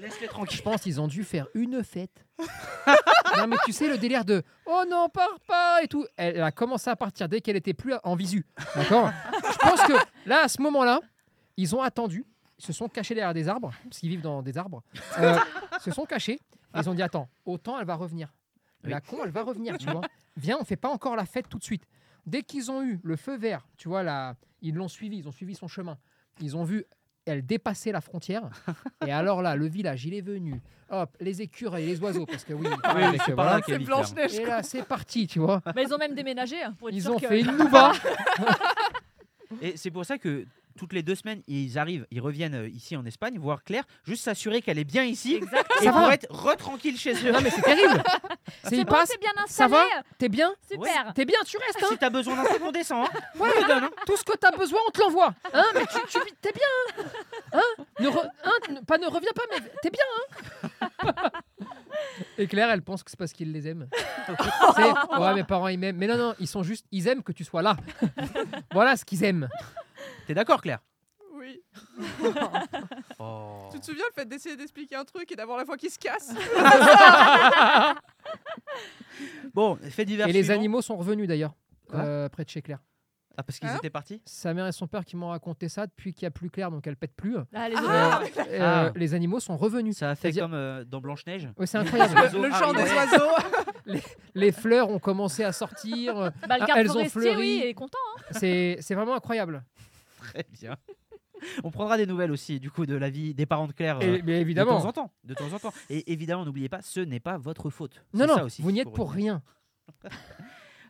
S3: Laisse-les
S1: je
S3: tranquilles.
S1: pense qu'ils ont dû faire une fête. non, mais tu sais, le délire de Oh non, pars pas et tout. Elle a commencé à partir dès qu'elle était plus en visu. D'accord Je pense que là, à ce moment-là, ils ont attendu. Ils se sont cachés derrière des arbres, parce qu'ils vivent dans des arbres. Euh, ils se sont cachés. Et ils ont dit Attends, autant elle va revenir. La con, elle va revenir, tu vois. Viens, on fait pas encore la fête tout de suite. Dès qu'ils ont eu le feu vert, tu vois, là, ils l'ont suivi, ils ont suivi son chemin. Ils ont vu, elle dépasser la frontière. Et alors là, le village, il est venu. Hop, les écureuils, les oiseaux, parce que oui, il
S3: Oui,
S1: parle avec
S3: c'est
S1: eux,
S3: par
S1: voilà.
S3: là qu'il y a
S9: C'est
S3: Victor.
S9: Blanche-Neige.
S1: Et là, c'est parti, tu vois.
S4: Mais ils ont même déménagé hein, pour être
S1: Ils
S4: sûr
S1: ont
S4: que-
S1: fait une nouba.
S3: Et c'est pour ça que toutes les deux semaines, ils arrivent, ils reviennent euh, ici en Espagne voir Claire, juste s'assurer qu'elle est bien ici et
S1: Ça
S3: pour
S1: va.
S3: être retranquille chez eux.
S1: Non, mais c'est terrible. C'est
S4: C'est
S1: il
S4: bon,
S1: passe.
S4: c'est bien
S1: Ça
S4: installé.
S1: va T'es bien
S4: Super.
S1: T'es bien, tu restes.
S3: Si
S1: Hein
S3: t'as besoin d'un truc, on descend. hein.
S1: Ouais, Tout ce que t'as besoin, on te l'envoie. Hein, mais tu, tu t'es bien. Hein, Hein Ne re- hein, ne- Pas ne reviens pas, mais t'es bien. Hein Et Claire, elle pense que c'est parce qu'ils les aiment. C'est, ouais, mes parents, ils m'aiment. Mais non, non, ils sont juste, ils aiment que tu sois là. voilà ce qu'ils aiment.
S3: T'es d'accord, Claire
S9: Oui.
S3: Oh.
S9: Tu te souviens le fait d'essayer d'expliquer un truc et d'avoir la voix qui se casse
S3: Bon, fait divers.
S1: Et les
S3: suivant.
S1: animaux sont revenus d'ailleurs,
S3: Quoi
S1: euh, près de chez Claire.
S3: Ah, parce qu'ils
S9: Hein
S3: étaient partis
S1: Sa mère et son père qui m'ont raconté ça depuis qu'il n'y a plus Claire, donc elle pète plus.
S4: Ah, les
S1: Euh,
S4: odeurs.
S1: euh,
S3: Ah.
S1: Les animaux sont revenus.
S3: Ça a fait
S1: C'est-à-dire-
S3: comme euh, dans Blanche-Neige.
S1: Ouais, c'est
S3: Les
S1: incroyable.
S3: oiseaux
S9: Le chant des
S3: arrivaient.
S9: oiseaux.
S1: les fleurs ont commencé à sortir.
S4: Bah,
S1: Ah,
S4: le garde
S1: elles ont
S4: forestier,
S1: fleuri.
S4: oui, il est content.
S1: C'est c'est vraiment incroyable.
S3: Très bien. On prendra des nouvelles aussi, du coup, de la vie des parents de Claire. euh,
S1: Et, mais évidemment.
S3: De temps en temps. De temps en temps. Et évidemment, n'oubliez pas, ce n'est pas votre faute.
S1: Non,
S3: C'est ça
S1: non,
S3: aussi
S1: vous
S3: qu'il
S1: n'y
S3: faut
S1: êtes pour
S3: retenir.
S1: rien.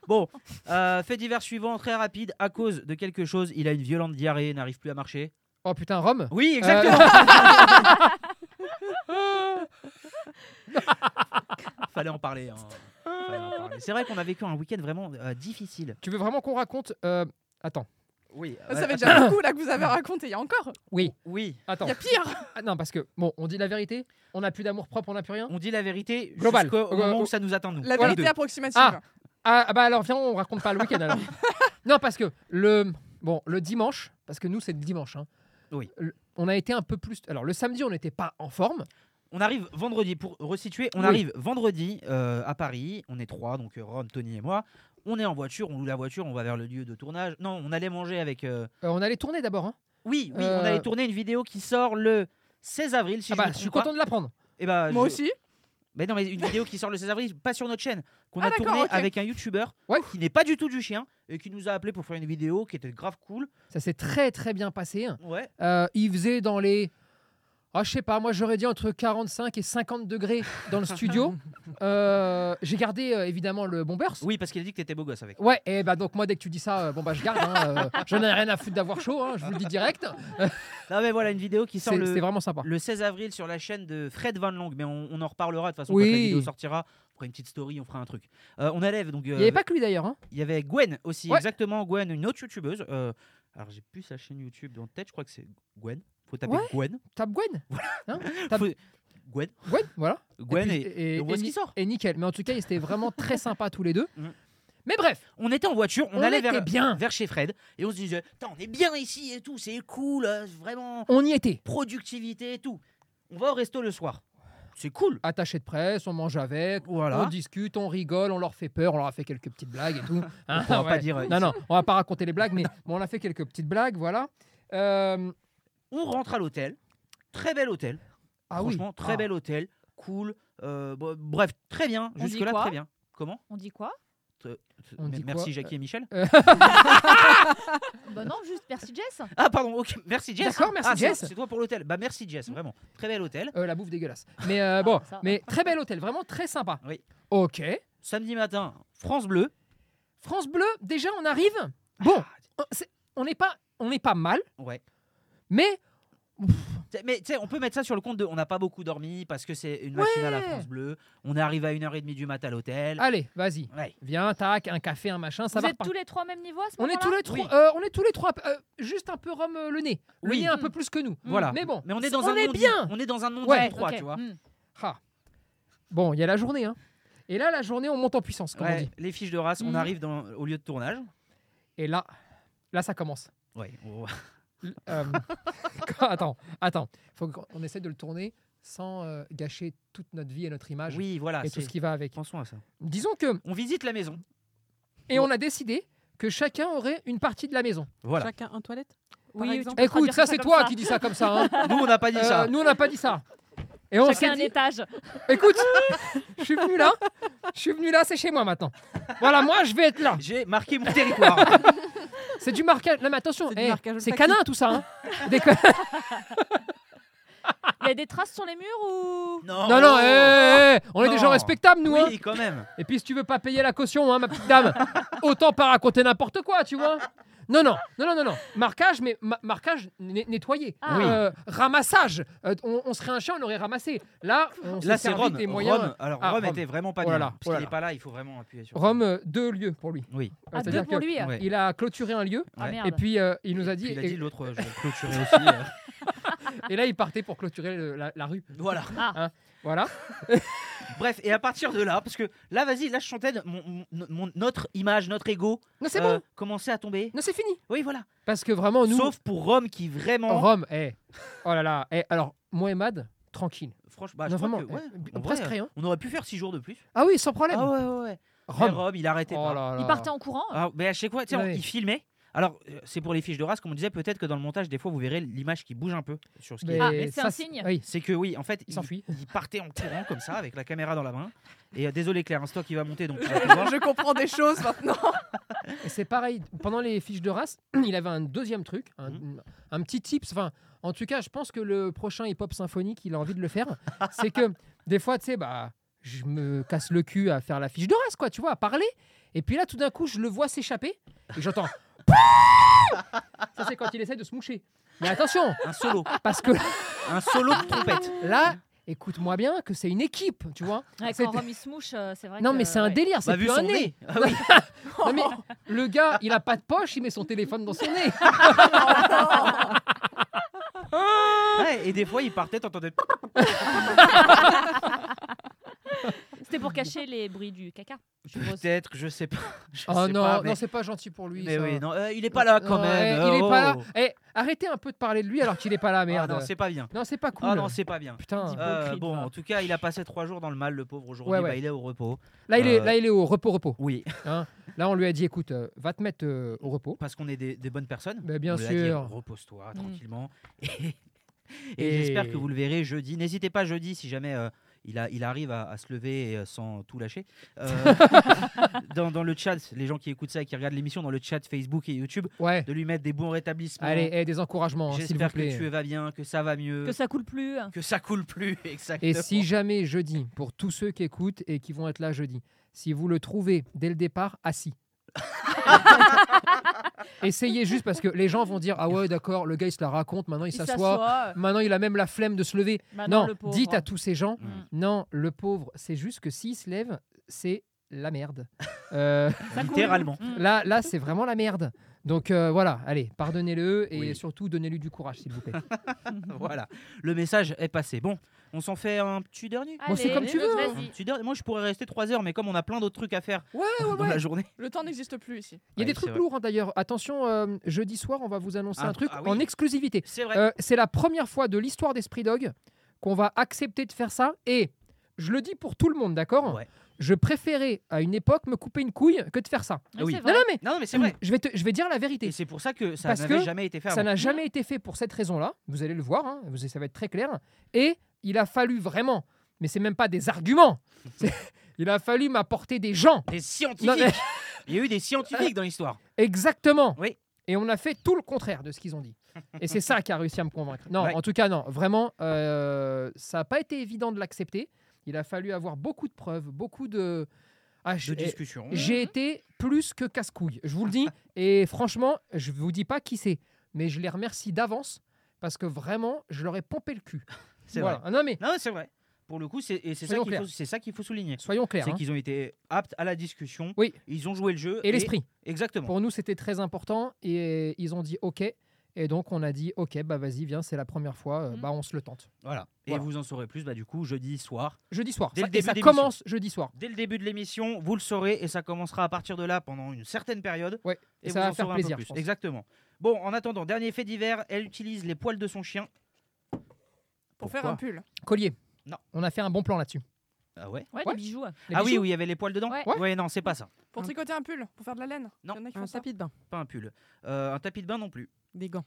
S3: Bon, euh, fait divers suivant, très rapide. À cause de quelque chose, il a une violente diarrhée, n'arrive plus à marcher. Euh,
S1: Oh putain, Rome
S3: Oui, exactement. Fallait en parler. hein. Fallait en parler. C'est vrai qu'on a vécu un week-end vraiment euh, difficile.
S1: Tu veux vraiment qu'on raconte euh, Attends.
S3: Oui. euh, ah,
S9: Ça fait déjà beaucoup là que vous avez raconté. Il y a encore.
S1: Oui,
S3: Oui.
S1: attends.
S9: Il y a pire.
S1: Ah, non, parce que, bon, on dit la vérité, on n'a plus d'amour propre, on n'a plus rien.
S3: On dit la vérité
S1: Global.
S3: jusqu'au au
S1: Euh,
S3: moment
S1: euh,
S3: où ça nous atteint nous.
S9: La
S3: Voilà.
S9: vérité approximative.
S1: Ah. Ah ah bah alors viens, on raconte pas le week-end alors. non parce que le bon le dimanche, parce que nous c'est le dimanche. hein,
S3: Oui.
S1: le- on a été un peu plus. Alors le samedi on n'était pas en forme.
S3: On arrive vendredi, pour resituer, on
S1: Oui.
S3: arrive vendredi euh, à Paris, on est trois, donc euh, Ron, Tony et moi. On est en voiture, on loue la voiture, on va vers le lieu de tournage. Non, on allait manger avec... euh,
S1: Euh, on allait tourner d'abord. hein.
S3: Oui, oui, on
S1: Euh,
S3: allait tourner une vidéo qui sort le 16 avril, si
S1: ah
S3: je
S1: bah
S3: me
S1: je
S3: trompe
S1: suis
S3: pas.
S1: content de l'apprendre.
S3: Eh bah,
S9: Moi
S3: je-
S9: aussi.
S3: Mais non, mais une vidéo qui sort le 16 avril, pas sur notre chaîne, qu'on
S9: Ah,
S3: a
S9: d'accord,
S3: tournée
S9: ok.
S3: avec un youtubeur
S1: Ouais.
S3: qui n'est pas du tout du chien et qui nous a appelé pour faire une vidéo qui était grave cool.
S1: Ça s'est très très bien passé. hein.
S3: Ouais.
S1: Euh, il faisait dans les ah je sais pas, moi j'aurais dit entre 45 et 50 degrés dans le studio. Euh, J'ai gardé euh, évidemment le bombers.
S3: Oui, parce qu'il a dit que t'étais beau gosse avec.
S1: Ouais, et bah donc moi dès que tu dis ça, euh, bon bah je garde, hein, euh, j'en ai rien à foutre d'avoir chaud, hein, je vous le dis direct.
S3: Non, mais voilà, une vidéo qui sort
S1: C'est
S3: le,
S1: c'est vraiment sympa.
S3: le 16 avril sur la chaîne de Fred Van Long, mais on, on en reparlera de toute façon
S1: Oui.
S3: quand la vidéo sortira. On fera une petite story, on fera un truc. Euh, on élève donc. euh,
S1: Il n'y avait pas que lui d'ailleurs. hein.
S3: il y avait Gwen aussi,
S1: Ouais.
S3: exactement Gwen, une autre youtubeuse. euh, alors j'ai plus sa chaîne YouTube dans tête, je crois que c'est Gwen. Faut taper
S1: Ouais.
S3: Gwen.
S1: Tape Gwen. Hein Tape-
S3: Faut- Gwen.
S1: Gwen, voilà.
S3: Gwen
S1: puis-
S3: et, et on voit ce
S1: ni-
S3: qui sort.
S1: et nickel. Mais en tout cas, ils étaient vraiment très sympas tous les deux.
S3: Mhm.
S1: Mais bref,
S3: On était en voiture, on,
S1: on,
S3: allait
S1: était
S3: vers,
S1: bien.
S3: vers chez Fred et on se disait Putain, on est bien ici et tout, c'est cool, euh, vraiment
S1: On y était.
S3: productivité et tout. On va au resto le soir. C'est cool.
S1: Attaché de presse, on mange avec,
S3: Voilà.
S1: on discute, on rigole, on leur fait peur, on leur a fait quelques petites blagues et tout. Hein,
S3: pourra
S1: ouais.
S3: pas dire, euh,
S1: Non, non, on va pas raconter les blagues, mais bon, on a fait quelques petites blagues, voilà. Euh,
S3: On rentre à l'hôtel. Très bel hôtel.
S1: Ah oui.
S3: Franchement, très
S1: Ah.
S3: bel hôtel. Cool. euh, bo- bref, très bien.
S4: On dit
S3: Jusque-là,
S4: quoi
S3: très bien. Comment
S4: On dit quoi
S1: On
S3: Me-
S1: dit
S3: Merci
S1: quoi euh,
S3: Jackie et Michel.
S4: Bah non, juste Percy Jess.
S3: Ah pardon, ok. Merci Jess.
S1: D'accord, merci
S3: Ah, c'est-
S1: Jess. Mm.
S3: C'est toi pour l'hôtel. Bah merci Jess, vraiment. Très bel hôtel.
S1: Euh, la bouffe dégueulasse. Mais euh, bon,
S4: ça va.
S1: mais très bel hôtel, vraiment très sympa.
S3: Oui.
S1: Ok.
S3: Samedi matin, France Bleu.
S1: France Bleu, déjà on arrive. Bon,
S3: Ah,
S1: on- c'est- on n'est pas, on n'est pas mal,
S3: Ouais.
S1: mais
S3: T'sais, Mais tu sais, on peut mettre ça sur le compte de on n'a pas beaucoup dormi parce que c'est une matinale à
S1: Ouais.
S3: France Bleu. On est arrivé à 1h30 du mat à l'hôtel.
S1: allez, vas-y,
S3: Ouais.
S1: viens, tac, un café, un machin, ça
S4: Vous
S1: va.
S4: êtes
S1: repart-
S4: tous les trois au même niveau à ce
S1: On est
S4: moment-là
S1: tous les trois, euh, on est tous les trois, euh, juste un peu rhum euh, le nez, le
S3: Oui.
S1: nez un peu plus que nous.
S3: Voilà.
S1: Mais bon,
S3: Mais on est dans un
S1: est
S3: monde-
S1: bien.
S3: On est dans un monde
S1: Ouais.
S3: à trois,
S4: ok.
S3: tu vois.
S4: Mm.
S1: Ah. Bon, il y a la journée, hein. Et là, la journée, on monte en puissance, comme on
S3: Ouais,
S1: dit.
S3: les fiches de race, on
S1: Hmm.
S4: Mhm.
S3: arrive dans, au lieu de tournage.
S1: Et là, là, ça commence.
S3: Ouais. on-
S1: L- euh, attends, attends. Faut qu'on essaie de le tourner sans euh, gâcher toute notre vie et notre image
S3: Oui, voilà.
S1: Ah, et tout
S3: c'est-
S1: ce qui va avec.
S3: Pensons à ça.
S1: Disons que,
S3: On visite la maison.
S1: et on a décidé que chacun aurait une partie de la maison.
S3: Voilà.
S5: Chacun un toilette
S4: Oui,
S5: par
S4: tu
S5: exemple.
S4: peux
S1: Écoute,
S4: traduire
S1: ça,
S4: ça
S1: c'est
S4: comme
S1: toi
S4: ça.
S1: qui dis ça comme ça. hein.
S3: Nous, on n'a pas dit
S1: Euh,
S3: ça.
S1: nous, on n'a pas dit ça. Et on
S4: Chacun
S1: s'est
S4: un
S1: dit,
S4: étage.
S1: écoute, je suis venu là, je suis venu là, c'est chez moi maintenant. Voilà, moi, je vais être là.
S3: J'ai marqué mon territoire.
S1: C'est du marquage. Non, mais attention,
S5: C'est du
S1: hey,
S5: marquage
S1: c'est
S5: olfactif.
S1: canin tout ça. Hein. Déconne-
S4: Il y a des traces sur les murs ou
S3: non,
S1: Non, eh, non,
S3: oh.
S1: hé, hé, hé, on est des
S3: Non.
S1: gens respectables, nous. hein.
S3: Oui, quand même.
S1: Et puis, si tu veux pas payer la caution, hein, ma petite dame, autant pas raconter n'importe quoi, tu vois. Non, non, non, non, non, non. Marquage, mais ma- marquage né- nettoyé.
S4: Ah.
S1: Euh, ramassage. Euh, on, on serait un chien, on aurait ramassé. Là, on s'est
S3: Là, c'est
S1: servi
S3: Rome.
S1: des moyens.
S3: Rome. Alors,
S1: Ah,
S3: Rome
S1: Rome.
S3: était vraiment pas
S1: Oh là
S3: bien.
S1: là,
S3: Parce
S1: oh là
S3: qu'il
S1: là.
S3: n'est pas là, il faut vraiment appuyer sur.
S1: Rome, euh, deux lieux pour lui.
S3: Oui.
S4: Ah, deux
S1: C'est-à-dire
S4: pour
S1: que
S4: lui.
S3: Ouais.
S1: Il a clôturé un lieu.
S4: Ah
S3: Ouais.
S4: merde.
S1: Et puis euh, il nous a dit,
S3: Puis il a dit
S1: et,
S3: l'autre, je vais clôturer aussi. euh.
S1: et là il partait pour clôturer le- la, la rue.
S3: Voilà.
S1: Voilà.
S3: Bref, et à partir de là, parce que là, vas-y, là, je chantais de- mon, mon- mon- notre image, notre ego
S1: Non c'est
S3: euh,
S1: bon,
S3: commençait à tomber.
S1: non c'est fini.
S3: Oui, voilà.
S1: Parce que vraiment nous,
S3: Sauf pour Rome qui vraiment.
S1: Rome, eh. oh là là, eh, alors moi et Mad, tranquille.
S3: Franchement, bah, je
S1: non
S3: crois
S1: vraiment,
S3: que, ouais,
S1: eh,
S3: en
S1: presque
S3: vrai,
S1: rien.
S3: On aurait pu faire 6 jours de plus.
S1: Ah oui, sans problème.
S3: Ah ouais, ouais, ouais. Mais
S1: Rome.
S3: Rome, il arrêtait
S1: Oh
S3: pas.
S1: là là.
S4: Il partait en courant.
S3: Ah, mais à chaque fois, tu sais, on-
S1: Ouais.
S3: il filmait. Alors, euh, c'est pour les fiches de race, comme on disait, peut-être que dans le montage, des fois, vous verrez l'image qui bouge un peu sur ce qui
S1: Mais
S3: est.
S4: Ah, mais c'est
S1: ça,
S4: un signe.
S1: Oui,
S3: C'est que oui, en fait,
S1: il s'enfuit.
S3: il partait en courant comme ça, avec la caméra dans la main. Et euh, désolé Claire, c'est toi qui va monter, donc tu vas te voir.
S5: Je comprends des choses maintenant.
S1: Et c'est pareil, pendant les fiches de race, il avait un deuxième truc, un,
S3: Mhm.
S1: un petit tips. Enfin, en tout cas, je pense que le prochain hip-hop symphonique, il a envie de le faire. c'est que des fois, tu sais, bah, je me casse le cul à faire la fiche de race, quoi, tu vois, à parler. Et puis là, tout d'un coup, je le vois s'échapper et j'entends. Ça, c'est quand il essaie de se moucher. Mais attention,
S3: un solo,
S1: parce que
S3: un solo de trompette.
S1: là, écoute-moi bien que c'est une équipe, tu vois.
S4: Ouais,
S1: C'était-
S4: quand Rome il se mouche, euh, c'est vrai.
S1: Non,
S4: que,
S1: mais c'est un
S4: ouais.
S1: délire, c'est
S3: Bah, vu
S1: plus un
S3: son
S1: nez.
S3: nez. Ah oui.
S1: Non, mais le gars, il a pas de poche, il met son téléphone dans son nez.
S3: Ouais, et des fois, il partait, t'entendais.
S4: C'était pour cacher les bruits du caca. je suppose.
S3: Peut-être, je sais pas. Je
S1: Oh
S3: sais
S1: non,
S3: pas, mais-
S1: non, c'est pas gentil pour lui.
S3: mais
S1: ça.
S3: oui, non, euh, il est pas là quand
S1: Non,
S3: même.
S1: eh, il est
S3: oh.
S1: pas là. Eh, arrêtez un peu de parler de lui alors qu'il est pas là,
S3: Ah
S1: merde.
S3: non, c'est pas bien.
S1: non, c'est pas cool.
S3: Ah non, c'est pas bien.
S1: Putain.
S4: Dis-
S3: Euh,
S4: Hypocrite,
S3: bon,
S4: va.
S3: en tout cas, il a passé trois jours dans le mal, le pauvre. Aujourd'hui,
S1: Ouais, ouais.
S3: bah, il est au repos.
S1: Là, il est,
S3: Euh.
S1: là, il est au repos, repos.
S3: Oui,
S1: Là, on lui a dit, écoute, euh, va te mettre euh, au repos.
S3: parce qu'on est des, des bonnes personnes.
S1: Mais bien
S3: On lui a dit,
S1: sûr.
S3: Repose-toi
S4: Mm.
S3: tranquillement. Et,
S1: Et-
S3: j'espère que vous le verrez jeudi. N'hésitez pas jeudi si jamais euh, il, a, il arrive à, à se lever et, euh, sans tout lâcher. Euh, dans, dans le chat, les gens qui écoutent ça et qui regardent l'émission, dans le chat Facebook et YouTube,
S1: Ouais.
S3: de lui mettre des bons rétablissements.
S1: Allez, eh, des encouragements, hein, s'il vous
S3: J'espère
S1: plaît.
S3: que tu vas bien, que ça va mieux,
S4: Que
S3: que,
S4: ça coule plus.
S3: ça coule plus. Exactement.
S1: Et si jamais jeudi, pour tous ceux qui écoutent et qui vont être là jeudi, si vous le trouvez dès le départ assis. Essayez juste parce que les gens vont dire ah ouais d'accord le gars il se la raconte maintenant il, s'assoit maintenant il a même la flemme de se lever non
S4: Maintenant, euh, Ah bah le pauvre.
S1: dites à tous ces gens
S4: Mm.
S1: Non, le pauvre, c'est juste que s'il se lève, c'est la merde. Euh,
S4: Ça coule.
S3: Littéralement.
S4: Mm.
S1: là, là c'est vraiment la merde. Donc euh, voilà, allez, pardonnez-le et
S3: Oui.
S1: surtout donnez-lui du courage, s'il vous plaît.
S3: voilà, le message est passé. Bon, on s'en fait un petit dernier.
S1: Bon, c'est
S4: Allez,
S1: comme tu veux, hein.
S3: Un
S4: Vas-y.
S3: petit dernier. Moi, je pourrais rester trois heures, mais comme on a plein d'autres trucs à faire
S1: Ouais, ouais,
S3: dans
S1: ouais.
S3: la journée.
S9: Le temps n'existe plus
S1: Il y
S9: ici.
S1: a
S3: Ouais,
S1: des
S3: c'est
S1: trucs
S3: vrai.
S1: lourds hein, d'ailleurs. Attention, euh, jeudi soir, on va vous annoncer
S3: Ah,
S1: un truc
S3: ah oui.
S1: en exclusivité.
S3: C'est vrai.
S1: Euh, c'est la première fois de l'histoire d'Esprit Dog qu'on va accepter de faire ça. Et je le dis pour tout le monde, d'accord
S3: Ouais.
S1: Je préférais à une époque me couper une couille que de faire ça.
S4: Mais
S3: Oui.
S4: c'est
S1: Ah Non,
S4: vrai.
S1: non, mais
S3: Non, non, mais c'est vrai.
S1: je vais, te- je vais dire la
S3: Et
S1: vérité.
S3: c'est pour ça que ça
S1: Euh, Parce
S3: n'avait
S1: que
S3: jamais été fait
S1: Ça
S3: avant.
S4: Mhm.
S1: n'a jamais été fait pour cette raison-là. Vous allez le voir, hein, vous- ça va être très clair. Et il a fallu vraiment, mais c'est même pas des arguments. c'est- Il a fallu m'apporter des gens.
S3: Des scientifiques.
S1: Non, mais-
S3: Il y a eu des scientifiques dans l'histoire.
S1: Exactement.
S3: Oui.
S1: Et on a fait tout le contraire de ce qu'ils ont dit. Et c'est ça qui a réussi à me convaincre. Non,
S3: Ouais.
S1: en tout cas, non. Vraiment, euh, ça n'a pas été évident de l'accepter. Il a fallu avoir beaucoup de preuves, beaucoup de. Ah,
S3: de
S1: je- eh,
S3: discussion.
S1: J'ai été plus que casse-couille, je vous le dis. Et franchement, je vous dis pas qui c'est, mais je les remercie d'avance parce que vraiment, je leur ai pompé le cul.
S3: C'est
S1: Voilà.
S3: vrai.
S1: Ah Non mais
S3: Non, c'est vrai. Pour le coup, c'est et c'est ça
S1: Soyons
S3: qu'il faut,
S1: clairs.
S3: c'est ça qu'il faut souligner.
S1: soyons clairs.
S3: C'est
S1: hein.
S3: qu'ils ont été aptes à la discussion.
S1: Oui.
S3: Ils ont joué le jeu.
S1: Et l'esprit.
S3: Exactement.
S1: Pour nous, c'était très important et ils ont dit OK. Et donc, on a dit OK, bah vas-y, viens, c'est la première fois, euh,
S4: Mm.
S1: bah on se le tente.
S3: Voilà. Et
S1: Voilà.
S3: vous en saurez plus, bah, du coup, jeudi soir.
S1: Jeudi soir.
S3: Dès
S1: ça,
S3: le
S1: et
S3: début
S1: ça
S3: d'émission.
S1: commence jeudi soir.
S3: Dès le début de l'émission, vous le saurez et ça commencera à partir de là pendant une certaine période.
S1: Ouais.
S3: Et,
S1: Et ça
S3: vous
S1: va
S3: en
S1: faire
S3: saurez un peu
S1: plaisir,
S3: plus.
S1: je pense.
S3: Exactement. Bon, en attendant, dernier fait divers, elle utilise les poils de son chien.
S9: Pour faire
S3: Pourquoi
S9: un pull.
S1: Collier.
S3: Non.
S1: On a fait un bon plan là-dessus.
S3: Ah ouais
S4: Ouais,
S1: Ouais.
S4: des bijoux. ouais.
S1: Les
S3: Ah oui,
S1: bijoux
S3: où il y avait les poils dedans
S4: Ouais.
S3: ouais, non, c'est pas ça.
S9: Pour
S5: Un-
S9: tricoter un pull, pour faire de la laine.
S3: Non.
S9: Il y en a qui
S5: Un
S9: font ça.
S5: tapis de bain,
S3: Pas un pull. Euh, un tapis de bain non plus.
S5: des gants.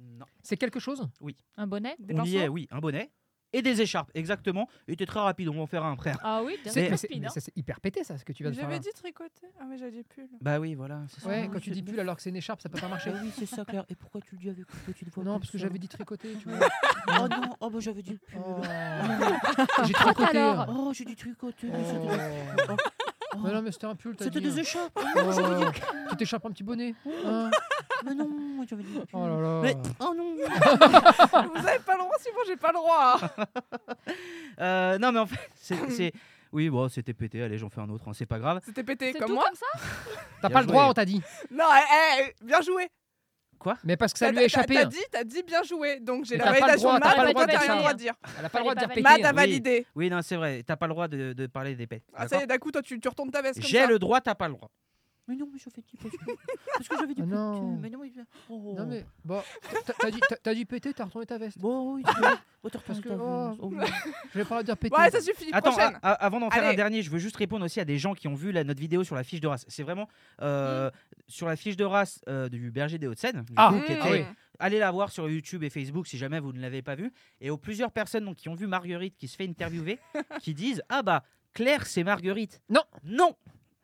S3: Non.
S1: C'est quelque chose
S4: Un bonnet.
S9: Des
S3: On y
S9: pinceaux.
S3: est, oui, un bonnet. Et des écharpes, exactement. Il était très rapide, on va en faire un, frère.
S4: Ah oui, bien
S1: C'est-
S4: sûr,
S1: mais c'est-
S4: speed,
S1: mais
S4: hein.
S1: ça, c'est hyper pété ça, ce que tu viens de faire.
S9: J'avais
S1: là.
S9: dit tricoter. Ah, mais j'avais dit pull.
S3: Bah oui, voilà. c'est ça.
S1: Ouais,
S3: Ah,
S1: quand tu
S3: c'est-
S1: dis pull alors que c'est une écharpe, ça peut pas marcher.
S3: Bah oui, c'est ça, Claire. Et pourquoi tu le dis avec une petite voix
S1: Non,
S3: comme
S1: parce que
S3: ça
S1: j'avais dit tricoter. Tu vois.
S3: Oh non, oh bah j'avais dit
S1: Oh.
S3: pull.
S1: J'ai
S4: Crotte
S1: tricoté.
S4: Ah, alors.
S3: Oh, j'ai dit tricoté. mais c'était-
S1: Oh.
S3: oh,
S1: Mais Euh. non, mais c'était un pull. t'as
S3: C'était
S1: dit. hein.
S3: des écharpes.
S1: Oh. Tu t'échappes un petit bonnet. hein.
S3: Oh. Mais non, j'avais dit pull.
S1: Oh là là.
S3: Mais- Oh non
S9: Vous avez pas le droit, sinon j'ai pas le droit. hein.
S3: Euh, Non, mais en fait, c'est. c'est- Oui, bon, c'était pété. Allez, j'en fais un autre. hein, C'est pas grave.
S9: C'était pété
S4: C'est
S9: comme
S4: tout
S9: moi.
S4: comme ça
S1: T'as
S3: Bien
S1: pas le droit,
S3: joué.
S1: on t'a dit.
S9: Non, eh, eh, bien joué.
S1: Mais parce que ça
S9: T'as-
S1: lui a
S9: t'as-
S1: échappé.
S9: T'as
S1: hein.
S9: dit, t'as dit bien joué. Donc j'ai
S1: Mais
S9: la
S1: t'as pas le
S9: validation
S1: droit,
S9: de
S1: t'as
S9: Matt,
S1: pas le
S9: mais toi
S1: droit de
S9: t'as rien
S1: dire.
S9: le droit de dire.
S1: Elle a pas le droit de dire
S4: Fallait
S1: péter.
S4: pas
S9: Matt a
S1: hein.
S3: Oui.
S9: validé.
S3: Oui, non, c'est vrai. T'as pas le droit de, de parler des pets.
S9: Ah, ça y est, d'un coup, toi tu, tu retournes ta veste comme
S3: J'ai
S9: ça.
S3: le droit, t'as pas le droit.
S7: Mais non, mais je fais du parce que, parce que j'avais du
S1: Ah non.
S7: Mais non, mais... Oh.
S1: Non mais bon, t'as- t'as dit, t'as- t'as dit péter, t'as retourné ta veste.
S7: Bon, oui, tu vois. Oh, t'as
S1: Parce
S7: retourné
S1: que-
S7: ta veste.
S1: oh.
S7: Oh.
S1: Je vais pas leur dire péter.
S9: Ouais, ça suffit.
S1: ah,
S3: Attends,
S9: Prochaine.
S3: a- a- avant d'en faire un
S9: Allez.
S3: dernier, je veux juste répondre aussi à des gens qui ont vu la, notre vidéo sur la fiche de race. C'est vraiment
S9: Mm.
S3: euh, sur la fiche de race euh, du berger des Hauts-de-Seine. du
S1: Ah.
S3: coup, qui
S9: Mmh.
S3: était- Allez la voir sur YouTube et Facebook si jamais vous ne l'avez pas vue. Et aux plusieurs personnes donc, qui ont vu Marguerite qui se fait interviewer, qui disent Ah bah, Claire, c'est Marguerite.
S1: Non.
S3: Non,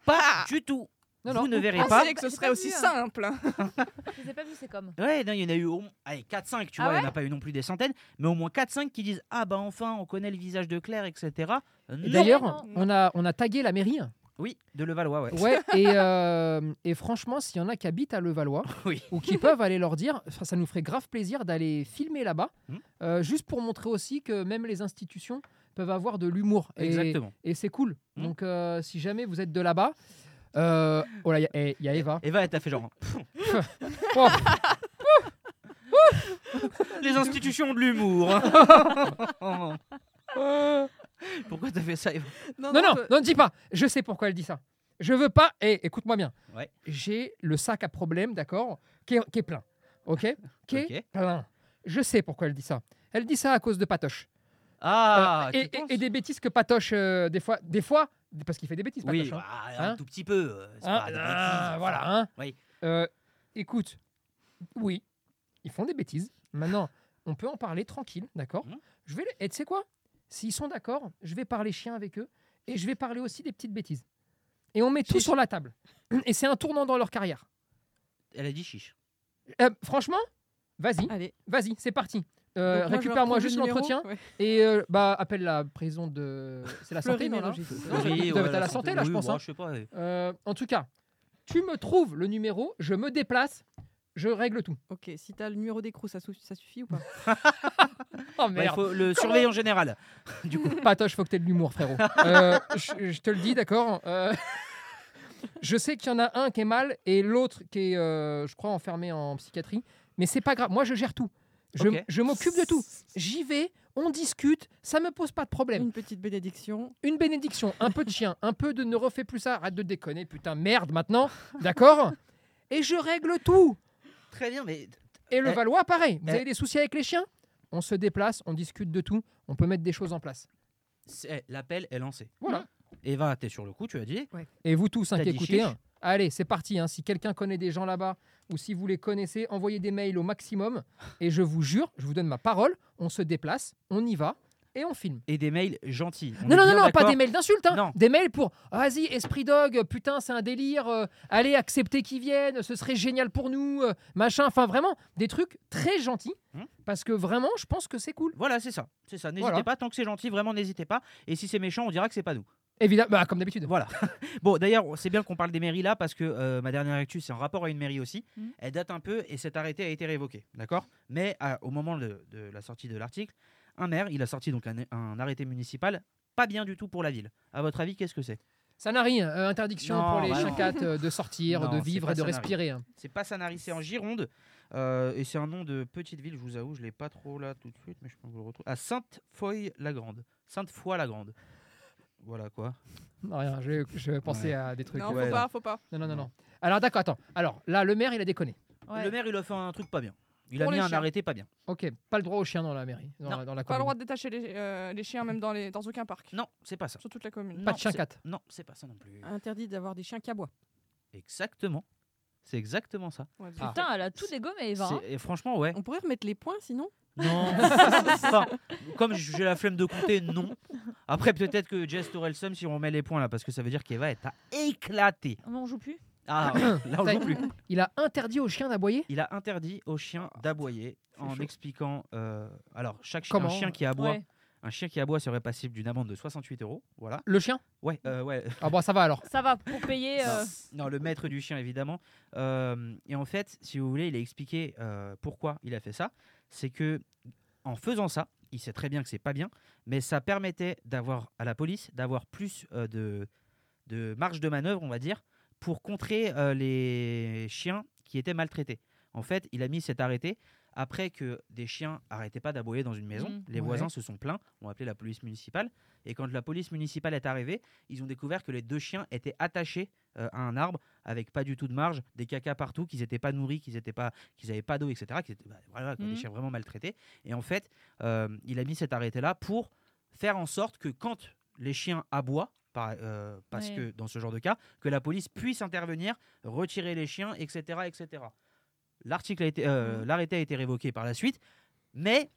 S3: pas
S9: Ah.
S3: du tout.
S1: Non,
S3: vous
S1: non.
S3: ne verrez
S9: Ah,
S3: pas.
S9: c'est que ce
S4: J'ai
S9: serait
S4: pas
S9: aussi
S4: vu, hein.
S9: simple.
S4: Je les ai pas vus, c'est comme.
S3: Ouais, non, il y en a eu au moins- allez, 4-5, tu
S4: Ah
S3: vois, il n'y en a pas eu non plus des centaines, mais au moins 4-5 qui disent Ah bah enfin, on connaît le visage de Claire, etc.
S1: Et
S3: Non.
S1: D'ailleurs,
S4: Non.
S1: on a, on a tagué la mairie.
S3: Oui, de Levallois, ouais.
S1: Ouais, et, euh, et franchement, s'il y en a qui habitent à Levallois
S3: Oui.
S1: ou qui peuvent aller leur dire, ça, ça nous ferait grave plaisir d'aller filmer là-bas,
S3: Hmm.
S1: euh, juste pour montrer aussi que même les institutions peuvent avoir de l'humour. Et-
S3: Exactement.
S1: Et, c'est cool.
S3: Hmm.
S1: Donc, euh, si jamais vous êtes de là-bas, euh, oh là, il y, a- eh, y a Eva.
S3: Eva, elle t'a fait genre. hein.
S1: Oh,
S3: Les institutions de l'humour. hein. Pourquoi t'as fait ça Eva
S1: non, non, non, ne dis pas. Je sais pourquoi elle dit ça. Je veux pas. Et écoute-moi bien.
S3: Ouais.
S1: J'ai le sac à problème, d'accord, qui, est- qui est plein. Ok Qui est
S3: Ok.
S1: plein. Je sais pourquoi elle dit ça. Elle dit ça à cause de Patoche. Euh,
S3: Ah,
S1: et,
S3: tu
S1: et-
S3: penses
S1: et des bêtises que Patoche, euh, des fois, des fois, parce qu'il fait des bêtises,
S3: Oui,
S1: Patoche. hein.
S3: ah, un
S1: Hein
S3: tout petit peu. euh, c'est
S1: Hein,
S3: pas des
S1: ah,
S3: bêtises,
S1: voilà.
S3: enfin.
S1: hein.
S3: Oui.
S1: Euh, écoute, oui, ils font des bêtises. Maintenant, on peut en parler tranquille, d'accord
S3: Mhm.
S1: Je vais, les- et tu sais quoi S'ils sont d'accord, je vais parler chien avec eux et je vais parler aussi des petites bêtises. Et on met tout sur la table. Et c'est un tournant dans leur carrière.
S3: Elle a dit chiche.
S1: Euh, franchement, vas-y,
S5: Allez,
S1: vas-y, c'est parti. Euh,
S5: donc moi, je
S1: Récupère-moi
S5: reprends
S1: juste
S5: le numéro,
S1: l'entretien
S5: ouais.
S1: et euh, bah appelle la prison de. C'est la santé, non là
S5: Fleury-Mérogis.
S1: Non,
S3: Oui,
S1: ils doivent
S3: ouais,
S1: être à la santé, là, je
S3: oui,
S1: pense,
S3: bon,
S1: hein.
S3: Je sais pas. euh,
S1: Euh, en tout cas, tu me trouves le numéro, je me déplace, je règle tout.
S5: Ok, si t'as le numéro d'écrou, ça, sou- ça suffit ou pas
S1: Oh
S3: bah, il
S1: merde,
S3: faut le surveillant général. Du coup,
S1: Patoche, faut que t'aies de l'humour, frérot. Euh, je, je te le dis, d'accord Euh, Je sais qu'il y en a un qui est mal et l'autre qui est, euh, je crois, enfermé en psychiatrie. Mais c'est pas grave, moi je gère tout. Je,
S3: Ok.
S1: je m'occupe de tout. J'y vais, on discute, ça me pose pas de problème.
S5: Une petite bénédiction.
S1: Une bénédiction, un peu de chien, un peu de ne refais plus ça, arrête de déconner, putain, merde maintenant, d'accord Et je règle tout
S3: très bien, mais
S1: Et le
S3: Eh.
S1: Valois, pareil. Vous
S3: Eh.
S1: avez des soucis avec les chiens On se déplace, on discute de tout, on peut mettre des choses en place.
S3: c'est- eh, l'appel est lancé.
S1: Voilà.
S3: Eva, t'es sur le coup, tu as dit.
S1: Et vous tous, hein,
S3: T'as
S1: qui
S3: dit
S1: écoutez,
S3: chiche.
S1: hein, allez, c'est parti. hein. Si quelqu'un connaît des gens là-bas ou si vous les connaissez, envoyez des mails au maximum. Et je vous jure, je vous donne ma parole, on se déplace, on y va et on filme.
S3: Et des mails gentils.
S1: Non,
S3: On est
S1: non, non,
S3: bien
S1: non, pas
S3: d'accord
S1: des mails d'insultes. hein.
S3: Non.
S1: Des mails pour vas-y, esprit dog, putain, c'est un délire, euh, allez, acceptez qu'ils viennent, ce serait génial pour nous, euh, machin. Enfin, vraiment, des trucs très gentils
S3: Hmm.
S1: parce que vraiment, je pense que c'est cool.
S3: Voilà, c'est ça. C'est ça. N'hésitez
S1: Voilà.
S3: pas, tant que c'est gentil, vraiment n'hésitez pas. Et si c'est méchant, on dira que c'est pas nous.
S1: Évidemment, bah, comme d'habitude.
S3: Voilà. Bon, d'ailleurs, c'est bien qu'on parle des mairies là parce que euh, ma dernière actu, c'est en rapport à une mairie aussi.
S1: Mmh.
S4: Mhm.
S3: Elle date un peu et cet arrêté a été révoqué. D'accord Mais à- au moment de, de la sortie de l'article, un maire, il a sorti donc un, un arrêté municipal pas bien du tout pour la ville. À votre avis, qu'est-ce que c'est
S1: Ça n'a rien, euh, interdiction
S3: Non,
S1: pour les
S3: bah non.
S1: chacates euh, de sortir,
S3: Non,
S1: de
S3: c'est
S1: vivre
S3: pas
S1: et de
S3: Sanary.
S1: respirer. hein.
S3: C'est pas Sanary, c'est en Gironde. Euh, et c'est un nom de petite ville, je vous avoue, je l'ai pas trop là tout de suite, mais je peux vous le retrouver. À Sainte-Foy-la-Grande. Sainte-Foy-la-Grande. Voilà quoi.
S1: Non, rien, je, je pensais à des trucs.
S9: Non,
S1: euh,
S9: faut
S3: ouais,
S9: pas, faut pas.
S1: Non, non, non, non. Alors d'accord, attends. Alors là, le maire, il a déconné.
S4: Ouais.
S3: Le maire, il a fait un truc pas bien. Il
S9: Pour
S3: a mis
S9: les
S3: un
S9: chiens.
S3: arrêté pas bien.
S1: Ok, pas le droit aux chiens dans la mairie, dans,
S3: Non,
S1: la- dans la
S9: Pas le
S1: commune.
S9: droit de détacher les, euh, les chiens, même dans, les, dans aucun parc.
S3: Non, c'est pas ça.
S9: Sur toute la commune.
S1: Pas
S3: Non,
S1: de chien
S3: c'est-
S1: cat.
S3: Non, c'est pas ça non plus.
S5: Interdit d'avoir des chiens qui aboient.
S3: Exactement. C'est exactement ça.
S9: Ouais,
S1: Ah.
S4: Putain, elle a tout dégommé, Eva. hein.
S3: C'est- et franchement, ouais.
S5: On pourrait remettre les points sinon
S3: Non. Enfin, comme j'ai la flemme de compter, non. Après, peut-être que Jess aurait le seum si on met les points là, parce que ça veut dire qu'Eva est à éclater.
S4: Non, on joue plus.
S3: Ah, là, on joue plus.
S1: Il a interdit aux chiens d'aboyer
S3: Il a interdit aux chiens d'aboyer en
S1: Ah, chaud.
S3: expliquant. euh, alors, chaque chi-
S1: Comment,
S3: un chien qui aboie.
S4: Ouais.
S3: Un chien qui aboie serait passible d'une amende de 68 euros. Voilà.
S1: Le chien
S3: Ouais, euh, ouais.
S1: Ah bon, ça va alors.
S4: Ça va pour payer. euh,
S3: Non, le maître du chien, évidemment. Euh, et en fait, si vous voulez, il a expliqué euh, pourquoi il a fait ça. C'est que en faisant ça, il sait très bien que c'est pas bien, mais ça permettait d'avoir à la police d'avoir plus euh, de, de marge de manœuvre, on va dire, pour contrer euh, les chiens qui étaient maltraités. En fait, il a mis cet arrêté après que des chiens arrêtaient pas d'aboyer dans une maison.
S4: Mhm.
S3: les
S1: Ouais.
S3: voisins se sont plaints, ont appelé la police municipale. Et quand la police municipale est arrivée, ils ont découvert que les deux chiens étaient attachés euh, à un arbre avec pas du tout de marge, des cacas partout, qu'ils n'étaient pas nourris, qu'ils n'avaient pas, qu'ils avaient pas d'eau, etc. qu'ils étaient- bah, voilà, quoi,
S4: Mhm.
S9: Mmh.
S3: des chiens vraiment maltraités. Et en fait, euh, il a mis cet arrêté-là pour faire en sorte que quand les chiens aboient, par- euh, parce
S4: Ouais.
S3: que dans ce genre de cas, que la police puisse intervenir, retirer les chiens, etc. etc. L'article a été,
S9: Mmh.
S3: euh, l'arrêté a été révoqué par la suite, mais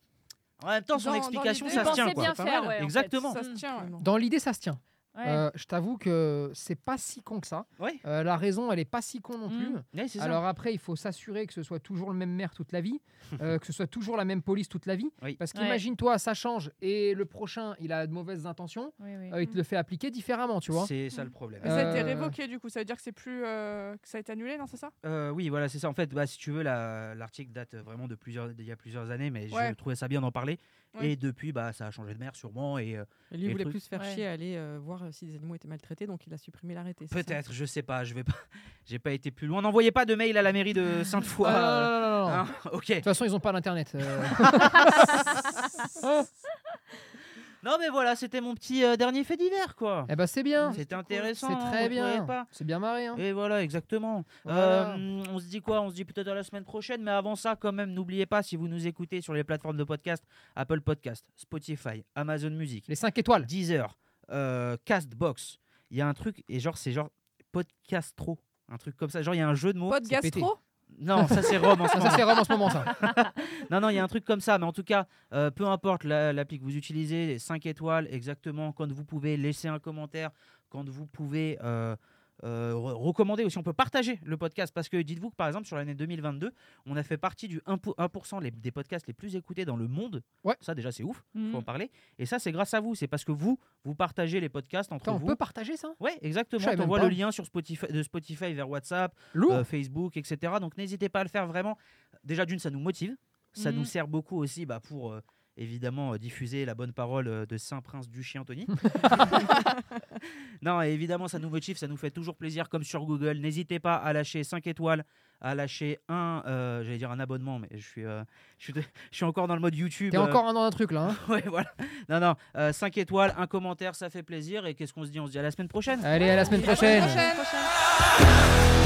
S3: en même temps, son
S9: Dans- dans
S3: explication,
S9: l'idée,
S3: ça
S4: il
S3: se tient.
S4: pensait
S3: quoi.
S4: bien
S9: Pas
S4: faire,
S9: mal.
S4: ouais, en fait.
S3: Exactement.
S9: Ça se tient, ouais.
S5: Vraiment.
S1: Dans l'idée, ça se tient.
S4: Ouais.
S1: Euh, je t'avoue que c'est pas si con que ça.
S3: Ouais.
S1: Euh, la raison, elle est pas si con non
S4: Mm.
S1: plus.
S3: Ouais, c'est ça.
S1: Alors après, il faut s'assurer que ce soit toujours le même maire toute la vie, euh, que ce soit toujours la même police toute la vie.
S3: Oui.
S1: Parce
S4: Ouais.
S1: qu'imagine-toi, ça change et le prochain, il a de mauvaises intentions,
S4: Oui, oui.
S1: euh, il te le fait appliquer différemment, tu vois.
S3: C'est ça le problème.
S9: Mais ça a été
S1: Euh,
S9: révoqué du coup, ça veut dire que c'est plus. euh, que ça a été annulé, non, c'est ça
S3: Euh, oui, voilà, c'est ça. En fait, bah, si tu veux, la- l'article date vraiment de plusieurs, d'il y a plusieurs années, mais je
S9: Ouais.
S3: trouvais ça bien d'en parler.
S9: Ouais.
S3: Et depuis, bah, ça a changé de maire sûrement. Et euh,
S5: Et lui,
S3: Et
S5: il
S3: le
S5: voulait
S3: truc-
S5: plus faire
S4: Ouais.
S5: chier à aller euh, voir si les animaux étaient maltraités, donc il a supprimé l'arrêté. c'est ça
S3: peut-être, je sais pas, je vais pas, j'ai pas été plus loin. N'envoyez pas de mail à la mairie de Sainte-Foy.
S1: Ah,
S3: euh,
S1: non, non, non, non, non.
S3: hein, ok.
S1: De toute façon, ils ont pas l'internet. euh.
S3: Non, mais voilà, c'était mon petit euh, dernier fait divers, quoi.
S1: eh ben, c'est bien.
S3: C'était intéressant.
S1: C'est
S3: hein,
S1: très
S3: vous
S1: bien.
S3: croyez pas
S1: C'est bien marré. hein. Oh
S3: Et voilà, exactement.
S1: Voilà.
S3: Euh, on se dit quoi On se dit peut-être à la semaine prochaine, mais avant ça, quand même, n'oubliez pas, si vous nous écoutez sur les plateformes de podcast, Apple Podcast, Spotify, Amazon Music,
S1: Les 5 étoiles.
S3: Deezer, euh, Castbox, il y a un truc, et genre, c'est genre Podcastro, un truc comme ça. Genre, il y a un jeu de mots.
S9: Pod gastro
S3: Non, ça c'est Rome en ce
S1: Ça, ça,
S3: moment.
S1: c'est Rome en ce moment, ça.
S3: Non, non, il y a un truc comme ça, mais en tout cas, euh, peu importe la- l'appli que vous utilisez, 5 étoiles exactement, quand vous pouvez laisser un commentaire, quand vous pouvez euh, euh, re- recommander aussi, on peut partager le podcast, parce que dites-vous que par exemple, sur l'année 2022, on a fait partie du 1%, pour- 1% les- des podcasts les plus écoutés dans le monde.
S1: Ouais. Mm.
S3: Ça déjà, c'est ouf,
S4: Mhm.
S3: faut en parler. Et ça, c'est grâce à vous, c'est parce que vous, vous partagez les podcasts entre
S1: Attends, on
S3: vous.
S1: peut partager ça
S3: Ouais, exactement.
S1: Je savais
S3: On
S1: même
S3: voit
S1: pas.
S3: le lien sur Spotify, de Spotify vers WhatsApp,
S1: Lourd.
S3: euh, Facebook, etc. Donc n'hésitez pas à le faire vraiment. Déjà d'une, ça nous motive, ça
S4: Mhm.
S3: nous sert beaucoup aussi bah, pour euh, évidemment euh, diffuser la bonne parole euh, de Saint Prince du Chien Tony. non, et évidemment ça nous motive, ça nous fait toujours plaisir comme sur Google. N'hésitez pas à lâcher 5 étoiles, à lâcher un, euh, j'allais dire un abonnement, mais je suis, euh, je suis, je suis encore dans le mode YouTube.
S1: T'es
S3: euh,
S1: encore un dans un truc, là. hein.
S3: ouais, voilà. Non, non. 5 étoiles, un commentaire, ça fait plaisir. Et qu'est-ce qu'on se dit On se dit à la semaine prochaine.
S1: Allez, à la semaine prochaine.
S9: Prochaine.